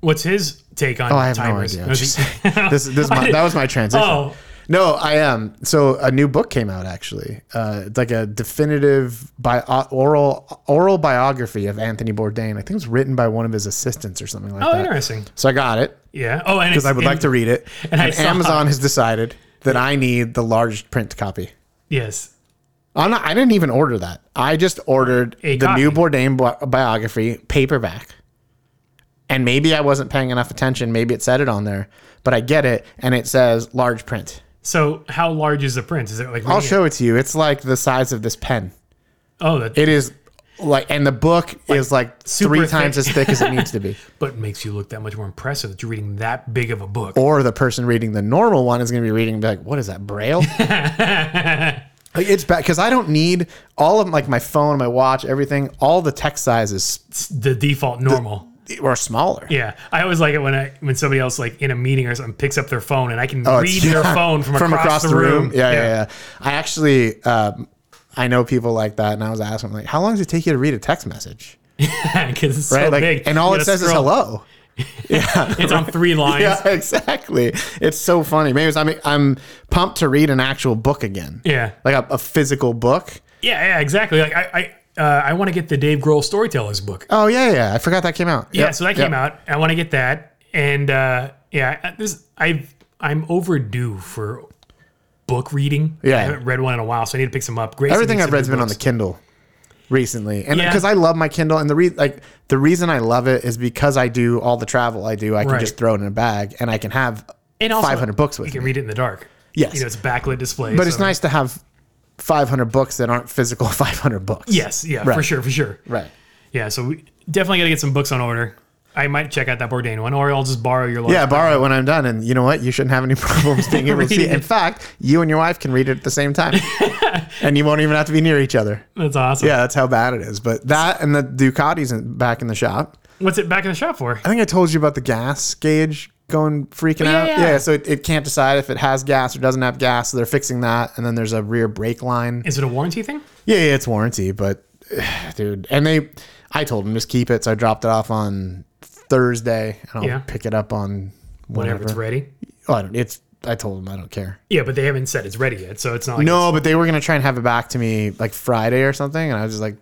Speaker 2: what's his take on
Speaker 1: Oh, I have
Speaker 2: timers
Speaker 1: no idea.
Speaker 2: Was he-
Speaker 1: *laughs* Just- this this is my, that was my transition.
Speaker 2: oh
Speaker 1: No, I am. So a new book came out actually. Uh, it's like a definitive bi- uh, oral oral biography of Anthony Bourdain. I think it was written by one of his assistants or something like
Speaker 2: *laughs* Oh,
Speaker 1: that.
Speaker 2: interesting.
Speaker 1: So I got it
Speaker 2: Yeah. Oh, and
Speaker 1: because
Speaker 2: it's
Speaker 1: I would
Speaker 2: in-
Speaker 1: like to read it. And,
Speaker 2: and I saw-
Speaker 1: Amazon has decided that I need the large print copy.
Speaker 2: Yes.
Speaker 1: I'm not, I didn't even order that. I just ordered
Speaker 2: A
Speaker 1: the new
Speaker 2: copy.
Speaker 1: Bourdain bi- biography paperback. And maybe I wasn't paying enough attention. Maybe it said it on there, but I get it. And it says large print.
Speaker 2: So how large is the print? Is it like?
Speaker 1: I'll show it to you. It's like the size of this pen.
Speaker 2: Oh, that
Speaker 1: It is like, and the book is like
Speaker 2: super
Speaker 1: three times as
Speaker 2: thick.
Speaker 1: thick as it needs to
Speaker 2: *laughs*
Speaker 1: be.
Speaker 2: but makes you look that much more impressive that you're reading that big of a book.
Speaker 1: Or the person reading the normal one is going to be reading, and be like, what is that,
Speaker 2: *laughs*
Speaker 1: Braille? Like, it's bad because I don't need all of like my phone, my watch, everything, all the text sizes
Speaker 2: It's the default normal.
Speaker 1: or smaller.
Speaker 2: yeah, I always like it when I when somebody else like in a meeting or something picks up their phone and I can
Speaker 1: Oh, it's- *laughs*
Speaker 2: read their phone from, across, the room. *laughs*
Speaker 1: Yeah, yeah, yeah, I actually, um, I know people like that, and I was asking them, like, how long does it take you to read a text message?
Speaker 2: because it's
Speaker 1: Right,
Speaker 2: so
Speaker 1: like,
Speaker 2: big.
Speaker 1: and all
Speaker 2: You
Speaker 1: it
Speaker 2: gotta
Speaker 1: says is
Speaker 2: scroll.
Speaker 1: hello.
Speaker 2: It's on three lines.
Speaker 1: *laughs* Yeah, exactly. It's so funny. Maybe it's, I mean, I'm pumped to read an actual book again.
Speaker 2: Yeah.
Speaker 1: like a, a physical book.
Speaker 2: Yeah, yeah, exactly. Like I, I, uh, I want to get the Dave Grohl Storytellers book.
Speaker 1: Oh yeah, yeah. I forgot that came out.
Speaker 2: yeah, so that came out. I want to get that, and uh, yeah, I- this I I'm overdue for book reading.
Speaker 1: Yeah.
Speaker 2: I haven't read one in a while, so I need to pick some up. Grace
Speaker 1: Everything
Speaker 2: needs
Speaker 1: I've
Speaker 2: some
Speaker 1: read's
Speaker 2: new
Speaker 1: been on the
Speaker 2: books.
Speaker 1: Kindle recently, and
Speaker 2: Yeah.
Speaker 1: because I love my Kindle, and the re- like the reason I love it is because I do all the travel I do. I can
Speaker 2: Right.
Speaker 1: just throw it in a bag, and I can have
Speaker 2: And also,
Speaker 1: 500 books
Speaker 2: You
Speaker 1: with
Speaker 2: can
Speaker 1: me.
Speaker 2: read it in the dark.
Speaker 1: Yes.
Speaker 2: you know it's backlit display,
Speaker 1: But it's
Speaker 2: so-
Speaker 1: nice to have 500 books that aren't physical *laughs* 500 books.
Speaker 2: Yes, yeah, for
Speaker 1: Right.
Speaker 2: sure, for sure.
Speaker 1: Right.
Speaker 2: Yeah, so we definitely got to get some books on order. I might check out that Bourdain one, or I'll just borrow your.
Speaker 1: Yeah, borrow it when I'm done, and you know what? You shouldn't have any *laughs* problems being able to see it. In
Speaker 2: Reading.
Speaker 1: fact, you and your wife can read it at the same
Speaker 2: *laughs*
Speaker 1: time, and you won't even have to be near each other.
Speaker 2: that's awesome.
Speaker 1: Yeah, that's how bad it is. But that and the Ducati's in, back in the shop.
Speaker 2: What's it back in the shop for?
Speaker 1: I think I told you about the gas gauge going freaking
Speaker 2: yeah,
Speaker 1: out.
Speaker 2: yeah.
Speaker 1: so it, it can't decide if it has gas or doesn't have gas. So they're fixing that, and then there's a rear brake line.
Speaker 2: Is it a warranty thing?
Speaker 1: Yeah, yeah, it's warranty, but *sighs* dude, and they, I told him just keep it, so I dropped it off on Thursday, and I'll
Speaker 2: Yeah.
Speaker 1: pick it up on whenever.
Speaker 2: Whenever it's ready.
Speaker 1: Oh, I don't, it's. I told him I don't care.
Speaker 2: Yeah, but they haven't said it's ready yet, so it's not. Like
Speaker 1: No, but they were gonna try and have it back to me like Friday or something, and I was just like,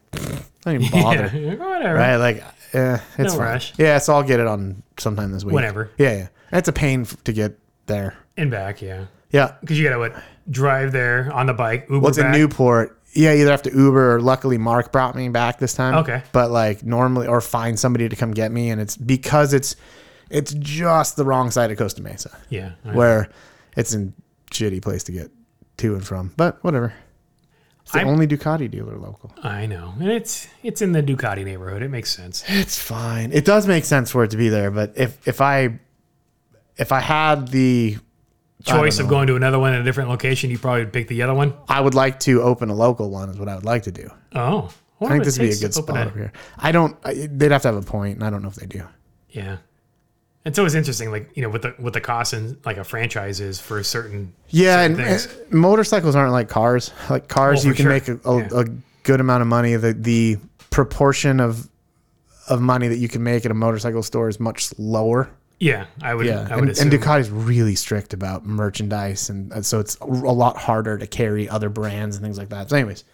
Speaker 1: don't even
Speaker 2: *laughs* Yeah,
Speaker 1: bother.
Speaker 2: whatever.
Speaker 1: Right? Like, eh, it's
Speaker 2: No
Speaker 1: fine.
Speaker 2: rush.
Speaker 1: Yeah, so I'll get it on sometime this week.
Speaker 2: Whenever.
Speaker 1: Yeah, yeah. It's a pain f- to get there.
Speaker 2: And back, yeah.
Speaker 1: Yeah.
Speaker 2: Because you got to what drive there on the bike. Uber
Speaker 1: What's in
Speaker 2: back.
Speaker 1: Newport? Yeah, either have to Uber or luckily Mark brought me back this time.
Speaker 2: Okay.
Speaker 1: But like normally or find somebody to come get me and it's because it's it's just the wrong side of Costa Mesa
Speaker 2: Yeah. all right.
Speaker 1: where it's in shitty place to get to and from. But whatever. It's the
Speaker 2: I'm-
Speaker 1: only Ducati dealer local.
Speaker 2: I know, and it's it's in the Ducati neighborhood. It makes sense.
Speaker 1: It's fine. It does make sense for it to be there, but if if I if I had the I don't
Speaker 2: Choice of
Speaker 1: know.
Speaker 2: going to another one at a different location, you probably would pick the other one.
Speaker 1: I would like to open a local one is what I would like to do.
Speaker 2: Oh, I,
Speaker 1: I think this would be a good spot over here. I don't. I, they'd have to have a point, and I don't know if they do.
Speaker 2: Yeah. It's always interesting, like you know, what the what the cost in like a franchise is for a certain.
Speaker 1: Yeah,
Speaker 2: certain
Speaker 1: and,
Speaker 2: things.
Speaker 1: and motorcycles aren't like cars. *laughs* Like cars,
Speaker 2: Oh,
Speaker 1: you
Speaker 2: for
Speaker 1: can
Speaker 2: sure.
Speaker 1: make a, a,
Speaker 2: Yeah.
Speaker 1: a good amount of money. The the proportion of of money that you can make at a motorcycle store is much lower.
Speaker 2: yeah, I would.
Speaker 1: Yeah,
Speaker 2: I would
Speaker 1: and,
Speaker 2: assume.
Speaker 1: and Ducati's really strict about merchandise, and, and so it's a lot harder to carry other brands and things like that. So, anyways,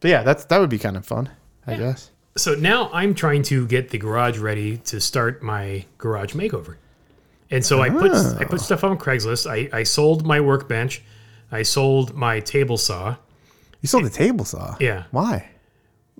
Speaker 1: but yeah, that's that would be kind of fun, I guess.
Speaker 2: so now I'm trying to get the garage ready to start my garage makeover. And so I put I put stuff on Craigslist. I, I sold my workbench. I sold my table saw
Speaker 1: You sold a table saw.
Speaker 2: Yeah.
Speaker 1: Why?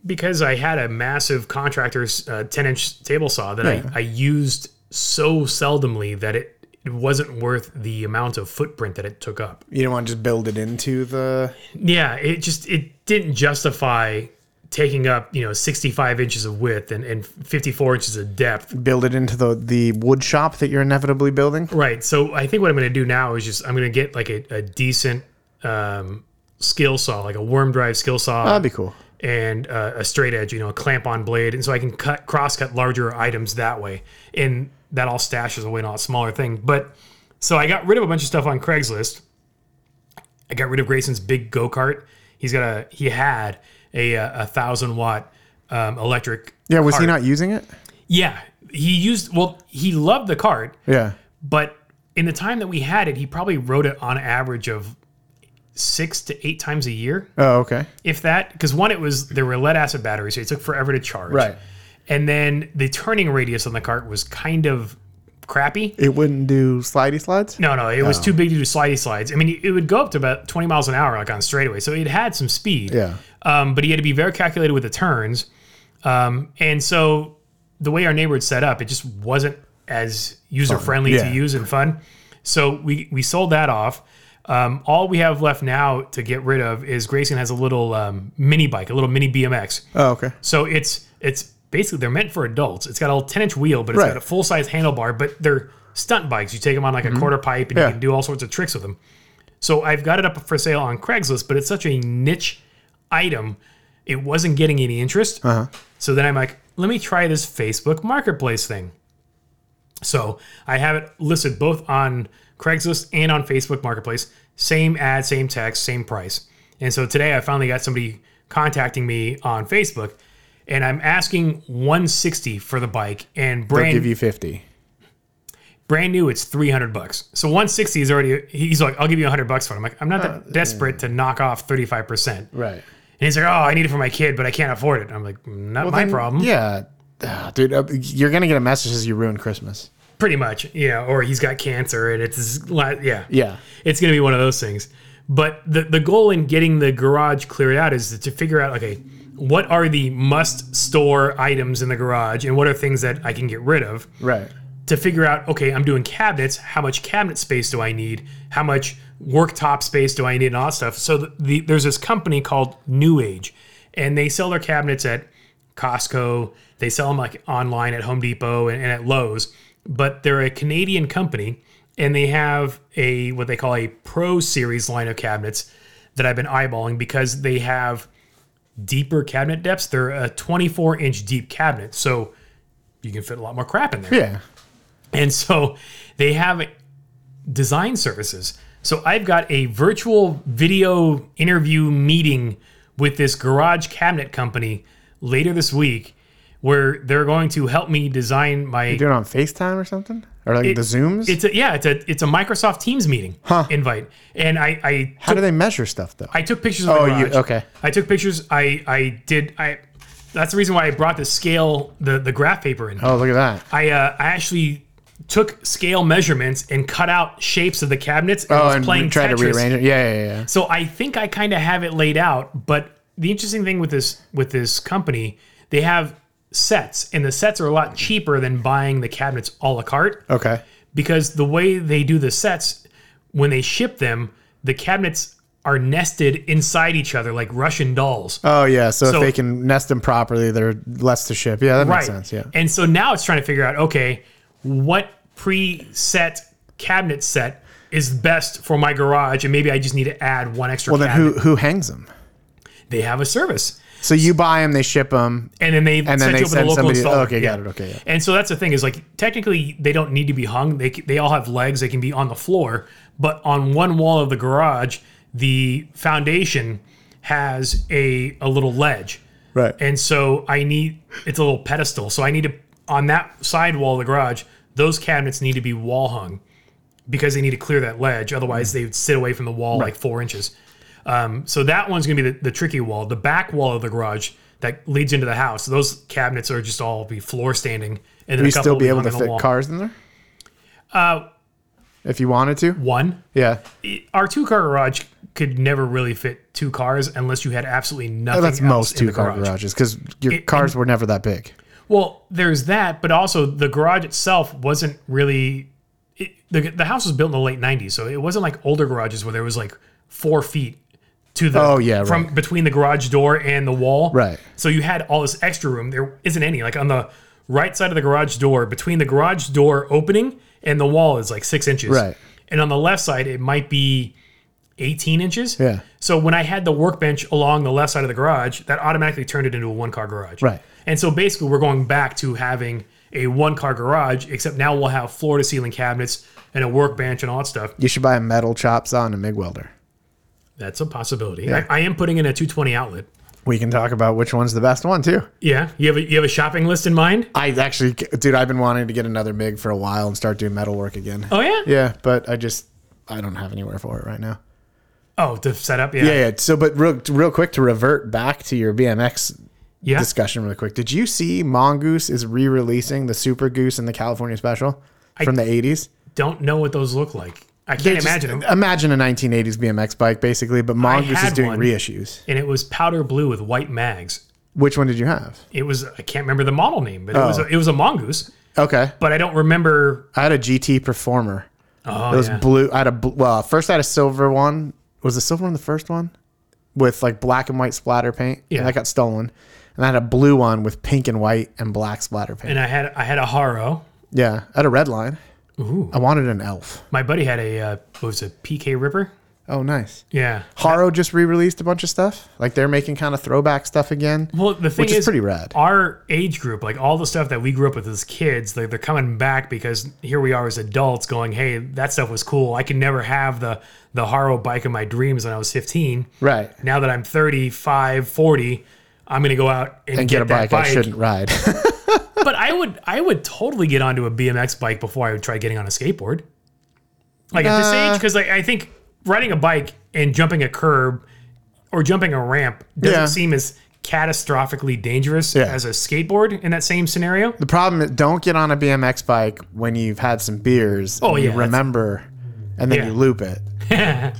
Speaker 2: because I had a massive contractor's uh, 10 inch table saw that I, I used so seldomly that it, it wasn't worth the amount of footprint that it took up.
Speaker 1: You don't want to just build it into the
Speaker 2: Yeah, it just it didn't justify taking up, you know, 65 inches of width and, and 54 inches of depth
Speaker 1: build it into the the wood shop that you're inevitably building.
Speaker 2: Right. So I think what I'm going to do now is just I'm going to get like a, a decent um, skill saw, like a worm drive skill saw,
Speaker 1: That'd be cool.
Speaker 2: and uh, a straight edge, you know, a clamp on blade, and so I can cut cross cut larger items that way, and that all stashes away in a lot smaller thing. But so I got rid of a bunch of stuff on Craigslist. I got rid of Grayson's big go kart. He's got a he had a uh, a thousand watt um, electric.
Speaker 1: Yeah, was he not
Speaker 2: cart.
Speaker 1: using it?
Speaker 2: Yeah, he used well. He loved the cart
Speaker 1: Yeah.
Speaker 2: but in the time that we had it, he probably wrote it on average of six to eight times a year,
Speaker 1: Oh, okay.
Speaker 2: if that. Because one, it was there were lead acid batteries, so it took forever to charge.
Speaker 1: Right.
Speaker 2: And then the turning radius on the cart was kind of crappy.
Speaker 1: It wouldn't do slidey slides.
Speaker 2: No, no, it was too big to do slidey slides. I mean, it would go up to about 20 miles an hour, like on straightaway. So it had some speed.
Speaker 1: Yeah.
Speaker 2: Um, but he had to be very calculated with the turns. Um, and so the way our neighborhood set up, it just wasn't as user friendly
Speaker 1: Yeah.
Speaker 2: to use and fun. So we we sold that off. Um, all we have left now to get rid of is Grayson has a little um, mini bike, a little mini BMX.
Speaker 1: Oh, okay.
Speaker 2: So it's it's basically they're meant for adults. It's got a little ten inch wheel, but it's
Speaker 1: Right.
Speaker 2: got a full size handlebar. But they're stunt bikes. You take them on like a quarter pipe, and
Speaker 1: Mm-hmm. Yeah.
Speaker 2: you can do all sorts of tricks with them. So I've got it up for sale on Craigslist, but it's such a niche item, it wasn't getting any interest.
Speaker 1: Uh-huh.
Speaker 2: So then I'm like, let me try this Facebook Marketplace thing. So I have it listed both on Craigslist and on Facebook Marketplace. Same ad, same text, same price. And so today I finally got somebody contacting me on Facebook and I'm asking 160 for the bike and
Speaker 1: They'll
Speaker 2: brand
Speaker 1: give you fifty.
Speaker 2: brand new it's 300 bucks. So 160 is already he's like I'll give you 100 bucks for it. I'm like I'm not that desperate to knock off 35%. And
Speaker 1: Right.
Speaker 2: he's like, "Oh, I need it for my kid, but I can't afford it." I'm like, "Not my
Speaker 1: Then-
Speaker 2: problem."
Speaker 1: Yeah. Ah, dude, uh, you're gonna get a message as you ruined Christmas.
Speaker 2: Pretty much. Yeah, or he's got cancer and it's his la- yeah.
Speaker 1: Yeah.
Speaker 2: it's going to be one of those things. But the the goal in getting the garage cleared out is to figure out okay, what are the must store items in the garage and what are things that I can get rid of
Speaker 1: Right.
Speaker 2: to figure out okay, I'm doing cabinets, how much cabinet space do I need? How much worktop space do I need and all that stuff. So the, the, there's this company called New Age and they sell their cabinets at Costco, they sell them like online at Home Depot and, and at Lowe's, but they're a Canadian company and they have a what they call a Pro Series line of cabinets that I've been eyeballing because they have deeper cabinet depths. They're a 24 inch deep cabinet, so you can fit a lot more crap in there.
Speaker 1: Yeah.
Speaker 2: And so they have design services. So I've got a virtual video interview meeting with this garage cabinet company later this week where they're going to help me design my
Speaker 1: Do it on FaceTime or something, or like the Zooms.
Speaker 2: it's a yeah, it's a it's a Microsoft Teams meeting invite. And I I
Speaker 1: How do they measure stuff though?
Speaker 2: I took pictures of the
Speaker 1: Oh,
Speaker 2: garage.
Speaker 1: you- okay.
Speaker 2: I took pictures. I I did I that's the reason why I brought the scale the the graph paper in.
Speaker 1: oh, look at that.
Speaker 2: I uh, I actually took scale measurements and cut out shapes of the cabinets and was playing
Speaker 1: re- try
Speaker 2: Tetris.
Speaker 1: Oh, to rearrange it. Yeah, yeah, yeah.
Speaker 2: So I think I kind of have it laid out. But the interesting thing with this with this company, they have sets, and the sets are a lot cheaper than buying the cabinets a la carte
Speaker 1: Okay.
Speaker 2: because the way they do the sets when they ship them, the cabinets are nested inside each other like Russian dolls.
Speaker 1: Oh yeah. So,
Speaker 2: So-
Speaker 1: if they can nest them properly, they're less to ship. Yeah, that makes sense. Yeah.
Speaker 2: And so now it's trying to figure out okay, what preset cabinet set is best for my garage, and maybe I just need to add one extra.
Speaker 1: Well, then
Speaker 2: cabinet.
Speaker 1: who who hangs them?
Speaker 2: They have a service,
Speaker 1: So you buy them, they ship them.
Speaker 2: and then they
Speaker 1: And then
Speaker 2: set
Speaker 1: they
Speaker 2: you up with a
Speaker 1: send
Speaker 2: local
Speaker 1: somebody-
Speaker 2: installer.
Speaker 1: okay, got it, okay, yeah.
Speaker 2: And so that's the thing is like technically they don't need to be hung. They c- they all have legs. They can be on the floor, but on one wall of the garage, the foundation has a a little ledge.
Speaker 1: Right.
Speaker 2: And so I need it's a little pedestal. So I need to on that side wall of the garage, those cabinets need to be wall hung because they need to clear that ledge. Otherwise, they would sit away from the wall like four inches. Um, so that one's going to be the, the tricky wall. The back wall of the garage that leads into the house. Those cabinets are just all be floor standing, and then
Speaker 1: you
Speaker 2: a couple
Speaker 1: still
Speaker 2: will
Speaker 1: be able
Speaker 2: hung
Speaker 1: to
Speaker 2: on the
Speaker 1: fit
Speaker 2: wall.
Speaker 1: cars in there. Uh, if you wanted to.
Speaker 2: One,
Speaker 1: Yeah.
Speaker 2: our two car garage could never really fit two cars unless you had absolutely nothing.
Speaker 1: Oh, That's
Speaker 2: else
Speaker 1: most
Speaker 2: in
Speaker 1: two
Speaker 2: the
Speaker 1: car
Speaker 2: garage.
Speaker 1: garages because your cars were never that big.
Speaker 2: Well, there's that, but also the garage itself wasn't really. It, the, the house was built in the late '90s, so it wasn't like older garages where there was like four feet to the
Speaker 1: Oh, yeah,
Speaker 2: from between the garage door and the wall.
Speaker 1: Right.
Speaker 2: So you had all this extra room. There isn't any like on the right side of the garage door between the garage door opening and the wall is like six inches.
Speaker 1: Right.
Speaker 2: And on the left side, it might be 18 inches.
Speaker 1: Yeah.
Speaker 2: So when I had the workbench along the left side of the garage, that automatically turned it into a one car garage.
Speaker 1: Right.
Speaker 2: And so basically, we're going back to having a one car garage, except now we'll have floor to ceiling cabinets and a workbench and all that stuff.
Speaker 1: You should buy a metal chop saw and a MIG welder.
Speaker 2: That's a possibility. I, I am putting in a 220 outlet.
Speaker 1: We can talk about which one's the best one too.
Speaker 2: Yeah, you have a, you have a shopping list in mind?
Speaker 1: I actually, dude, I've been wanting to get another MIG for a while and start doing metal work again.
Speaker 2: Oh yeah.
Speaker 1: Yeah, but I just I don't have anywhere for it right now.
Speaker 2: Oh, to set up. Yeah.
Speaker 1: Yeah, yeah. So, but real, real quick to revert back to your BMX
Speaker 2: Yeah.
Speaker 1: discussion, really quick. Did you see Mongoose is re-releasing the Super Goose and the California Special from the '80s?
Speaker 2: Don't know what those look like. I can't
Speaker 1: Just
Speaker 2: imagine them.
Speaker 1: Imagine a 1980s BMX bike, basically, but Mongoose is
Speaker 2: had
Speaker 1: doing
Speaker 2: one.
Speaker 1: reissues.
Speaker 2: And it was powder blue with white mags.
Speaker 1: Which one did you have?
Speaker 2: It was I can't remember the model name, but it
Speaker 1: Oh.
Speaker 2: was a, it was a mongoose.
Speaker 1: Okay,
Speaker 2: But I don't remember.
Speaker 1: I had a GT Performer.
Speaker 2: Oh,
Speaker 1: It was
Speaker 2: yeah.
Speaker 1: blue. I had a bl- well, first I had a silver one. Was the silver one the first one with like black and white splatter paint?
Speaker 2: Yeah.
Speaker 1: and that got stolen. And I had a blue one with pink and white and black splatter paint.
Speaker 2: and I had I had a Haro.
Speaker 1: yeah, I had a red line.
Speaker 2: Ooh.
Speaker 1: I wanted an elf.
Speaker 2: My buddy had a uh, what was it, PK Ripper?
Speaker 1: Oh, nice.
Speaker 2: Yeah.
Speaker 1: Haro just re-released a bunch of stuff. Like they're making kind of throwback stuff again,
Speaker 2: Well, the thing
Speaker 1: which is,
Speaker 2: is,
Speaker 1: pretty rad.
Speaker 2: our age group, like all the stuff that we grew up with as kids, like they're coming back because here we are as adults going, "Hey, that stuff was cool. I could never have the the Haro bike of my dreams when I was 15.
Speaker 1: Right.
Speaker 2: Now that I'm 35, 40, I'm going to go out and,
Speaker 1: And get, a bike,
Speaker 2: that
Speaker 1: I
Speaker 2: bike.
Speaker 1: shouldn't ride.
Speaker 2: but I would I would totally get onto a BMX bike before I would try getting on a skateboard. Like at this
Speaker 1: Nah.
Speaker 2: age, because like I think riding a bike and jumping a curb or jumping a ramp doesn't
Speaker 1: Yeah.
Speaker 2: seem as catastrophically dangerous
Speaker 1: Yeah.
Speaker 2: as a skateboard in that same scenario.
Speaker 1: the problem is don't get on a BMX bike when you've had some beers.
Speaker 2: Oh,
Speaker 1: and
Speaker 2: yeah,
Speaker 1: You
Speaker 2: that's-
Speaker 1: remember and then
Speaker 2: Yeah.
Speaker 1: you loop
Speaker 2: *laughs*
Speaker 1: it.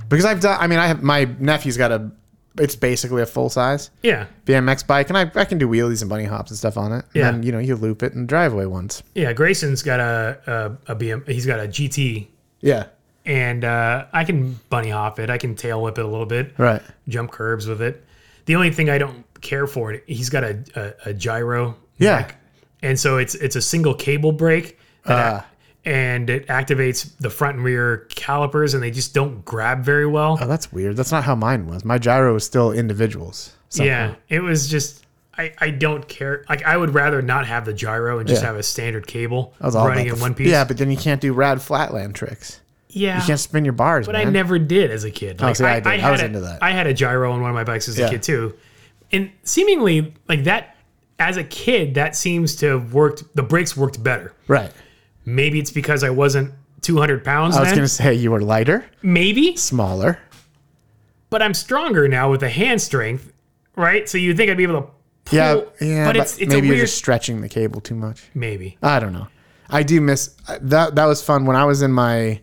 Speaker 1: because I've done I mean I have my nephew's got a it's basically a full size
Speaker 2: Yeah,
Speaker 1: BMX bike and I, I can do wheelies and bunny hops and stuff on it.
Speaker 2: Yeah.
Speaker 1: And then, you know, you loop it in the driveway once.
Speaker 2: yeah. Grayson's got a a, a BM. He's got a GT,
Speaker 1: Yeah.
Speaker 2: and uh, I can bunny hop it. I can tail whip it a little bit.
Speaker 1: Right.
Speaker 2: jump curbs with it. The only thing I don't care for it, he's got a a, a gyro,
Speaker 1: Yeah.
Speaker 2: neck, and so it's it's a single cable brake,
Speaker 1: Ah.
Speaker 2: that ac- and it activates the front and rear calipers, and they just don't grab very well.
Speaker 1: Oh, that's weird. That's not how mine was. My gyro was still individuals. So
Speaker 2: yeah, it was just. I, I don't care. Like I would rather not have the gyro and just
Speaker 1: Yeah.
Speaker 2: have a standard cable
Speaker 1: I was all
Speaker 2: running
Speaker 1: about
Speaker 2: in
Speaker 1: the-
Speaker 2: one piece.
Speaker 1: Yeah, but then you can't do rad flatland tricks.
Speaker 2: yeah.
Speaker 1: You can't spin your bars,
Speaker 2: But I
Speaker 1: man.
Speaker 2: never did as a kid. Like,
Speaker 1: see, I did. I
Speaker 2: had
Speaker 1: was
Speaker 2: a-
Speaker 1: into that.
Speaker 2: I had a gyro on one of my bikes as a
Speaker 1: Yeah.
Speaker 2: kid too, and seemingly like that as a kid that seems to have worked. The brakes worked better.
Speaker 1: right.
Speaker 2: Maybe it's because I wasn't 200 pounds
Speaker 1: I was
Speaker 2: then.
Speaker 1: going to say you were lighter,
Speaker 2: Maybe,
Speaker 1: smaller.
Speaker 2: but I'm stronger now with the hand strength, right? So you'd think I'd be able to. Pull,
Speaker 1: Yeah, yeah.
Speaker 2: but, it's it's a
Speaker 1: maybe
Speaker 2: weird.
Speaker 1: you're just stretching the cable too much.
Speaker 2: maybe
Speaker 1: I don't know. I do miss that. That was fun when I was in my,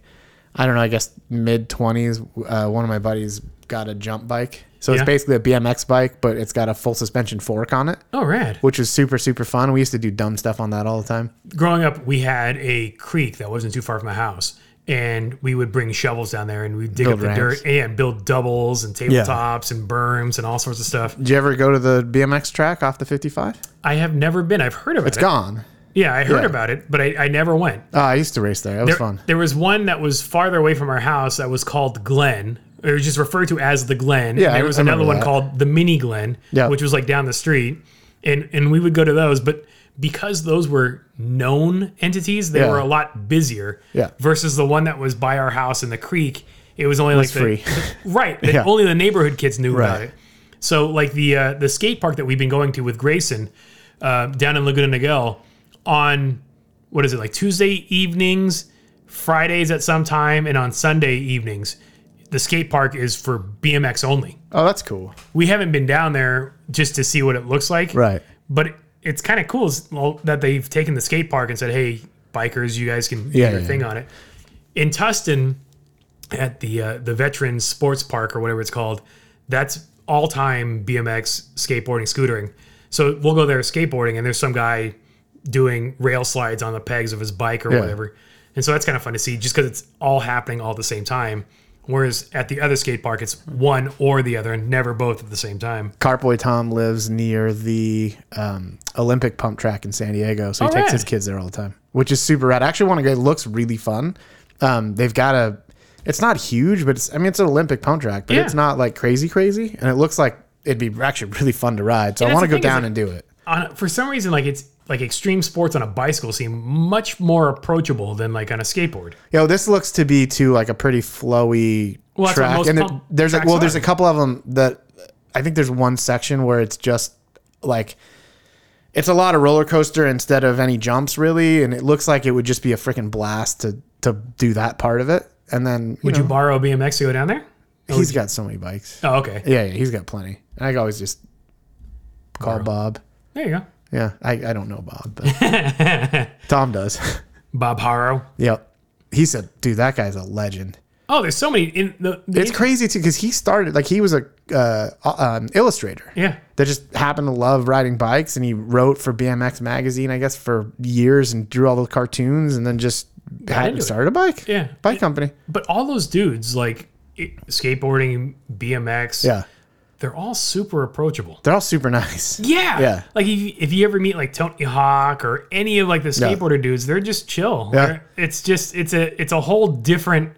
Speaker 1: I don't know. I guess mid twenties. Uh, one of my buddies got a jump bike, so it's
Speaker 2: Yeah.
Speaker 1: basically a BMX bike, but it's got a full suspension fork on it,
Speaker 2: oh rad.
Speaker 1: which was super super fun. We used to do dumb stuff on that all the time.
Speaker 2: growing up, we had a creek that wasn't too far from the house, and we would bring shovels down there and we'd dig
Speaker 1: Build
Speaker 2: up the
Speaker 1: ramps.
Speaker 2: dirt and build doubles and tabletops and berms and all sorts of stuff.
Speaker 1: Did you ever go to the BMX track off the fifty five?
Speaker 2: I have never been. I've heard of
Speaker 1: It's
Speaker 2: it.
Speaker 1: gone.
Speaker 2: Yeah, I heard
Speaker 1: Yeah.
Speaker 2: about it, but I, I never went.
Speaker 1: Oh, I used to race there. It was
Speaker 2: There,
Speaker 1: fun.
Speaker 2: there was one that was farther away from our house that was called Glen. It was just referred to as the Glen.
Speaker 1: Yeah,
Speaker 2: and
Speaker 1: I-
Speaker 2: there was
Speaker 1: I
Speaker 2: another
Speaker 1: remember
Speaker 2: one
Speaker 1: that.
Speaker 2: called the Mini Glen,
Speaker 1: Yeah.
Speaker 2: which was like down the street, and and we would go to those. But because those were known entities, they
Speaker 1: Yeah.
Speaker 2: were a lot busier.
Speaker 1: Yeah.
Speaker 2: Versus the one that was by our house in the creek, it was only like the, *laughs*
Speaker 1: free.
Speaker 2: the- right. the-
Speaker 1: Yeah.
Speaker 2: Only the neighborhood kids knew about
Speaker 1: Right.
Speaker 2: it. So like the uh, the skate park that we've been going to with Grayson uh, down in Laguna Niguel on what is it like Tuesday evenings, Fridays at some time, and on Sunday evenings. The skate park is for BMX only.
Speaker 1: Oh, that's cool.
Speaker 2: We haven't been down there just to see what it looks like,
Speaker 1: Right.
Speaker 2: But it- it's kind of cool s- well, that they've taken the skate park and said, "Hey, bikers, you guys can do
Speaker 1: Yeah,
Speaker 2: your
Speaker 1: yeah.
Speaker 2: thing on it." In Tustin, at the uh, the Veterans Sports Park or whatever it's called, that's all time BMX skateboarding, scootering. So we'll go there skateboarding, and there's some guy doing rail slides on the pegs of his bike or whatever. And so that's kind of fun to see just because it's all happening all at the same time. Whereas at the other skate park, it's one or the other and never both at the same time.
Speaker 1: Carboy Tom lives near the um, Olympic pump track in San Diego, so he
Speaker 2: Oh,
Speaker 1: takes
Speaker 2: rad.
Speaker 1: his kids there all the time, which is super rad. I actually want to go. It looks really fun. Um, they've got a. It's not huge, but it's. I mean, it's an Olympic pump track, but
Speaker 2: Yeah.
Speaker 1: it's not like crazy crazy, and it looks like it'd be actually really fun to ride. So I
Speaker 2: that's
Speaker 1: want to
Speaker 2: the
Speaker 1: go
Speaker 2: thing is,
Speaker 1: down
Speaker 2: like-
Speaker 1: and do it.
Speaker 2: On, for some reason, like it's like extreme sports on a bicycle seem much more approachable than like on a skateboard.
Speaker 1: Yo, this looks to be to like a pretty flowy
Speaker 2: that's what
Speaker 1: track,
Speaker 2: most
Speaker 1: and there-
Speaker 2: pump
Speaker 1: there's like
Speaker 2: tracks
Speaker 1: well, there's
Speaker 2: are.
Speaker 1: a couple of them that I think there's one section where it's just like it's a lot of roller coaster instead of any jumps really, and it looks like it would just be a freaking blast to to do that part of it. And then
Speaker 2: Would you borrow a BMX to go down there?
Speaker 1: you, he's got so many bikes.
Speaker 2: Oh, okay.
Speaker 1: Yeah, yeah, he's got plenty. I always just call Bob.
Speaker 2: There you go.
Speaker 1: Yeah, I, I don't know Bob, but
Speaker 2: *laughs*
Speaker 1: Tom does. *laughs*
Speaker 2: Bob Harrow.
Speaker 1: yep. He said, dude, that guy's a legend.
Speaker 2: Oh, there's so many in the. the
Speaker 1: It's crazy too because he started like he was a uh, um, illustrator
Speaker 2: yeah.
Speaker 1: that just happened to love riding bikes, and he wrote for BMX magazine, I guess, for years and drew all the cartoons, and then just
Speaker 2: into
Speaker 1: had,
Speaker 2: it.
Speaker 1: started a bike
Speaker 2: Yeah.
Speaker 1: bike company.
Speaker 2: But all those dudes, like it, skateboarding, BMX,
Speaker 1: Yeah,
Speaker 2: they're all super approachable.
Speaker 1: they're all super *laughs* nice.
Speaker 2: Yeah.
Speaker 1: Yeah.
Speaker 2: Like if you, if you ever meet like Tony Hawk or any of like the skateboarder dudes, they're just chill.
Speaker 1: Yeah.
Speaker 2: They're- it's just it's a it's a whole different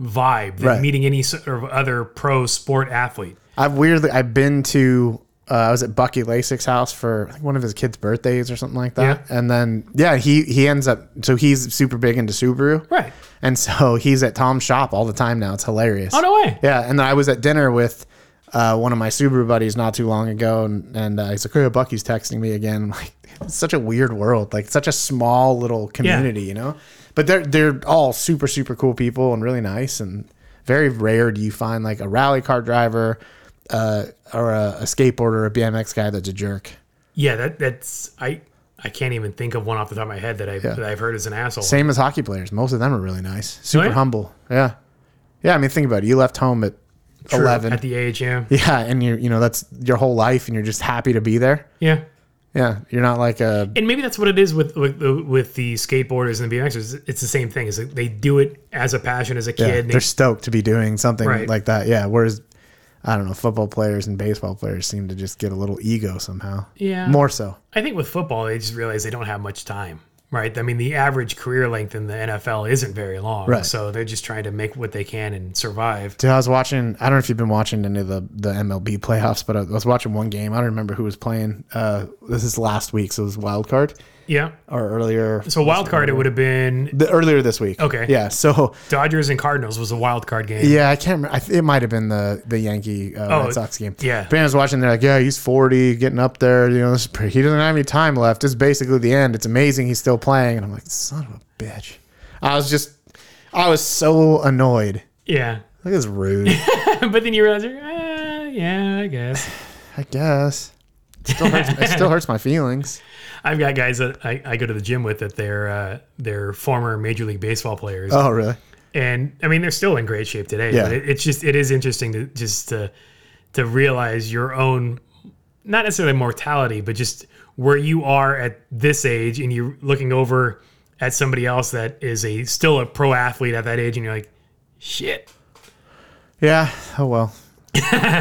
Speaker 2: vibe than
Speaker 1: Right.
Speaker 2: meeting any sort of other pro sport athlete.
Speaker 1: I've weirdly I've been to uh, I was at Bucky Lasic's house for I think, one of his kids' birthdays or something like that, and then yeah, he he ends up so he's super big into Subaru,
Speaker 2: Right.
Speaker 1: And so he's at Tom's shop all the time now. It's hilarious.
Speaker 2: Oh no way.
Speaker 1: Yeah, and I was at dinner with uh, one of my Subaru buddies not too long ago, and, and uh, he's like, "Oh, Bucky's texting me again." *laughs* I'm like, it's such a weird world, like such a small little community, you know. But they're they're all super super cool people and really nice, and very rare do you find like a rally car driver uh, or a, a skateboarder or a BMX guy that's a jerk.
Speaker 2: Yeah, that that's I I can't even think of one off the top of my head that I have that I've heard as an asshole.
Speaker 1: Same as hockey players, most of them are really nice, super
Speaker 2: Oh, yeah?
Speaker 1: humble. Yeah, yeah. I mean, think about it. You left home at
Speaker 2: True,
Speaker 1: eleven.
Speaker 2: at the age, yeah.
Speaker 1: *laughs* yeah, and you you know that's your whole life, and you're just happy to be there.
Speaker 2: Yeah.
Speaker 1: Yeah, you're not like a
Speaker 2: And maybe that's what it is with with the, with the skateboarders and the BMXers. It's the same thing. Is they do it as a passion as a
Speaker 1: yeah,
Speaker 2: kid.
Speaker 1: they're stoked to be doing something
Speaker 2: Right.
Speaker 1: like that. Yeah, whereas I don't know, football players and baseball players seem to just get a little ego somehow.
Speaker 2: Yeah.
Speaker 1: more so.
Speaker 2: I think with football, they just realize they don't have much time, right? I mean, the average career length in the NFL isn't very long,
Speaker 1: Right.
Speaker 2: so they're just trying to make what they can and survive.
Speaker 1: Dude, I was watching. I don't know if you've been watching any of the the MLB playoffs, but I was watching one game. I don't remember who was playing. Uh, this is last week, so it was wild card
Speaker 2: Yeah.
Speaker 1: or earlier.
Speaker 2: So wild card, it would have been
Speaker 1: the, earlier this week.
Speaker 2: Okay.
Speaker 1: Yeah. So
Speaker 2: Dodgers and Cardinals was a wild card game.
Speaker 1: Yeah, I can't. remember. I th- it might have been the the Yankee uh,
Speaker 2: it-
Speaker 1: Red Sox game.
Speaker 2: yeah.
Speaker 1: Brandon was watching. They're like, yeah, he's forty, getting up there. You know, this is pretty, he doesn't have any time left. It's basically the end. It's amazing he's still playing. And I'm like, son of a bitch. I was just, I was so annoyed.
Speaker 2: Yeah. *laughs*
Speaker 1: Like it's *laughs* rude.
Speaker 2: but then you realize, you're, ah, yeah, I guess.
Speaker 1: I guess. It still hurts. It still hurts my feelings.
Speaker 2: I've got guys that I, I go to the gym with that they're uh, they're former Major League Baseball players,
Speaker 1: Oh really?
Speaker 2: and I mean they're still in great shape today.
Speaker 1: Yeah.
Speaker 2: But it, it's just it is interesting to just to to realize your own not necessarily mortality, but just where you are at this age, and you're looking over at somebody else that is a still a pro athlete at that age, and you're like, shit,
Speaker 1: Yeah. Oh well. *laughs* and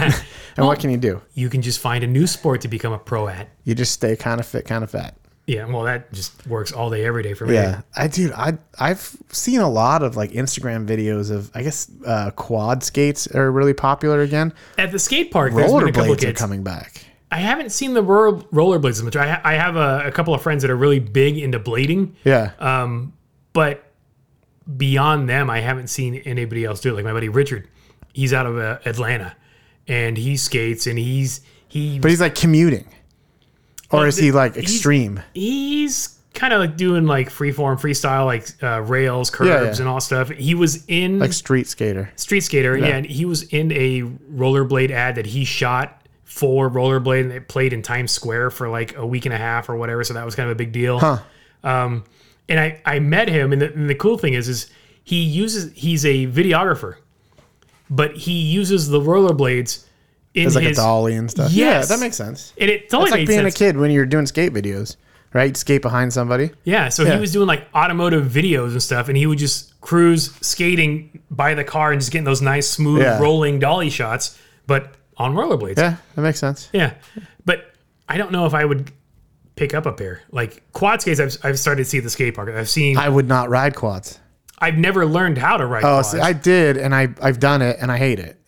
Speaker 1: what can you do?
Speaker 2: you can just find a new sport to become a pro at.
Speaker 1: You just stay kind of fit, kind of fat.
Speaker 2: Yeah, well, that just works all day, every day for me.
Speaker 1: Yeah, I dude, I I've seen a lot of like Instagram videos of I guess uh, quad skates are really popular again.
Speaker 2: At the skate park, there's been a couple of
Speaker 1: Rollerblades are
Speaker 2: kids.
Speaker 1: comoming back.
Speaker 2: I haven't seen the roller, rollerblades as much. I, ha- I have a, a couple of friends that are really big into blading,
Speaker 1: Yeah,
Speaker 2: Uh, but beyond them, I haven't seen anybody else do it. Like my buddy Richard, he's out of uh, Atlanta, and he skates and he's he
Speaker 1: but he's like commuting, or is he like extreme?
Speaker 2: he's kind of like doing like freeform freestyle, like uh, rails, curves,
Speaker 1: Yeah, yeah.
Speaker 2: and all stuff. He was in
Speaker 1: Like street skater.
Speaker 2: Street Skater, yeah. and he was in a rollerblade ad that he shot for Rollerblade, and it played in Times Square for like a week and a half or whatever. So that was kind of a big deal. Um, and I, I met him, and the, and the cool thing is, is he uses he's a videographer, but he uses the rollerblades in
Speaker 1: It's like
Speaker 2: his
Speaker 1: a dolly and stuff.
Speaker 2: Yes.
Speaker 1: Yeah, that makes sense.
Speaker 2: and it totally
Speaker 1: It's like
Speaker 2: made
Speaker 1: being
Speaker 2: sense.
Speaker 1: a kid when you're doing skate videos, right? You'd skate behind somebody.
Speaker 2: Yeah, so he was doing like automotive videos and stuff, and he would just cruise skating by the car and just getting those nice smooth
Speaker 1: Yeah.
Speaker 2: rolling dolly shots, but on rollerblades.
Speaker 1: Yeah, that makes sense.
Speaker 2: Yeah, but I don't know if I would pick up a pair. Like quad skates, I've, I've started to see at the skate park. I've seen. I,
Speaker 1: I would not ride quads.
Speaker 2: have never learned how to ride
Speaker 1: Oh,
Speaker 2: quads.
Speaker 1: see, I did, and I I've done it, and I hate it.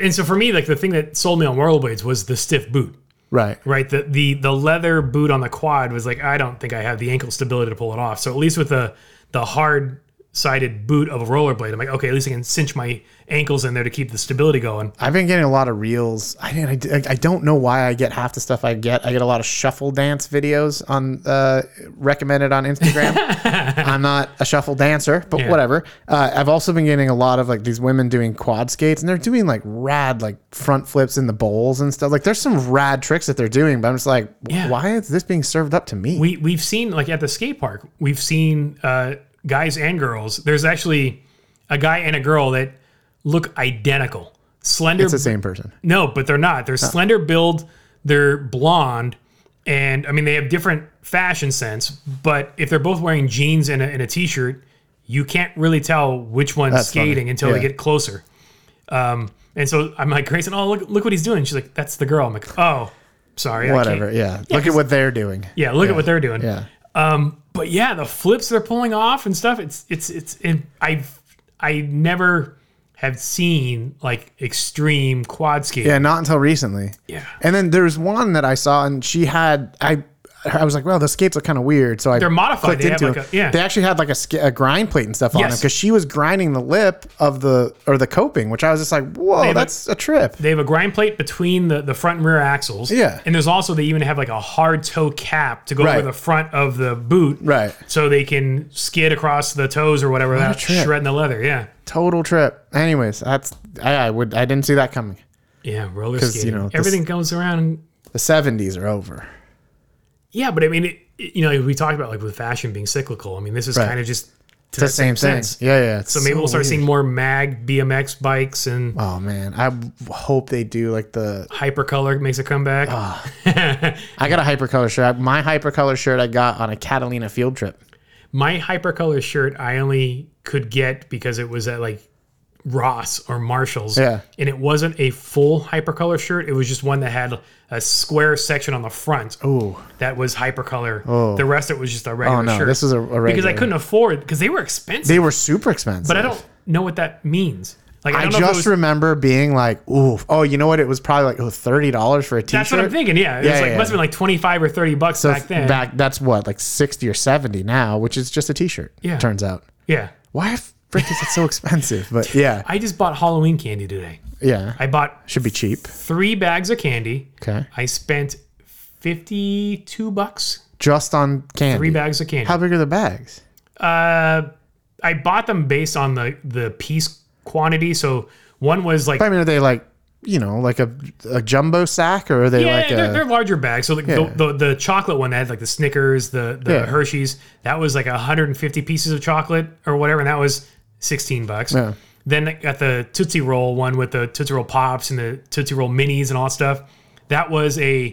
Speaker 2: and so for me, like the thing that sold me on rollerblades was the stiff boot.
Speaker 1: Right.
Speaker 2: Right, the, the the leather boot on the quad was like I don't think I have the ankle stability to pull it off. So at least with the the hard sided boot of a rollerblade. I'm like, okay, at least I can cinch my ankles in there to keep the stability going.
Speaker 1: I've been getting a lot of reels. I didn't, I, I don't know why I get half the stuff I get. I get a lot of shuffle dance videos on uh, recommended on
Speaker 2: *laughs*
Speaker 1: Instagram. I'm not a shuffle dancer, but
Speaker 2: Yeah.
Speaker 1: whatever. Uh, I've also been getting a lot of like these women doing quad skates, and they're doing like rad like front flips in the bowls and stuff. Like there's some rad tricks that they're doing, but I'm just like,
Speaker 2: Yeah.
Speaker 1: why is this being served up to me?
Speaker 2: We we've seen like at the skate park, we've seen uh, guys and girls. There's actually a guy and a girl that look identical. Slender
Speaker 1: it's the same person.
Speaker 2: No, but they're not. They're slender build. They're blonde, and I mean they have different fashion sense. But if they're both wearing jeans and a, and a t-shirt, you can't really tell which one's
Speaker 1: funny.
Speaker 2: skating until they
Speaker 1: Yeah.
Speaker 2: get closer. Um, and so I'm like Grayson, oh look look what he's doing. She's like, that's the girl. I'm like, oh, sorry, I can't-
Speaker 1: Whatever. Yeah. Look at what they're doing.
Speaker 2: yeah, look at what they're doing.
Speaker 1: Yeah.
Speaker 2: Um, but yeah, the flips they're pulling off and stuff. It's it's it's. It, I I never have seen like extreme quad skating.
Speaker 1: Yeah, not until recently.
Speaker 2: Yeah.
Speaker 1: And then there's one that I saw, and she had I. I was like, well, the skates look kind of weird, so I
Speaker 2: They're modified.
Speaker 1: clicked
Speaker 2: They have
Speaker 1: into them.
Speaker 2: like a- yeah.
Speaker 1: They actually had like a, sk- a grind plate and stuff on
Speaker 2: Yes.
Speaker 1: them because she was grinding the lip of the or the coping, which I was just like, whoa,
Speaker 2: have a-
Speaker 1: that's a trip.
Speaker 2: They have a grind plate between the, the front and rear axles.
Speaker 1: Yeah.
Speaker 2: And there's also, they even have like a hard toe cap to go
Speaker 1: Right.
Speaker 2: over the front of the boot.
Speaker 1: Right.
Speaker 2: So they can skid across the toes or whatever without
Speaker 1: trip.
Speaker 2: shredding the leather. Yeah.
Speaker 1: Total trip. Anyways, that's I, I would I didn't see that coming.
Speaker 2: Yeah. Roller skating.
Speaker 1: know, this-
Speaker 2: Everything goes around.
Speaker 1: The '70s are over.
Speaker 2: Yeah. But I mean, it, it- you know, we talked about like with fashion being cyclical. I mean, this is kind of just to
Speaker 1: It's the same thing. Yeah, yeah. it's
Speaker 2: So maybe we'll start
Speaker 1: weird.
Speaker 2: seeing more mag BMX bikes and
Speaker 1: Oh man, I w- hope they do like the
Speaker 2: hypercolor makes a comeback.
Speaker 1: Ah. I got a hypercolor shirt. My hypercolor shirt I got on a Catalina field trip.
Speaker 2: My hypercolor shirt I only could get because it was at like Ross or Marshalls.
Speaker 1: Yeah.
Speaker 2: And it wasn't a full hypercolor shirt. It was just one that had a square section on the front
Speaker 1: Ooh.
Speaker 2: that was hypercolor. The rest of it was just a regular
Speaker 1: Oh no,
Speaker 2: shirt.
Speaker 1: this is a, a regular.
Speaker 2: because I couldn't afford because they were expensive.
Speaker 1: They were super expensive.
Speaker 2: but I don't know what that means. Like I
Speaker 1: I
Speaker 2: don't know if it
Speaker 1: just
Speaker 2: was-
Speaker 1: remember being like, "Ooh, oh, you know what? It was probably like oh, thirty dollars for a t-shirt."
Speaker 2: that's what I'm thinking. Yeah. It
Speaker 1: Yeah,
Speaker 2: was like
Speaker 1: yeah,
Speaker 2: must have been like twenty five or thirty bucks back then.
Speaker 1: Back that's what like sixty or seventy now, which is just a t-shirt.
Speaker 2: Yeah.
Speaker 1: turns out.
Speaker 2: yeah.
Speaker 1: Why f- frick is it so expensive?
Speaker 2: *laughs*
Speaker 1: But yeah,
Speaker 2: I just bought Halloween candy today.
Speaker 1: yeah,
Speaker 2: I bought
Speaker 1: should be cheap.
Speaker 2: three bags of candy.
Speaker 1: Okay,
Speaker 2: I spent fifty two bucks
Speaker 1: just on candy.
Speaker 2: three bags of candy.
Speaker 1: How big are the bags?
Speaker 2: Uh, I bought them based on the the piece quantity. So one was like
Speaker 1: I mean, are they like you know like a a jumbo sack or are they
Speaker 2: yeah,
Speaker 1: like
Speaker 2: they're,
Speaker 1: a
Speaker 2: they're larger bags. So like the, the the chocolate one that had like the Snickers, the the
Speaker 1: Yeah.
Speaker 2: Hershey's, that was like 150 pieces of chocolate or whatever, and that was 16 bucks.
Speaker 1: Yeah.
Speaker 2: Then I got the Tootsie Roll one with the Tootsie Roll pops and the Tootsie Roll minis and all that stuff. That was a,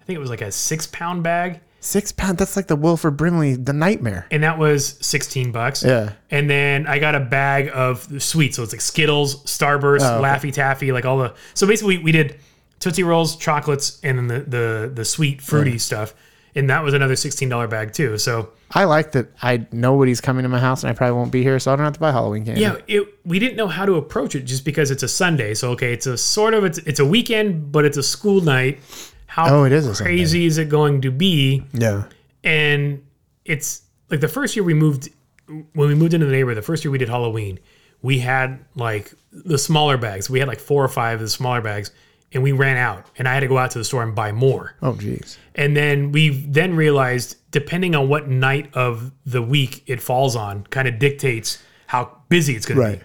Speaker 2: I think it was like a six pound bag.
Speaker 1: six pound? That's like the Wilford Brimley, the nightmare.
Speaker 2: and that was 16 bucks.
Speaker 1: Yeah.
Speaker 2: And then I got a bag of sweets. So it's like Skittles, Starburst,
Speaker 1: Oh,
Speaker 2: Laffy Taffy, like all the. So basically, we did Tootsie Rolls, chocolates, and then the, the, the sweet, fruity stuff. And that was another $16 bag, too. So
Speaker 1: I like that. I nobody's coming to my house, and I probably won't be here, so I don't have to buy Halloween candy.
Speaker 2: yeah, it, we didn't know how to approach it just because it's a Sunday. So, okay, it's a sort of, it's, it's a weekend, but it's a school night. How
Speaker 1: Oh, it is a Sunday.
Speaker 2: crazy is it going to be?
Speaker 1: yeah.
Speaker 2: and it's like the first year we moved when we moved into the neighborhood the first year we did halloween we had like the smaller bags we had like four or five of the smaller bags and we ran out and i had to go out to the store and buy more
Speaker 1: Oh, jeez.
Speaker 2: and then we then realized depending on what night of the week it falls on kind of dictates how busy it's going to
Speaker 1: Right.
Speaker 2: be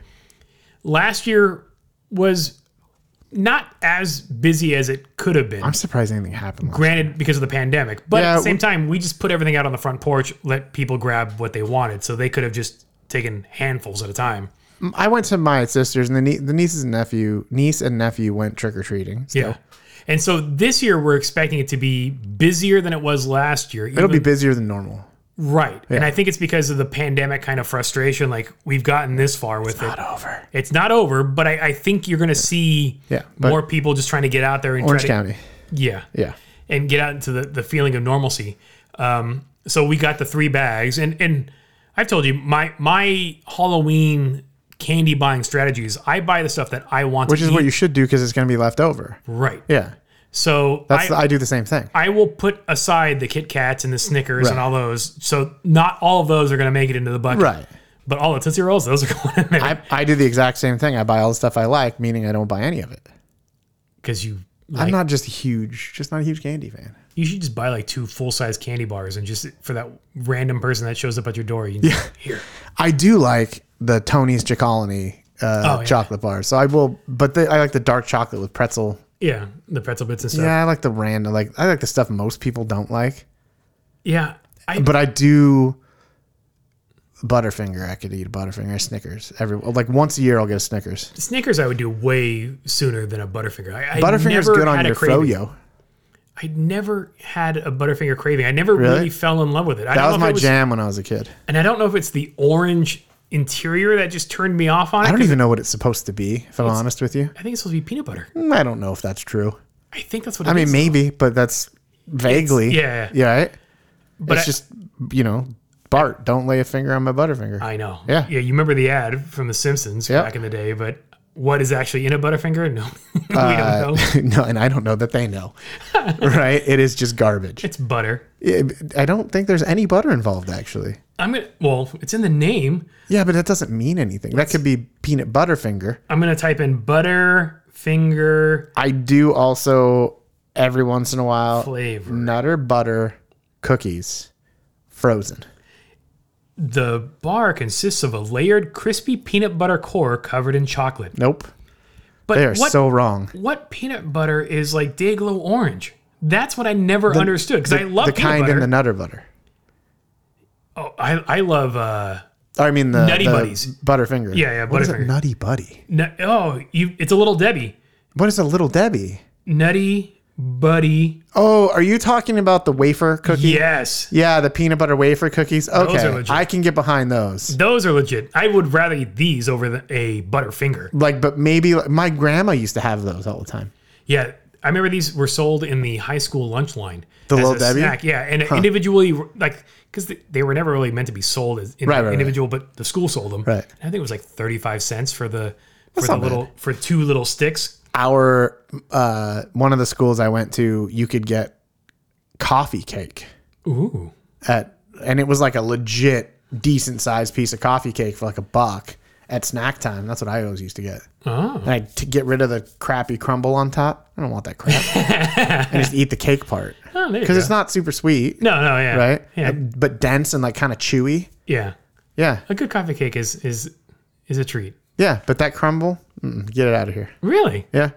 Speaker 2: last year was not as busy as it could have been
Speaker 1: I'm surprised anything happened. last-
Speaker 2: granted because of the pandemic but at
Speaker 1: Yeah,
Speaker 2: the same
Speaker 1: we-
Speaker 2: time we just put everything out on the front porch let people grab what they wanted so they could have just taken handfuls at a time
Speaker 1: I went to my sister's, and the, nie- the nieces and nephew, niece and nephew went trick or treating. So
Speaker 2: yeah and so this year we're expecting it to be busier than it was last year
Speaker 1: it'll be busier than normal.
Speaker 2: right and i think it's because of the pandemic kind of frustration like we've gotten this far with it
Speaker 1: over.
Speaker 2: it's not over but i, I think you're going to see
Speaker 1: Yeah, but-
Speaker 2: more people just trying to get out there and
Speaker 1: Orange
Speaker 2: try to
Speaker 1: County.
Speaker 2: yeah
Speaker 1: Yeah.
Speaker 2: and get out into the, the feeling of normalcy. Um, so we got the three bags, and and I've told you my my Halloween candy buying strategies. I buy the stuff that I want,
Speaker 1: Which
Speaker 2: to
Speaker 1: is
Speaker 2: eat.
Speaker 1: what you should do because it's going to be left over.
Speaker 2: right.
Speaker 1: Yeah.
Speaker 2: So
Speaker 1: That's
Speaker 2: I,
Speaker 1: the- I do the same thing.
Speaker 2: I will put aside the Kit Kats and the Snickers and all those. So not all of those are going to make it into the bucket.
Speaker 1: Right.
Speaker 2: But all the Tootsie Rolls, those are *laughs* going in there
Speaker 1: I, I do the exact same thing. I buy all the stuff I like, meaning I don't buy any of it.
Speaker 2: because you
Speaker 1: I'm
Speaker 2: like,
Speaker 1: not just huge, just not a huge candy fan.
Speaker 2: you should just buy like two full size candy bars and just for that random person that shows up at your door. You yeah. here.
Speaker 1: I do like the Tony's Chocolony uh,
Speaker 2: Oh, yeah.
Speaker 1: chocolate bar. So I will, but the, I like the dark chocolate with pretzel.
Speaker 2: Yeah, the pretzel bits and stuff. Yeah,
Speaker 1: Yeah, I like the random. Like I like the stuff most people don't like,
Speaker 2: I
Speaker 1: but I do. Butterfinger, I could eat a Butterfinger, Snickers. Every like once a year, I'll get a Snickers.
Speaker 2: Snickers I would do way sooner than a Butterfinger. I, I
Speaker 1: Butterfinger's
Speaker 2: never
Speaker 1: good on
Speaker 2: had a
Speaker 1: your
Speaker 2: craving.
Speaker 1: froyo.
Speaker 2: I never had a Butterfinger craving. I never really, fell in love with it.
Speaker 1: That
Speaker 2: I don't
Speaker 1: was
Speaker 2: know if
Speaker 1: my
Speaker 2: it was,
Speaker 1: jam when I was a kid.
Speaker 2: and I don't know if it's the orange interior that just turned me off on it.
Speaker 1: I don't
Speaker 2: 'cause
Speaker 1: even know what it's supposed to be. If I'm honest with you,
Speaker 2: I think it's supposed to be peanut butter.
Speaker 1: Mm, I don't know if that's true.
Speaker 2: I think that's what
Speaker 1: I mean, maybe, but that's vaguely.
Speaker 2: yeah.
Speaker 1: Yeah. Right?
Speaker 2: But
Speaker 1: it's
Speaker 2: I-
Speaker 1: just you know, Bart, don't lay a finger on my Butterfinger.
Speaker 2: I know.
Speaker 1: Yeah.
Speaker 2: Yeah. You remember the ad from The Simpsons
Speaker 1: Yep.
Speaker 2: back in the day, but what is actually in a Butterfinger? *laughs* No, we
Speaker 1: Uh,
Speaker 2: don't know.
Speaker 1: *laughs* no, and I don't know that they know. *laughs* right? It is just garbage.
Speaker 2: It's butter.
Speaker 1: It- I don't think there's any butter involved, actually.
Speaker 2: I'm gonna. Well, it's in the name.
Speaker 1: Yeah, but that doesn't mean anything. That could be peanut butter finger.
Speaker 2: I'm gonna type in butter finger
Speaker 1: I do also every once in a while
Speaker 2: flavor.
Speaker 1: nutter butter cookies frozen.
Speaker 2: The bar consists of a layered, crispy peanut butter core covered in chocolate.
Speaker 1: Nope.
Speaker 2: But
Speaker 1: They are
Speaker 2: what
Speaker 1: so wrong.
Speaker 2: what peanut butter is like day glow orange? That's what I never understood because I love
Speaker 1: the
Speaker 2: peanut
Speaker 1: kind
Speaker 2: butter.
Speaker 1: in the nutter butter.
Speaker 2: oh, I I love uh
Speaker 1: Or, I mean the
Speaker 2: Nutty
Speaker 1: the
Speaker 2: Buddies.
Speaker 1: Butterfinger.
Speaker 2: Yeah, yeah,
Speaker 1: What is a
Speaker 2: Butterfinger.
Speaker 1: nutty buddy?
Speaker 2: nu- oh you it's a little Debbie
Speaker 1: What is a little Debbie?
Speaker 2: nutty buddy
Speaker 1: Oh, are you talking about the wafer cookie?
Speaker 2: yes
Speaker 1: Yeah, the peanut butter wafer cookies.
Speaker 2: are
Speaker 1: Okay,
Speaker 2: legit.
Speaker 1: I can get behind those.
Speaker 2: those are legit. I would rather eat these over the, a Butterfinger.
Speaker 1: Like, but maybe like, my grandma used to have those all the time.
Speaker 2: Yeah, I remember these were sold in the high school lunch line. The
Speaker 1: Little Debbie?
Speaker 2: snack. Yeah, and individually, like because they were never really meant to be sold as in
Speaker 1: Right, right, right.
Speaker 2: individual, but the school sold them.
Speaker 1: Right.
Speaker 2: I think it was like thirty five cents for the for
Speaker 1: That's
Speaker 2: the
Speaker 1: not
Speaker 2: little for two little sticks.
Speaker 1: Our uh, one of the schools I went to, you could get coffee cake
Speaker 2: Ooh,
Speaker 1: at, and it was like a legit decent sized piece of coffee cake for like a buck at snack time. That's what I always used to get.
Speaker 2: oh,
Speaker 1: And I to get rid of the crappy crumble on top. I don't want that crap.
Speaker 2: *laughs*
Speaker 1: and just eat the cake part
Speaker 2: oh there you
Speaker 1: because
Speaker 2: go.
Speaker 1: it's not super sweet,
Speaker 2: no, no, yeah,
Speaker 1: right?
Speaker 2: yeah,
Speaker 1: And- But dense and like kind of chewy.
Speaker 2: yeah.
Speaker 1: Yeah,
Speaker 2: A good coffee cake is is is a treat.
Speaker 1: yeah. But that crumble, mm, get it out of here.
Speaker 2: Really
Speaker 1: Yeah,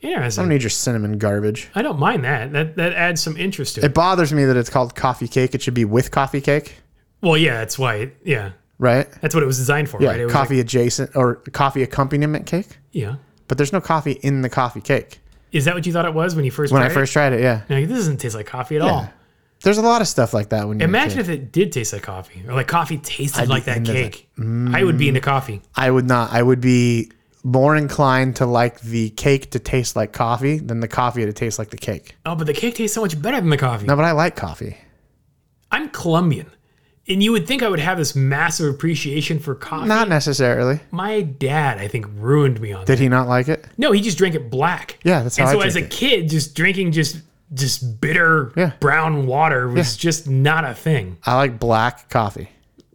Speaker 2: interesting.
Speaker 1: I don't need your cinnamon garbage.
Speaker 2: I don't mind that. That that adds some interest to it.
Speaker 1: It bothers me that it's called coffee cake. It should be with coffee cake,
Speaker 2: Well, yeah, that's why. It, yeah,
Speaker 1: right?
Speaker 2: that's what it was designed for.
Speaker 1: Yeah,
Speaker 2: right? It was like-
Speaker 1: coffee adjacent or coffee accompaniment cake.
Speaker 2: yeah.
Speaker 1: But there's no coffee in the coffee cake.
Speaker 2: Is that what you thought it was when you first?
Speaker 1: When I
Speaker 2: tried it?
Speaker 1: first tried it, yeah,
Speaker 2: Now, this doesn't taste like coffee at all.
Speaker 1: there's a lot of stuff like that. When you
Speaker 2: Imagine if it did taste like coffee, or like coffee tasted
Speaker 1: be
Speaker 2: like that
Speaker 1: into
Speaker 2: cake.
Speaker 1: mm.
Speaker 2: I would be into coffee.
Speaker 1: I would not. I would be more inclined to like the cake to taste like coffee than the coffee to taste like the cake.
Speaker 2: Oh, but the cake tastes so much better than the coffee.
Speaker 1: No, but I like coffee.
Speaker 2: I'm Colombian, and you would think I would have this massive appreciation for coffee.
Speaker 1: Not necessarily.
Speaker 2: My dad, I think, ruined me on that.
Speaker 1: Did he not like it?
Speaker 2: No, he just drank it black.
Speaker 1: Yeah, that's how
Speaker 2: and
Speaker 1: I
Speaker 2: so as a
Speaker 1: drink
Speaker 2: kid, just drinking just just bitter
Speaker 1: Yeah.
Speaker 2: brown water was just not a thing.
Speaker 1: I like black coffee.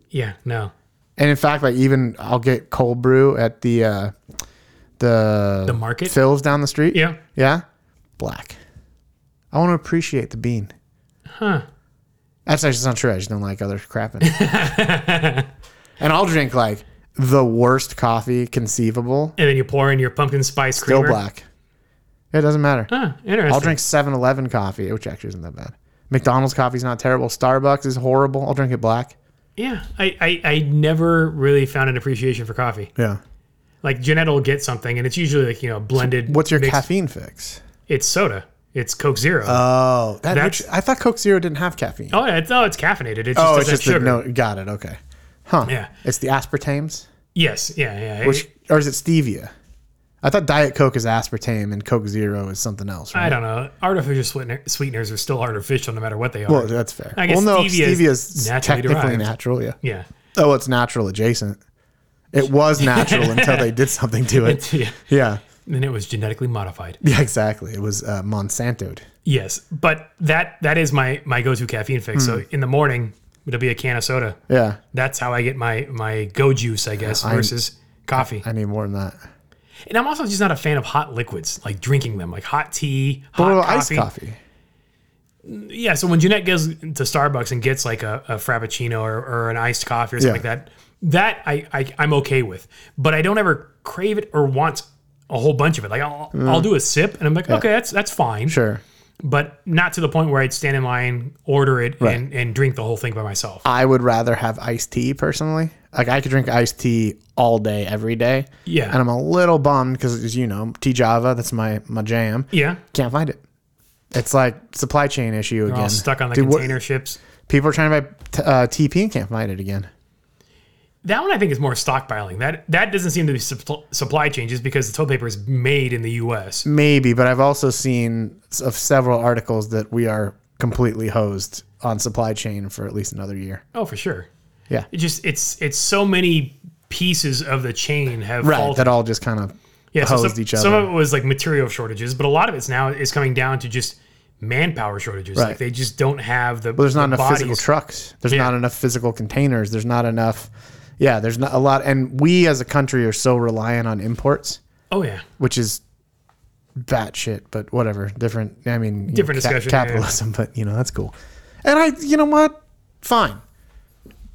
Speaker 2: Yeah, no.
Speaker 1: And in fact, like even I'll get cold brew at the uh the
Speaker 2: The market?
Speaker 1: Phil's down the street.
Speaker 2: Yeah.
Speaker 1: Yeah. Black. I want to appreciate the bean. Huh. That's actually not true. I just don't like other crap in it. *laughs* and I'll drink like the worst coffee conceivable.
Speaker 2: And then you pour in your pumpkin spice
Speaker 1: Still
Speaker 2: creamer.
Speaker 1: black. It doesn't matter.
Speaker 2: Huh, interesting.
Speaker 1: I'll drink 7 Eleven coffee, which actually isn't that bad. McDonald's coffee's not terrible. Starbucks is horrible. I'll drink it black.
Speaker 2: Yeah, I, I, I never really found an appreciation for coffee.
Speaker 1: Yeah.
Speaker 2: Like Jeanette will get something, and it's usually like you know blended.
Speaker 1: What's your
Speaker 2: mixed-
Speaker 1: caffeine fix?
Speaker 2: It's soda. It's Coke Zero.
Speaker 1: Oh, that
Speaker 2: That's-
Speaker 1: which- I thought Coke Zero didn't have caffeine.
Speaker 2: oh, yeah, it's, oh, it's caffeinated. It's just,
Speaker 1: Oh,
Speaker 2: doesn't
Speaker 1: it's
Speaker 2: have
Speaker 1: just
Speaker 2: sugar.
Speaker 1: the no. Got it. Okay. Huh.
Speaker 2: Yeah.
Speaker 1: It's the aspartames,
Speaker 2: Yes, yeah, yeah.
Speaker 1: which or is it stevia? I thought Diet Coke is aspartame and Coke Zero is something else.
Speaker 2: I
Speaker 1: Right?
Speaker 2: don't know. Artificial sweetener, sweeteners are still artificial, no matter what they are.
Speaker 1: Well, that's fair.
Speaker 2: I guess
Speaker 1: well, no,
Speaker 2: stevia is
Speaker 1: stevia is
Speaker 2: naturally
Speaker 1: technically
Speaker 2: derived.
Speaker 1: natural. Yeah.
Speaker 2: yeah.
Speaker 1: Oh, it's natural adjacent. It
Speaker 2: *laughs*
Speaker 1: was natural until they did something to it.
Speaker 2: yeah.
Speaker 1: Yeah.
Speaker 2: Then it was genetically modified.
Speaker 1: Yeah. Exactly. It was uh, Monsantoed. Hmm.
Speaker 2: Yes, but that that is my my go to caffeine fix. So in the morning, It'll be a can of soda.
Speaker 1: Yeah.
Speaker 2: That's how I get my my go juice, I guess,
Speaker 1: I'm-
Speaker 2: versus coffee.
Speaker 1: I need more than that.
Speaker 2: And I'm also just not a fan of hot liquids, like drinking them, like hot tea,
Speaker 1: But
Speaker 2: hot
Speaker 1: what about
Speaker 2: coffee.
Speaker 1: iced coffee?
Speaker 2: Yeah, so when Jeanette goes to Starbucks and gets like a, a frappuccino or, or an iced coffee or
Speaker 1: Yeah.
Speaker 2: something like that, that I, I I'm okay with, but I don't ever crave it or want a whole bunch of it. Like I'll, I'll do a sip and I'm like, okay, that's that's fine,
Speaker 1: Mm. Sure.
Speaker 2: but not to the point where I'd stand in line, order it, and, and drink the whole thing by myself.
Speaker 1: I would rather have iced tea personally. Like I could drink iced tea all day, every day.
Speaker 2: Yeah.
Speaker 1: And I'm a little bummed because, as you know, tea Java, that's my, my jam.
Speaker 2: yeah,
Speaker 1: Can't find it. It's like supply chain issue again.
Speaker 2: all stuck on the
Speaker 1: Dude, what-
Speaker 2: container ships.
Speaker 1: people are trying to buy t- uh, TP and can't find it again.
Speaker 2: That one I think is more stockpiling. That that doesn't seem to be supp- supply chain just because the toilet paper is made in the U.S.
Speaker 1: Maybe, but I've also seen s- of several articles that we are completely hosed on supply chain for at least another year.
Speaker 2: Oh, for sure.
Speaker 1: Yeah.
Speaker 2: It just it's it's so many pieces of the chain have
Speaker 1: Right.
Speaker 2: faltered.
Speaker 1: That all just kind of
Speaker 2: yeah, so
Speaker 1: opposed
Speaker 2: some,
Speaker 1: each
Speaker 2: some
Speaker 1: other.
Speaker 2: of it was like material shortages, but a lot of it's now is coming down to just manpower shortages.
Speaker 1: Right.
Speaker 2: Like they just don't have the.
Speaker 1: Well, there's not
Speaker 2: the
Speaker 1: enough physical
Speaker 2: bodies.
Speaker 1: trucks. There's
Speaker 2: Yeah.
Speaker 1: not enough physical containers. There's not enough. Yeah, there's not a lot. And we as a country are so reliant on imports,
Speaker 2: Oh yeah, *laughs*
Speaker 1: which is batshit, but whatever. Different. I mean, you
Speaker 2: Different
Speaker 1: know,
Speaker 2: discussion, yeah.
Speaker 1: capitalism, *laughs* but you know that's cool. And I, you know what? Fine.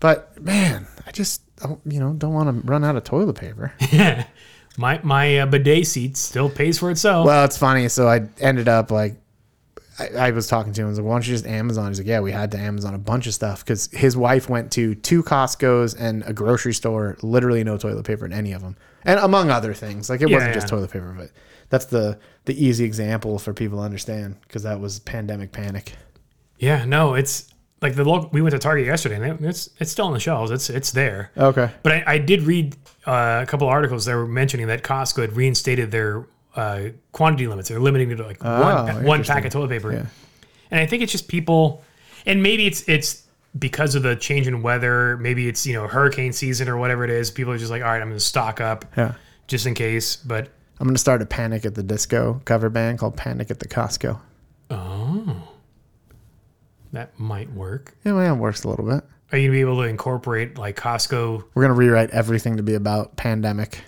Speaker 1: But man, I just I- you know don't want to run out of toilet paper.
Speaker 2: my my uh, bidet seat still pays for itself.
Speaker 1: Well, it's funny. So I ended up like, I, I was talking to him. I was like, why don't you just Amazon? He's like, yeah, we had to Amazon a bunch of stuff because his wife went to two Costco's and a grocery store, literally no toilet paper in any of them. And among other things, like it
Speaker 2: Yeah,
Speaker 1: wasn't just
Speaker 2: yeah.
Speaker 1: toilet paper, but that's the, the easy example for people to understand because that was pandemic panic.
Speaker 2: yeah, no, it's like the local. We went to Target yesterday, and it, it's it's still on the shelves. It's it's there.
Speaker 1: Okay.
Speaker 2: But I, I did read uh, a couple articles that were mentioning that Costco had reinstated their uh, quantity limits. They're limiting it to like
Speaker 1: Oh,
Speaker 2: one pa- one pack of toilet paper. And I think it's just people, and maybe it's it's because of the change in weather. Maybe it's you know hurricane season or whatever it is. People are just like, all right, I'm going to stock up
Speaker 1: Yeah.
Speaker 2: just in case. But
Speaker 1: I'm going to start a Panic at the Disco cover band called Panic at the Costco.
Speaker 2: that might work.
Speaker 1: Yeah, well, it works a little bit.
Speaker 2: Are you going to be able to incorporate like Costco?
Speaker 1: We're gonna rewrite everything to be about pandemic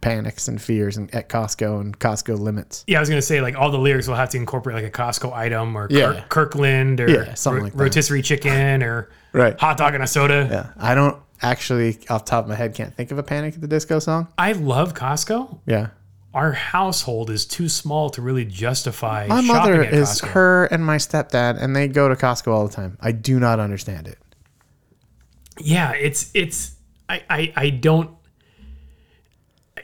Speaker 1: panics and fears and at Costco and Costco limits.
Speaker 2: Yeah, I was going to say like all the lyrics will have to incorporate like a Costco item or
Speaker 1: Yeah.
Speaker 2: Kirk- Kirkland or
Speaker 1: Yeah, something like that.
Speaker 2: rotisserie chicken or
Speaker 1: Right.
Speaker 2: hot dog and a soda.
Speaker 1: Yeah. I don't actually off the top of my head can't think of a panic at the disco song.
Speaker 2: I love Costco.
Speaker 1: Yeah.
Speaker 2: Our household is too small to really justify.
Speaker 1: My
Speaker 2: shopping
Speaker 1: mother
Speaker 2: at
Speaker 1: is
Speaker 2: Costco.
Speaker 1: her and my stepdad and they go to Costco all the time. I do not understand it.
Speaker 2: Yeah, it's it's. I I, I don't.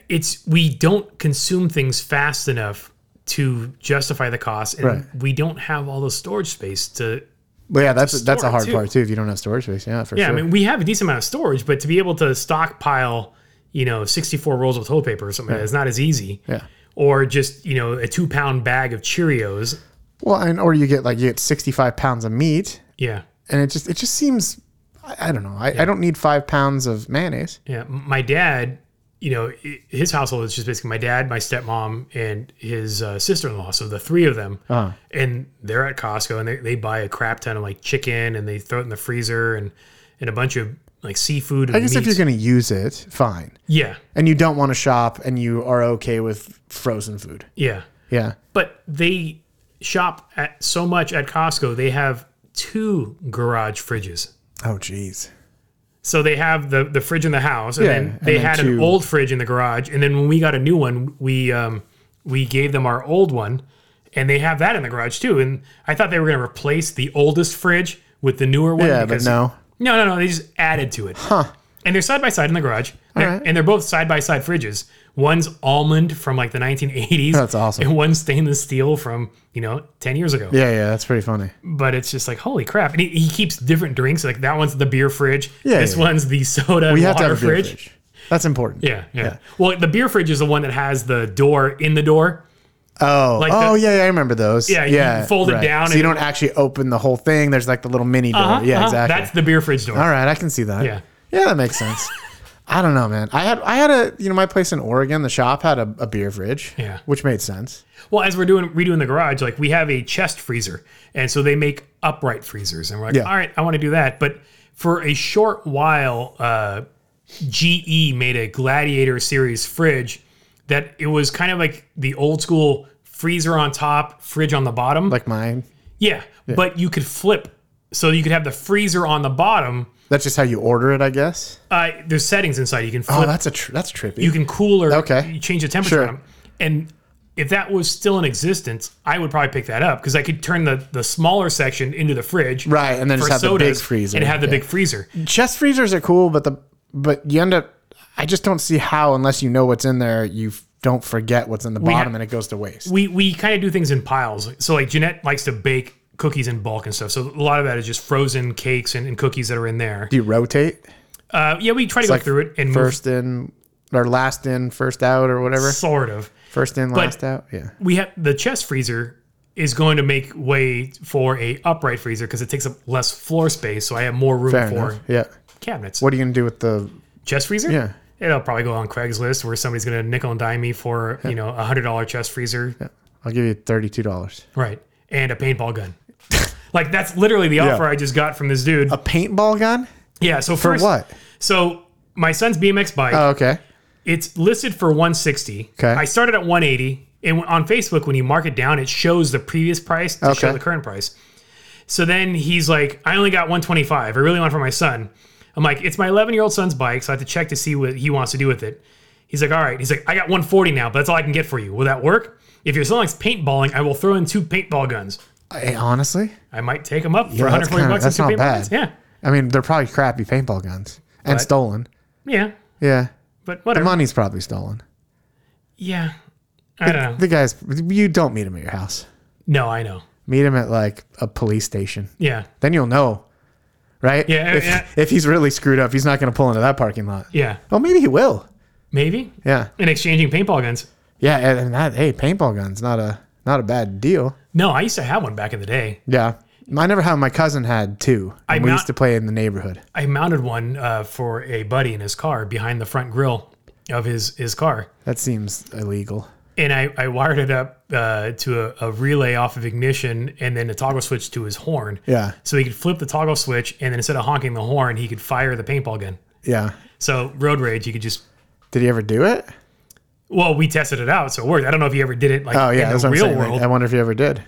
Speaker 2: It's we don't consume things fast enough to justify the cost, and
Speaker 1: Right.
Speaker 2: we don't have all the storage space to.
Speaker 1: But yeah, that's that's a
Speaker 2: store,
Speaker 1: hard
Speaker 2: too.
Speaker 1: part too if you don't have storage space. Yeah, for
Speaker 2: Yeah,
Speaker 1: sure.
Speaker 2: I mean we have a decent amount of storage, but to be able to stockpile, you know, sixty-four rolls of toilet paper or something, like that is not as easy.
Speaker 1: Yeah.
Speaker 2: Or just you know a two-pound bag of Cheerios.
Speaker 1: well, and or you get like you get sixty five pounds of meat
Speaker 2: Yeah.
Speaker 1: and it just it just seems I, I don't know. I, I don't need five pounds of mayonnaise.
Speaker 2: Yeah, m- my dad, you know, i- his household is just basically my dad, my stepmom, and his uh, sister-in-law. So the three of them,
Speaker 1: Uh-huh.
Speaker 2: and they're at Costco and they, they buy a crap ton of like chicken and they throw it in the freezer and and a bunch of like seafood. And
Speaker 1: I guess if
Speaker 2: meats.
Speaker 1: you're gonna use it, fine.
Speaker 2: yeah,
Speaker 1: and you don't want to shop and you are okay with frozen food.
Speaker 2: yeah,
Speaker 1: Yeah.
Speaker 2: but they shop at so much at Costco. They have two garage fridges.
Speaker 1: Oh jeez.
Speaker 2: So they have the the fridge in the house, and
Speaker 1: Yeah,
Speaker 2: then
Speaker 1: and
Speaker 2: they
Speaker 1: then
Speaker 2: had an
Speaker 1: two-
Speaker 2: old fridge in the garage, and then when we got a new one, we um we gave them our old one, and they have that in the garage too. And I thought they were going to replace the oldest fridge with the newer one.
Speaker 1: Yeah, but no.
Speaker 2: no, no, no, they just added to it. Huh. And they're side by side in the garage, They're-
Speaker 1: right.
Speaker 2: and they're both side by side fridges. One's almond from like the 1980s.
Speaker 1: That's awesome.
Speaker 2: And one's stainless steel from you know 10 years ago
Speaker 1: Yeah, yeah, that's pretty funny.
Speaker 2: but it's just like holy crap and he, he keeps different drinks like that one's the beer fridge
Speaker 1: Yeah,
Speaker 2: this
Speaker 1: yeah.
Speaker 2: one's the soda
Speaker 1: We
Speaker 2: and
Speaker 1: have to
Speaker 2: water
Speaker 1: have a beer
Speaker 2: fridge,
Speaker 1: fridge. That's important.
Speaker 2: Yeah, yeah well the beer fridge is the one that has the door in the door
Speaker 1: Oh, oh
Speaker 2: the-
Speaker 1: yeah, yeah, I remember those.
Speaker 2: Yeah, you fold it down
Speaker 1: So you
Speaker 2: and-
Speaker 1: don't actually open the whole thing. There's like the little mini door.
Speaker 2: Uh-huh,
Speaker 1: yeah,
Speaker 2: uh-huh.
Speaker 1: exactly. Uh-huh.
Speaker 2: that's the beer fridge door
Speaker 1: All right, I can see that.
Speaker 2: Yeah.
Speaker 1: Yeah, that makes sense. I don't know, man. I had I had a you know my place in Oregon, the shop had a, a beer fridge.
Speaker 2: Yeah.
Speaker 1: Which made sense.
Speaker 2: well as we're doing redoing the garage like we have a chest freezer and so they make upright freezers and we're like
Speaker 1: Yeah.
Speaker 2: all right i want to do that but for a short while, uh, GE made a Gladiator series fridge that it was kind of like the old school freezer on top, fridge on the bottom.
Speaker 1: like mine.
Speaker 2: yeah, but you could flip, so you could have the freezer on the bottom.
Speaker 1: That's just how you order it, I guess.
Speaker 2: Uh, there's settings inside. You can flip
Speaker 1: Oh, that's a tr- that's trippy.
Speaker 2: you can cool or
Speaker 1: Okay.
Speaker 2: you change the temperature
Speaker 1: Sure.
Speaker 2: on 'em. And if that was still in existence, I would probably pick that up because I could turn the, the smaller section into the fridge.
Speaker 1: Right, and then
Speaker 2: for
Speaker 1: just have the big
Speaker 2: sodas
Speaker 1: freezer.
Speaker 2: And have the
Speaker 1: Yeah.
Speaker 2: big freezer.
Speaker 1: chest freezers are cool, but the but you end up. I just don't see how unless you know what's in there, you f- don't forget what's in the bottom and it goes to waste.
Speaker 2: We we kind of do things in piles. So like Jeanette likes to bake cookies in bulk and stuff. So a lot of that is just frozen cakes and, and cookies that are in there.
Speaker 1: Do you rotate
Speaker 2: Uh, yeah, we try to go
Speaker 1: like
Speaker 2: through it and
Speaker 1: first in or last in, first out, or whatever?
Speaker 2: move sort of.
Speaker 1: First in, last out. Yeah.
Speaker 2: we have the chest freezer is going to make way for a upright freezer because it takes up less floor space, so I have more room
Speaker 1: Fair
Speaker 2: for
Speaker 1: enough. Yeah.
Speaker 2: cabinets.
Speaker 1: What are you gonna do with the?
Speaker 2: chest freezer?
Speaker 1: Yeah.
Speaker 2: It'll probably go on Craigslist where somebody's going to nickel and dime me for, you know, a hundred dollar chest freezer.
Speaker 1: I'll give you thirty-two dollars.
Speaker 2: Right. And a paintball gun. like that's literally the offer I just got from this dude.
Speaker 1: A paintball gun?
Speaker 2: yeah. So
Speaker 1: Uh, For
Speaker 2: first,
Speaker 1: what?
Speaker 2: So my son's BMX bike,
Speaker 1: Oh, okay.
Speaker 2: it's listed for 160.
Speaker 1: Okay.
Speaker 2: I started at 180 and on Facebook, when you mark it down, it shows the previous price to show
Speaker 1: Okay.
Speaker 2: the current price. So then he's like, I only got 125. I really want it for my son. I'm like, it's my 11 year old son's bike. So I have to check to see what he wants to do with it. He's like, all right. He's like, I got 140 now, but that's all I can get for you. Will that work? If your son likes paintballing, I will throw in two paintball guns.
Speaker 1: I, honestly,
Speaker 2: I might take him up for
Speaker 1: that's
Speaker 2: 140
Speaker 1: kinda-
Speaker 2: bucks and
Speaker 1: that's
Speaker 2: two
Speaker 1: not
Speaker 2: paintball
Speaker 1: bad.
Speaker 2: guns. Yeah.
Speaker 1: I mean they're probably crappy paintball guns and stolen.
Speaker 2: Yeah.
Speaker 1: Yeah.
Speaker 2: But whatever.
Speaker 1: Money's probably stolen.
Speaker 2: yeah. I don't know.
Speaker 1: The guys, you don't meet him at your house.
Speaker 2: No, I know.
Speaker 1: Meet him at like a police station.
Speaker 2: Yeah.
Speaker 1: Then you'll know, right?
Speaker 2: Yeah,
Speaker 1: If,
Speaker 2: yeah.
Speaker 1: if he's really screwed up, he's not going to pull into that parking lot.
Speaker 2: Yeah.
Speaker 1: Oh, maybe he will.
Speaker 2: Maybe.
Speaker 1: Yeah.
Speaker 2: and exchanging paintball guns.
Speaker 1: Yeah. And, and that, hey, paintball guns, not a not a bad deal.
Speaker 2: No, I used to have one back in the day.
Speaker 1: Yeah. I never had. My cousin had two. And
Speaker 2: I'm
Speaker 1: we
Speaker 2: not-
Speaker 1: used to play in the neighborhood.
Speaker 2: I mounted one uh, for a buddy in his car behind the front grill of his his car,
Speaker 1: That seems illegal.
Speaker 2: and I, I wired it up uh, to a, a relay off of ignition, and then a toggle switch to his horn.
Speaker 1: Yeah.
Speaker 2: So he could flip the toggle switch, and then instead of honking the horn, he could fire the paintball gun.
Speaker 1: Yeah.
Speaker 2: So road rage, you could just
Speaker 1: Did he ever do it?
Speaker 2: well, we tested it out, so it worked. I don't know if you ever did it like
Speaker 1: Oh, yeah.
Speaker 2: in
Speaker 1: that's
Speaker 2: the
Speaker 1: what I'm
Speaker 2: real
Speaker 1: saying. Like,
Speaker 2: world.
Speaker 1: I wonder if he ever did.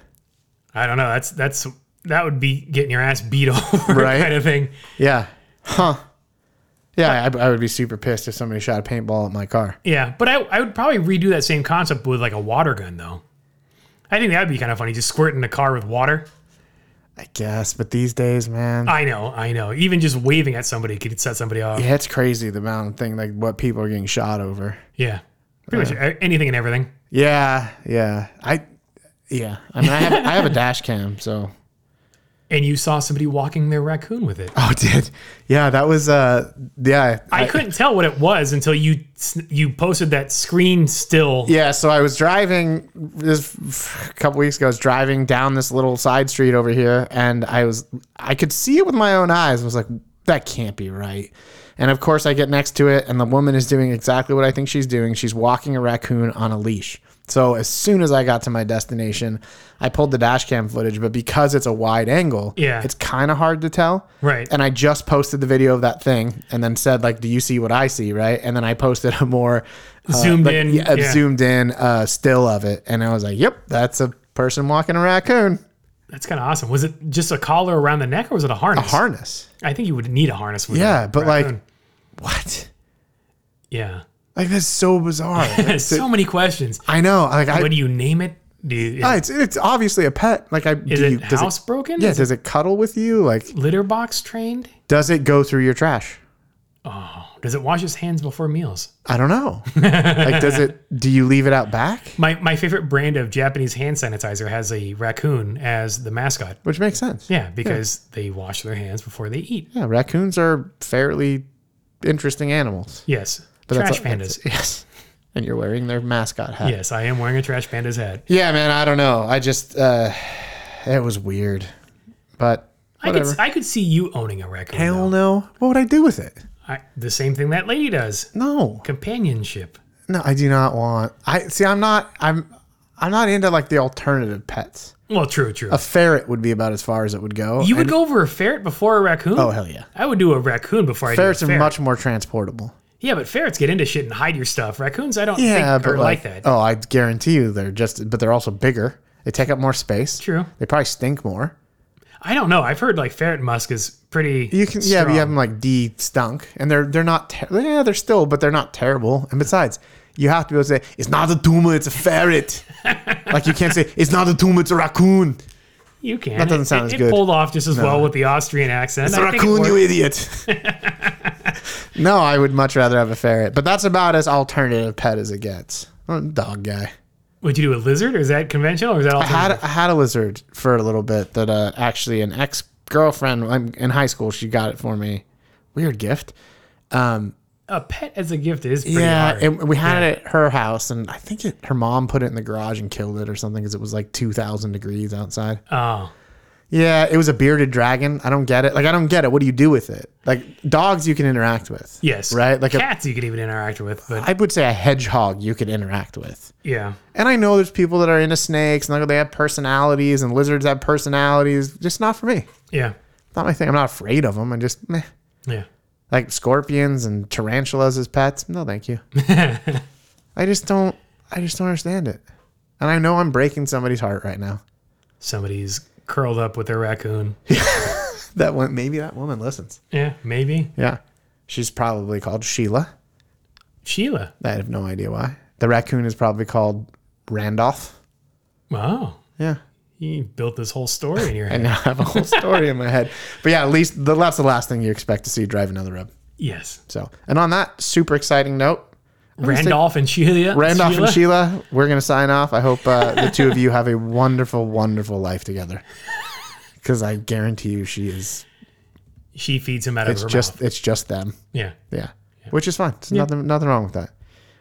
Speaker 2: I don't know. That's that's that would be getting your ass beat *laughs* over
Speaker 1: Right.
Speaker 2: kind of thing.
Speaker 1: Yeah. Huh. Yeah. I, I would be super pissed if somebody shot a paintball at my car.
Speaker 2: Yeah, but I, I would probably redo that same concept with like a water gun though. I think that'd be kind of funny, just squirting a car with water.
Speaker 1: I guess. But these days, man.
Speaker 2: I know, I know. Even just waving at somebody could set somebody off. Yeah,
Speaker 1: Yeah, it's crazy the amount of thing like what people are getting shot over.
Speaker 2: pretty
Speaker 1: Uh.
Speaker 2: much a- anything and everything.
Speaker 1: Yeah, yeah. I yeah. I mean I have I have a dash cam, so
Speaker 2: And you saw somebody walking their raccoon with it.
Speaker 1: *laughs* Oh did. Yeah, that was uh yeah.
Speaker 2: I, couldn't tell what it was until you s- you posted that screen still.
Speaker 1: yeah, so I was driving this a couple weeks ago. I was driving down this little side street over here, and I was I could see it with my own eyes. I was like, that can't be right. And of course, I get next to it, and the woman is doing exactly what I think she's doing. She's walking a raccoon on a leash. So as soon as I got to my destination, I pulled the dash cam footage, but because it's a wide angle,
Speaker 2: Yeah.
Speaker 1: it's kind of hard to tell.
Speaker 2: Right.
Speaker 1: And I just posted the video of that thing and then said, like, do you see what I see? Right. And then I posted a more uh,
Speaker 2: Zoomed
Speaker 1: like,
Speaker 2: in,
Speaker 1: yeah, a
Speaker 2: yeah.
Speaker 1: zoomed in uh, still of it. And I was like, yep, that's a person walking a raccoon.
Speaker 2: That's kind of awesome. Was it just a collar around the neck or was it a harness?
Speaker 1: Harness.
Speaker 2: I think you would need a harness with
Speaker 1: Yeah.
Speaker 2: a
Speaker 1: But like,
Speaker 2: raccoon.
Speaker 1: what?
Speaker 2: Yeah. *laughs*
Speaker 1: Like, that's so bizarre.
Speaker 2: so many questions.
Speaker 1: I know. Like, I,
Speaker 2: What do you name it? Do you,
Speaker 1: Ah, it's, it's obviously a pet. Like, I,
Speaker 2: Is
Speaker 1: do
Speaker 2: it
Speaker 1: you, does it,
Speaker 2: housebroken?
Speaker 1: yeah,
Speaker 2: Is it
Speaker 1: does it cuddle with you? Like,
Speaker 2: litter box trained?
Speaker 1: does it go through your trash?
Speaker 2: Does it wash its hands before meals?
Speaker 1: I don't
Speaker 2: *laughs*
Speaker 1: know. like, does it, do you leave it out back?
Speaker 2: My my favorite brand of Japanese hand sanitizer has a raccoon as the mascot.
Speaker 1: Which makes sense.
Speaker 2: Yeah, because they wash their hands before they eat.
Speaker 1: Yeah, raccoons are fairly interesting animals.
Speaker 2: Yes.
Speaker 1: that's-
Speaker 2: trash pandas.
Speaker 1: *laughs* Yes. And you're wearing their mascot hat. Yeah,
Speaker 2: Yes, I am wearing a trash panda's hat.
Speaker 1: man, I don't know. I just uh it was weird. But
Speaker 2: I could,
Speaker 1: whatever.
Speaker 2: I could see you owning a raccoon.
Speaker 1: Hell
Speaker 2: though.
Speaker 1: no. What would I do with it?
Speaker 2: I, the same thing that lady does.
Speaker 1: No.
Speaker 2: Companionship.
Speaker 1: No, I do not want I see I'm not I'm I'm not into like the alternative pets.
Speaker 2: Well, true, true.
Speaker 1: A ferret would be about as far as it would go.
Speaker 2: you would
Speaker 1: And
Speaker 2: go over a ferret before a raccoon?
Speaker 1: Oh, hell yeah.
Speaker 2: I would do a raccoon before
Speaker 1: ferrets
Speaker 2: I
Speaker 1: are
Speaker 2: do a ferret.
Speaker 1: much more transportable.
Speaker 2: yeah, but ferrets get into shit and hide your stuff. Raccoons, I don't
Speaker 1: Yeah,
Speaker 2: think
Speaker 1: but
Speaker 2: are like, that.
Speaker 1: Oh, I guarantee you they're just, but they're also bigger. They take up more space.
Speaker 2: True.
Speaker 1: They probably stink more.
Speaker 2: I don't know. I've heard like ferret musk is pretty.
Speaker 1: You can, yeah, but you
Speaker 2: strong.
Speaker 1: have them like de stunk, and they're they're not. Ter- yeah, they're still, but they're not terrible. And besides, you have to be able to say it's not a tumor, it's a
Speaker 2: *laughs*
Speaker 1: ferret. like you can't say it's not a tumor, it's a raccoon.
Speaker 2: You can.
Speaker 1: That doesn't
Speaker 2: It-
Speaker 1: sound
Speaker 2: it,
Speaker 1: as
Speaker 2: it
Speaker 1: good.
Speaker 2: pulled off just as well with the Austrian accent.
Speaker 1: It's
Speaker 2: I
Speaker 1: a
Speaker 2: think it
Speaker 1: raccoon,
Speaker 2: worked.
Speaker 1: you idiot.
Speaker 2: *laughs*
Speaker 1: no, I would much rather have a ferret, but that's about as alternative pet as it gets. I'm a dog guy.
Speaker 2: Would you do a lizard? Or is that conventional? Or is that
Speaker 1: I had
Speaker 2: alternative?
Speaker 1: I had a lizard for a little bit that uh, actually an ex girlfriend in high school she got it for me. Weird gift.
Speaker 2: a pet as a gift is pretty
Speaker 1: yeah,
Speaker 2: hard.
Speaker 1: and we had it at her house, and I think it, her mom put it in the garage and killed it or something because it was like two thousand degrees outside.
Speaker 2: oh,
Speaker 1: Yeah, it was a bearded dragon. I don't get it. Like I don't get it. What do you do with it? Like dogs, you can interact with.
Speaker 2: yes.
Speaker 1: right. Like a,
Speaker 2: cats, you could even interact with, but
Speaker 1: I would say a hedgehog, you could interact with.
Speaker 2: yeah.
Speaker 1: And I know there's people that are into snakes and like, they have personalities, and lizards have personalities. Just not for me.
Speaker 2: Yeah.
Speaker 1: Not my thing. I'm not afraid of them. I just meh.
Speaker 2: Yeah.
Speaker 1: like scorpions and tarantulas as pets. No, thank *laughs* you. I just don't. I just don't understand it. And I know I'm breaking somebody's heart right now. *laughs*
Speaker 2: Somebody's curled up with their raccoon.
Speaker 1: That one, maybe that woman listens.
Speaker 2: Yeah, maybe.
Speaker 1: Yeah, she's probably called Sheila.
Speaker 2: Sheila.
Speaker 1: I have no idea why. The raccoon is probably called Randolph.
Speaker 2: Wow.
Speaker 1: Yeah,
Speaker 2: You built this whole story in your
Speaker 1: I
Speaker 2: head.
Speaker 1: now have a *laughs* whole story in my head. But yeah, at least the, that's the last thing you expect to see driving down the road.
Speaker 2: yes.
Speaker 1: So, and on that super exciting note,
Speaker 2: Randolph and Sheila.
Speaker 1: Randolph and Sheila, we're going to sign off. I hope uh, the two of you have a wonderful, wonderful life
Speaker 2: *laughs*
Speaker 1: together. Because I guarantee you, she is.
Speaker 2: She feeds him out of
Speaker 1: It's
Speaker 2: her
Speaker 1: just,
Speaker 2: mouth.
Speaker 1: it's just them.
Speaker 2: Yeah.
Speaker 1: Yeah, which is fine. There's Nothing, nothing wrong with that.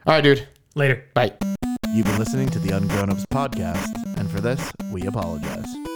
Speaker 1: All right, dude.
Speaker 2: Later.
Speaker 1: Bye.
Speaker 3: You've been listening to the Ungrown Ups podcast, and for this, we apologize.